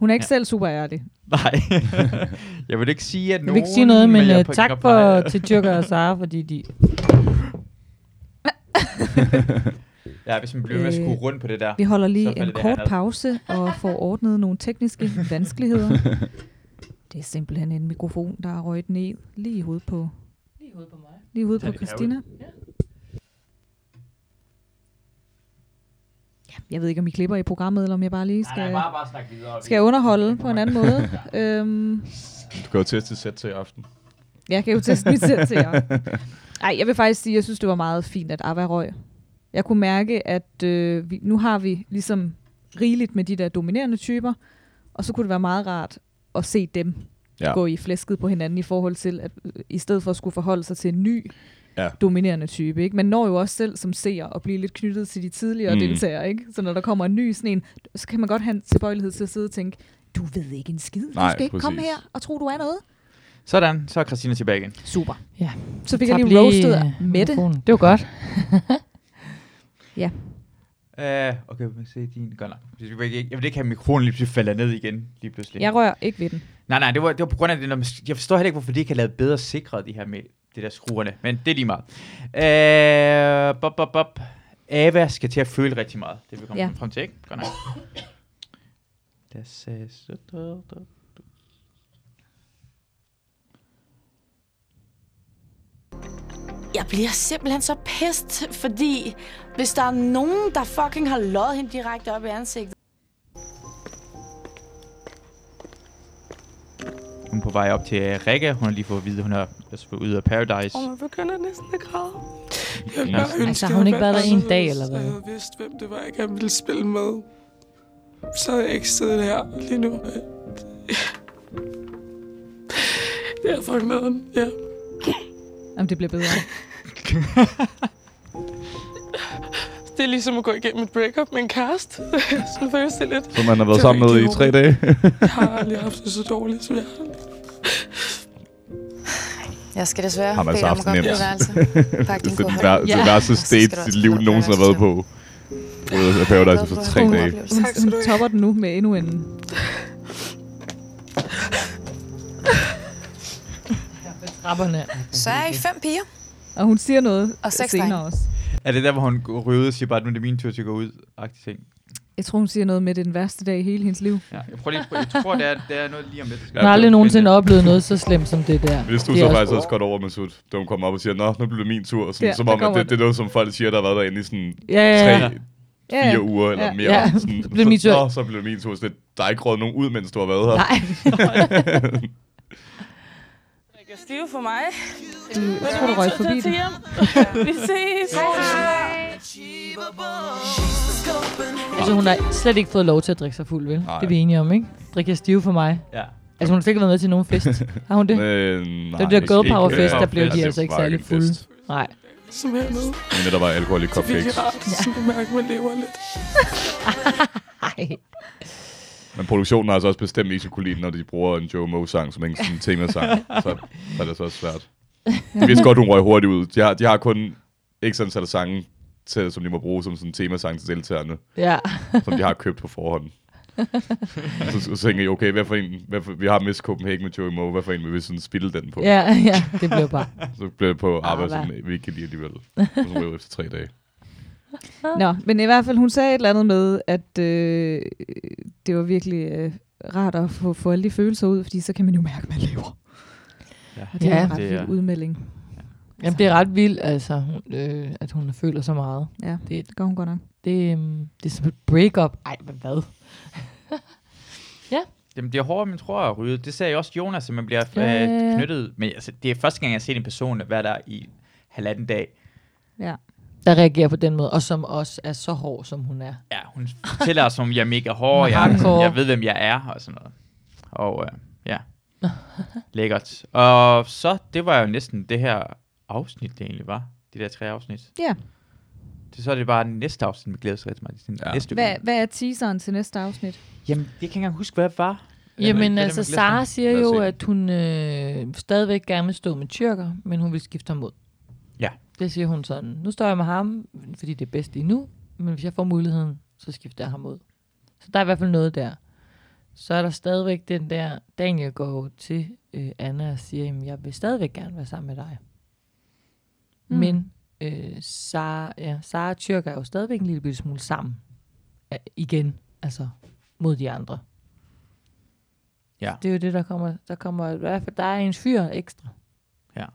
Speaker 1: Hun er ikke
Speaker 2: Ja.
Speaker 1: ja. selv super ærlig.
Speaker 2: Nej. jeg vil ikke sige,
Speaker 4: Jeg
Speaker 2: at nogen...
Speaker 4: vil ikke sige noget, men
Speaker 1: øh,
Speaker 2: jeg
Speaker 4: uh, tak
Speaker 2: påtænker
Speaker 4: for,
Speaker 2: bare-
Speaker 4: til Tyrker og Sara, fordi de...
Speaker 2: ja, hvis man bliver ved med at skue rundt på det der.
Speaker 1: Øh, Vi holder
Speaker 2: så
Speaker 1: lige
Speaker 2: falder
Speaker 1: en
Speaker 2: det
Speaker 1: kort
Speaker 2: herned.
Speaker 1: pause og får ordnet nogle tekniske vanskeligheder. Det er simpelthen en mikrofon, der er røget ned lige i hovedet på...
Speaker 4: Lige i hovedet på mig.
Speaker 1: Lige i hovedet
Speaker 4: Ja,
Speaker 1: på
Speaker 4: det er
Speaker 1: Christina.
Speaker 4: Ja.
Speaker 1: Ja, jeg ved ikke, om I klipper i programmet, eller om jeg bare lige skal...
Speaker 2: nej, bare- bare snak videre.
Speaker 1: Skal jeg underholde på en anden måde? øhm,
Speaker 3: Du kan jo teste sæt til i aften.
Speaker 1: Jeg kan jo teste mit selv til jer. Ej, jeg vil faktisk sige, at jeg synes, det var meget fint, at Ava røg. Jeg kunne mærke, at øh, vi, nu har vi ligesom rigeligt med de der dominerende typer, og så kunne det være meget rart at se dem
Speaker 3: Ja.
Speaker 1: ja. gå i flæsket på hinanden i forhold til, at øh, i stedet for at skulle forholde sig til en ny
Speaker 3: Ja.
Speaker 1: dominerende type. Ikke? Man når jo også selv som seer at blive lidt knyttet til de tidligere
Speaker 3: Mm.
Speaker 1: mm. deltagere. Ikke? Så når der kommer en ny sådan en, så kan man godt have en tilbøjelighed til at sidde og tænke, du ved ikke en skid, du
Speaker 2: Nej,
Speaker 1: skal ikke komme
Speaker 2: præcis.
Speaker 1: her og tro, du er noget.
Speaker 2: Sådan, så er Christina tilbage igen.
Speaker 1: Super.
Speaker 4: Ja.
Speaker 1: Så fik jeg
Speaker 4: Tab
Speaker 1: lige roastet
Speaker 4: øh,
Speaker 1: Mette.
Speaker 4: mikrofonen. Det var godt.
Speaker 1: ja.
Speaker 2: Uh, okay, vi se din... Godt nok. Jeg vil, ikke, jeg vil ikke have at mikrofonen lige pludselig falder ned igen, lige pludselig.
Speaker 1: Jeg rører ikke ved den.
Speaker 2: Nej, nej, det var, det var på grund af det. når man- Jeg forstår heller ikke, hvorfor de ikke har lavet bedre sikret, de her med det der skruerne. Men det er lige meget. Øh, bop, bop, bop. Ava skal til at føle rigtig meget. Det er vi kommer
Speaker 1: Ja.
Speaker 2: ja. frem til, ikke? Godt nok. Der sagde så- da, da, da.
Speaker 11: Jeg bliver simpelthen så pest, fordi hvis der er nogen, der fucking har løjet hende direkte op i ansigtet,
Speaker 2: Hun er på vej op til uh, Rikke. Hun har lige fået at vide, at hun er altså, ude af Paradise.
Speaker 9: Og man begynder næsten at græde. Jeg
Speaker 2: Ja.
Speaker 9: bare
Speaker 2: Altså,
Speaker 9: ønske,
Speaker 4: har hun
Speaker 9: jeg
Speaker 4: ikke været
Speaker 9: valgte
Speaker 4: der en dag,
Speaker 9: anderledes,
Speaker 4: eller hvad?
Speaker 9: og Jeg vidste, hvem det var, jeg gerne ville spille med. Så havde jeg ikke siddet her lige nu. Det er fucking nederen, ja.
Speaker 1: Jamen, det bliver bedre.
Speaker 9: Det er ligesom at gå igennem et breakup med en kæreste. Sådan føles det lidt.
Speaker 3: Som man har været
Speaker 9: Det var
Speaker 3: sammen med
Speaker 9: rigtig
Speaker 3: i tre
Speaker 9: hårdt.
Speaker 3: dage.
Speaker 9: jeg har aldrig haft det så dårligt, som jeg har.
Speaker 11: jeg skal desværre
Speaker 3: Har man så
Speaker 11: bede dig om
Speaker 3: haft
Speaker 11: at
Speaker 3: nemt.
Speaker 11: gå på
Speaker 3: Det er
Speaker 11: værelse. Pak din
Speaker 3: den
Speaker 11: kuffert.
Speaker 3: vær- det værste state, dit liv nogensinde har været på. Ude af Paradise altså for tre dage.
Speaker 1: Hun, hun topper den nu med endnu en.
Speaker 4: Trapperne.
Speaker 17: Så er I fem piger.
Speaker 1: Og hun siger noget
Speaker 17: Og seks
Speaker 1: senere
Speaker 17: drenge.
Speaker 1: også.
Speaker 2: Er det der, hvor hun røvede og siger bare, at nu er det min tur til at gå ud? Agtig ting.
Speaker 1: Jeg tror, hun siger noget med det er den værste dag i hele hendes liv.
Speaker 2: Ja, jeg prøver lige, prøver, jeg tror, det er, det er noget lige om lidt.
Speaker 4: Jeg har aldrig nogensinde oplevet noget så slemt som det der.
Speaker 3: Hvis du
Speaker 4: Det er
Speaker 3: så
Speaker 4: også-
Speaker 3: faktisk også godt over, Masud, da hun kom op og siger, nå, nu bliver det min tur, sådan,
Speaker 4: Ja,
Speaker 3: ja, som
Speaker 4: der
Speaker 3: om, at
Speaker 4: kommer
Speaker 3: det, det, er noget, som folk siger, der har været derinde i sådan
Speaker 4: Ja, ja, ja.
Speaker 3: tre,
Speaker 4: Ja, ja.
Speaker 3: fire uger eller
Speaker 4: Ja,
Speaker 3: mere.
Speaker 4: ja.
Speaker 3: Sådan,
Speaker 4: Så blev det min tur.
Speaker 3: Nå, så blev det min tur. Så det, der er ikke råd nogen ud, mens du har været her.
Speaker 12: Nej. Det er stive for mig.
Speaker 1: jeg tror, du røg forbi den.
Speaker 12: Vi ses.
Speaker 4: Altså, hun har slet ikke fået lov til at drikke sig fuld, vel?
Speaker 3: Nej.
Speaker 4: Det er vi enige om, ikke? Drikke stive for mig.
Speaker 2: Ja.
Speaker 4: Altså, hun har slet ikke været med til nogen fest. Har hun det?
Speaker 3: Øh, nej,
Speaker 4: det der
Speaker 3: ikke-
Speaker 4: girl power
Speaker 3: ikke
Speaker 4: fest, der
Speaker 3: girl
Speaker 4: blev
Speaker 3: power
Speaker 4: de
Speaker 3: fest.
Speaker 4: altså ikke
Speaker 3: Det var
Speaker 4: særlig
Speaker 3: ikke en
Speaker 4: fulde.
Speaker 3: fest.
Speaker 4: Nej.
Speaker 12: Som hernede.
Speaker 3: Men der var alkohol i
Speaker 12: Det er virkelig
Speaker 3: cupcakes.
Speaker 12: rart. Ja. Så du mærker, man lever lidt.
Speaker 3: Men produktionen har altså også bestemt ikke så kunne lide, det, når de bruger en Joe Moe-sang som en sådan temasang. så, så er det så også svært. De vidste godt, hun røg hurtigt ud. De har, de har kun ikke antal sange, til, som de må bruge som sådan en temasang til deltagerne.
Speaker 4: Ja.
Speaker 3: som de har købt på forhånd. så, så, så tænker jeg, okay, hvad for en, hvad for, vi har Miss Copenhagen med Joey Moe, hvad for en vil vi sådan spille den på?
Speaker 4: Ja, ja, det blev bare-
Speaker 3: så blev det på arbejde,
Speaker 4: Arva.
Speaker 3: som vi ikke kan lide alligevel. Og så ryger vi efter tre dage.
Speaker 1: Nå, men i hvert fald, hun sagde et eller andet med, at øh, det var virkelig øh, rart at få, få alle de følelser ud, fordi så kan man jo mærke, at man lever.
Speaker 2: Ja.
Speaker 1: Og det ja, er en
Speaker 4: Ja.
Speaker 1: ret
Speaker 4: Det
Speaker 1: vild
Speaker 4: er-
Speaker 1: udmelding.
Speaker 4: Jamen, det er ret vildt, altså, hun- øh, at hun føler så meget.
Speaker 1: Ja,
Speaker 4: det, det
Speaker 1: gør hun godt nok.
Speaker 4: Det, øhm, det er som et break-up. Ej, men hvad?
Speaker 2: Jamen, det er hårdere, men tror jeg, at ryge. Det sagde også Jonas, at man bliver
Speaker 4: Ja, ja, ja.
Speaker 2: øh, knyttet. Men altså, det er første gang, jeg har set en person være der i halvanden dag.
Speaker 1: Ja.
Speaker 4: Der reagerer på den måde, og som også er så hård, som hun er.
Speaker 2: Ja, hun fortæller os, om jeg er mega hård, jeg,
Speaker 4: Hardcore.
Speaker 2: jeg ved, hvem jeg er, og sådan noget. Og øh, ja, lækkert. Og så, det var jo næsten det her afsnit, det egentlig var. De der tre afsnit.
Speaker 1: Ja.
Speaker 2: Det, så er det bare næste afsnit, vi glæder os rigtig meget til. Ja. Næste uge.
Speaker 1: Hvad, hvad er teaseren til næste afsnit?
Speaker 2: Jamen, jeg kan ikke engang huske, hvad det var.
Speaker 4: Jamen altså, Sara siger jo, at hun øh, stadigvæk gerne vil stå med tyrker, men hun vil skifte ham ud.
Speaker 2: Ja.
Speaker 4: Det siger hun sådan, nu står jeg med ham, fordi det er bedst lige nu, men hvis jeg får muligheden, så skifter jeg ham ud. Så der er i hvert fald noget der. Så er der stadigvæk den der, Daniel går jo til øh, Anna og siger, jamen jeg vil stadigvæk gerne være sammen med dig.
Speaker 1: Mm.
Speaker 4: Mm. Men øh, Sara, ja, Sara og Tyrker er jo stadigvæk en lille bitte smule sammen. Ja, igen, altså mod de andre.
Speaker 2: Ja.
Speaker 4: Det er jo det, der kommer. Der kommer i hvert fald, der er en fyr ekstra.
Speaker 2: Ja.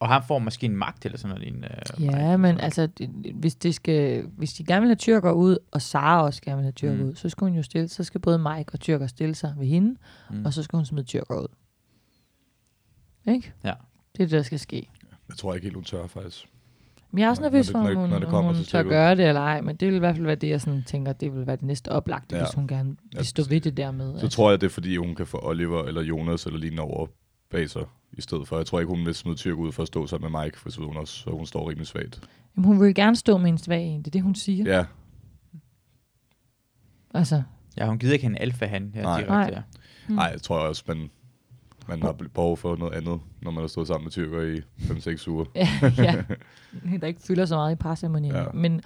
Speaker 2: Og han får måske en magt eller sådan noget. En, øh,
Speaker 4: Ja, men altså, det- hvis, det skal, hvis de gerne vil have tyrker ud, og Sara også gerne vil have tyrker
Speaker 2: Mm.
Speaker 4: mm. ud, så skal hun jo stille, så skal både Mike og tyrker stille sig ved hende,
Speaker 2: Mm.
Speaker 4: mm. og så skal hun smide tyrker ud. Ikke?
Speaker 2: Ja.
Speaker 4: Det er det, der skal ske.
Speaker 3: Jeg tror ikke helt, hun tør, faktisk.
Speaker 4: Men jeg er også
Speaker 3: Når-
Speaker 4: nervøs
Speaker 3: når
Speaker 4: for, om
Speaker 3: det- når-
Speaker 4: hun,
Speaker 3: når det
Speaker 4: om
Speaker 3: kommer
Speaker 4: hun
Speaker 3: til
Speaker 4: tør
Speaker 3: stykket.
Speaker 4: gøre det eller ej, men det vil i hvert fald være det, jeg sådan tænker, det vil være det næste oplagte,
Speaker 3: Ja.
Speaker 4: ja. hvis hun gerne
Speaker 3: Ja,
Speaker 4: vil stå ved det der med.
Speaker 3: Så tror jeg, det er, fordi hun kan få Oliver eller Jonas eller lignende over bag sig i stedet for. Jeg tror ikke, hun vil smide Tyrk ud for at stå sammen med Mike, for så ved hun også, så hun står rimelig svagt.
Speaker 4: Jamen, hun vil gerne stå med en svag en, det er det, hun siger.
Speaker 3: Ja,
Speaker 4: Altså,
Speaker 2: Ja, hun gider ikke have en alfa han her
Speaker 3: Nej.
Speaker 2: direkte.
Speaker 4: Nej.
Speaker 2: Ja.
Speaker 4: Mm.
Speaker 3: Nej, jeg tror også, man, man har behov for noget andet, når man har stået sammen med tyrker i 5-6 uger.
Speaker 4: Ja, ja. der ikke fylder så meget i parceremonien.
Speaker 3: Ja.
Speaker 4: Ja. Men,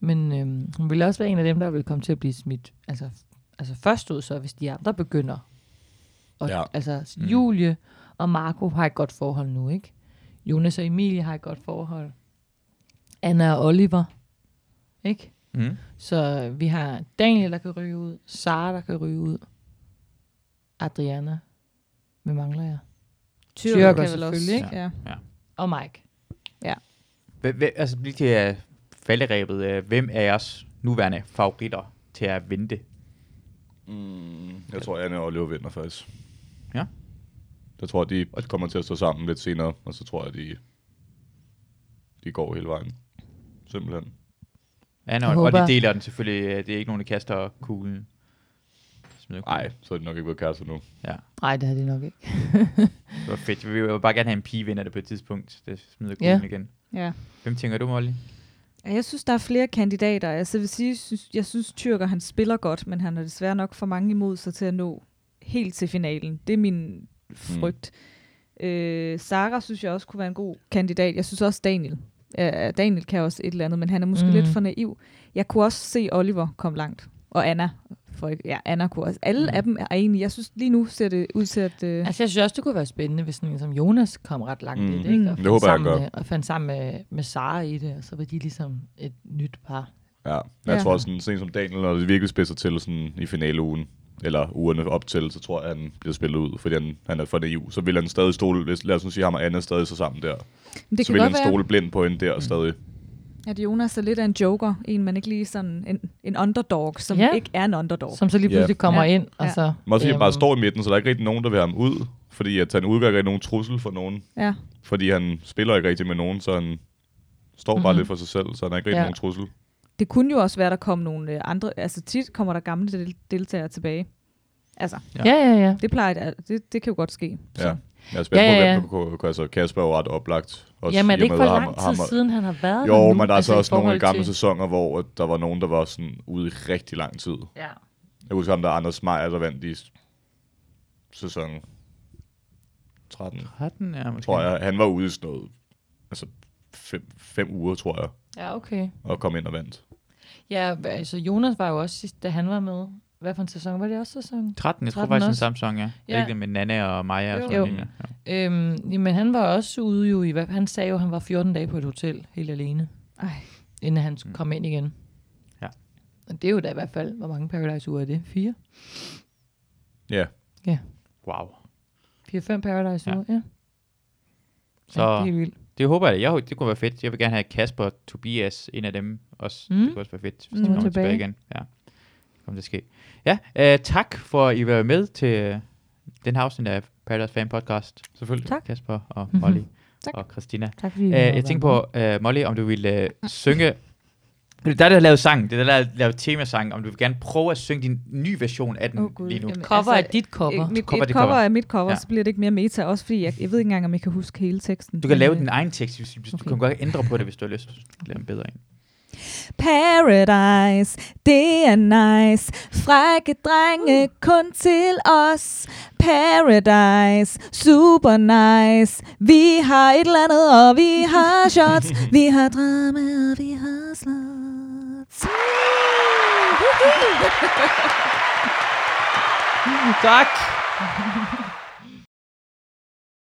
Speaker 4: men øhm, hun vil også være en af dem, der vil komme til at blive smidt altså, altså først ud, så hvis de andre begynder. Og,
Speaker 3: Ja.
Speaker 4: ja. Altså, mm. Julie og Marco har et godt forhold nu, ikke? Jonas og Emilie har et godt forhold. Anna og Oliver, ikke?
Speaker 2: Mm.
Speaker 4: Så vi har Daniel, der kan ryge ud. Sara, der kan ryge ud. Adriana. Hvem mangler jeg?
Speaker 1: Tyrker kan vel også,
Speaker 4: selvfølgelig, ikke?
Speaker 1: ja.
Speaker 2: Ja.
Speaker 4: Og Mike.
Speaker 1: Ja.
Speaker 2: Hvem, hvem, altså, lige til uh, falderæbet. Uh, hvem er jeres nuværende favoritter til at vente?
Speaker 3: Mm, jeg tror, Anne og Oliver vinder faktisk.
Speaker 2: Ja.
Speaker 3: Jeg tror, de kommer til at stå sammen lidt senere, og så tror jeg, de, de går hele vejen. Simpelthen.
Speaker 2: Anna,
Speaker 3: Jeg
Speaker 2: og, og de
Speaker 3: håber-
Speaker 2: deler den selvfølgelig. øh, Det er ikke nogen, der kaster kuglen.
Speaker 3: Nej, så er det nok ikke blevet kærester nu.
Speaker 2: Ja,
Speaker 4: Nej, det har de nok ikke.
Speaker 2: det var fedt. Vi vil jo bare gerne have en pige vinder det på et tidspunkt. Det smider kuglen
Speaker 1: Ja.
Speaker 2: igen.
Speaker 1: Ja.
Speaker 2: Hvem tænker du, Molly?
Speaker 1: Ja, Jeg synes, der er flere kandidater. Altså, jeg, vil sige, jeg synes, jeg synes Tyrker han spiller godt, men han er desværre nok for mange imod sig til at nå helt til finalen. Det er min frygt. Mm. Øh, Sara synes jeg også kunne være en god kandidat. Jeg synes også Daniel. Ja, Daniel kan også et eller andet, men han er måske mm.
Speaker 4: Mhm.
Speaker 1: lidt for naiv. Jeg kunne også se Oliver komme langt, og Anna For ikke, ja, Anna kunne også. Alle af dem er egentlig, jeg synes lige nu ser det ud til at... Øh,
Speaker 4: Altså, jeg synes også, det kunne være spændende, hvis sådan en som Jonas kom ret langt mm. i det,
Speaker 1: Mm.
Speaker 4: ikke? Og
Speaker 1: Det
Speaker 4: fandt
Speaker 3: håber jeg, han
Speaker 4: sammen
Speaker 3: gør.
Speaker 4: Med, og fandt sammen med, med Sara i det, og så var de ligesom et nyt par.
Speaker 3: Ja, jeg
Speaker 4: Ja.
Speaker 3: ja. tror også, sådan, sådan som Daniel, når det virkelig spidser til sådan, i finaleugen, eller ugerne op til, så tror jeg, han bliver spillet ud, fordi han, han er for naiv. Så vil han stadig stole, hvis, lad os nu sige, ham og Anna stadig så sammen der.
Speaker 1: kan
Speaker 3: så vil
Speaker 1: godt
Speaker 3: han
Speaker 1: være-
Speaker 3: stole blind på hende der mm. stadig.
Speaker 1: at Jonas er lidt af en joker, en man ikke lige sådan en, en underdog, som ja. ikke er en underdog.
Speaker 4: Som så lige
Speaker 3: Ja.
Speaker 4: pludselig kommer
Speaker 1: Ja.
Speaker 4: ind, og
Speaker 1: Ja.
Speaker 4: så...
Speaker 3: Men også, at han
Speaker 4: øhm,
Speaker 3: bare står i midten, så der er ikke rigtig nogen, der vil have ham ud, fordi at han udgør ikke rigtig nogen trussel for nogen.
Speaker 1: Ja.
Speaker 3: Fordi han spiller ikke rigtig med nogen, så han står bare
Speaker 1: Mhm.
Speaker 3: lidt for sig selv, så han er ikke rigtig
Speaker 1: Ja.
Speaker 3: ja. nogen trussel.
Speaker 1: Det kunne jo også være, der kom nogle øh, andre... Altså tit kommer der gamle del- deltagere tilbage. Altså,
Speaker 3: Ja. Ja, ja, ja.
Speaker 1: Det, plejer, at- det, det kan jo godt ske.
Speaker 3: Ja. Jeg er spændt
Speaker 1: Ja,
Speaker 3: ja,
Speaker 1: ja,
Speaker 3: ja,
Speaker 1: ja.
Speaker 3: på, hvem der kunne- kunne... Altså, Kasper er jo ret oplagt.
Speaker 1: Jamen, er det
Speaker 3: i og
Speaker 1: ikke
Speaker 3: med,
Speaker 1: for
Speaker 3: at
Speaker 1: lang tid
Speaker 3: og-
Speaker 1: siden, han har været
Speaker 3: Jo,
Speaker 1: der nu?
Speaker 3: men der er
Speaker 1: Altså,
Speaker 3: altså,
Speaker 1: i
Speaker 3: også nogle af de
Speaker 1: forhold
Speaker 3: gamle
Speaker 1: til-
Speaker 3: sæsoner, hvor at der var nogen, der var sådan ude i rigtig lang tid.
Speaker 4: Ja.
Speaker 3: Jeg kunne huske ham, der er Anders Meyer, der vandt i s- sæson 13.
Speaker 2: 13, ja, måske.
Speaker 3: Tror jeg. Han var ude i sådan noget, altså fem, fem uger, tror jeg.
Speaker 4: Ja, okay.
Speaker 3: Og kom ind og vandt.
Speaker 4: Ja, hva- altså Jonas var jo også sidst, da han var med. Hvad for en sæson var det også sæson?
Speaker 2: 13, jeg tror faktisk, det er en samme sang, ja. ja.
Speaker 4: Ja.
Speaker 2: Ikke det med Nana og Maja og
Speaker 4: Jo.
Speaker 2: sådan noget.
Speaker 4: Jo. Øhm, jamen, han var også ude jo i, hvad, han sagde jo, at han var 14 dage på et hotel helt alene,
Speaker 1: Ej.
Speaker 4: inden han mm. kom ind igen.
Speaker 2: Ja.
Speaker 4: Og det er jo da i hvert fald, hvor mange Paradise uger er det? Fire?
Speaker 3: Ja.
Speaker 4: Ja.
Speaker 2: Wow.
Speaker 4: Fire-fem Paradise uger, ja. ja.
Speaker 2: Så
Speaker 4: Ja, det er helt
Speaker 2: det,
Speaker 4: vildt.
Speaker 2: håber jeg. jeg. håber- Det kunne være fedt. Jeg vil gerne have Kasper, Tobias, en af dem også. Mm.
Speaker 4: Mm.
Speaker 2: Det kunne også være fedt, hvis
Speaker 4: Mm.
Speaker 2: de kommer tilbage.
Speaker 4: Tilbage.
Speaker 2: igen. Ja. Det kommer til at ske. Ja, øh, tak for, at I var med til øh, den her afsnit af Paradise Fan Podcast. Selvfølgelig. Tak. Kasper og Molly og Christina.
Speaker 4: Tak, fordi I
Speaker 2: øh,
Speaker 4: måtte være
Speaker 2: jeg tænkte på, øh, Molly, om du ville øh, synge... Det er dig, der har lavet sang. Det er dig, der har lavet temasang. Om du vil gerne prøve at synge din nye version af den
Speaker 1: Åh, Gud,
Speaker 2: lige nu.
Speaker 1: jamen,
Speaker 4: er dit cover.
Speaker 1: Et, Altså, øh, mit,
Speaker 2: Cover
Speaker 1: cover,
Speaker 2: er
Speaker 1: et
Speaker 2: dit
Speaker 1: cover,
Speaker 2: cover.
Speaker 1: er mit cover,
Speaker 2: Ja.
Speaker 1: ja. så bliver det ikke mere meta, også fordi jeg, jeg ved ikke engang, om jeg kan huske hele teksten.
Speaker 2: Du kan lave
Speaker 1: Men,
Speaker 2: din
Speaker 1: øh,
Speaker 2: egen tekst, hvis, hvis du kan godt ændre på det, hvis du har lyst. Lave en bedre en.
Speaker 1: Paradise, det er nice. Frække drenge, kun til os. Paradise, super nice. Vi har et eller andet, og vi har shots. Vi har drama, og vi har slots.
Speaker 2: tak!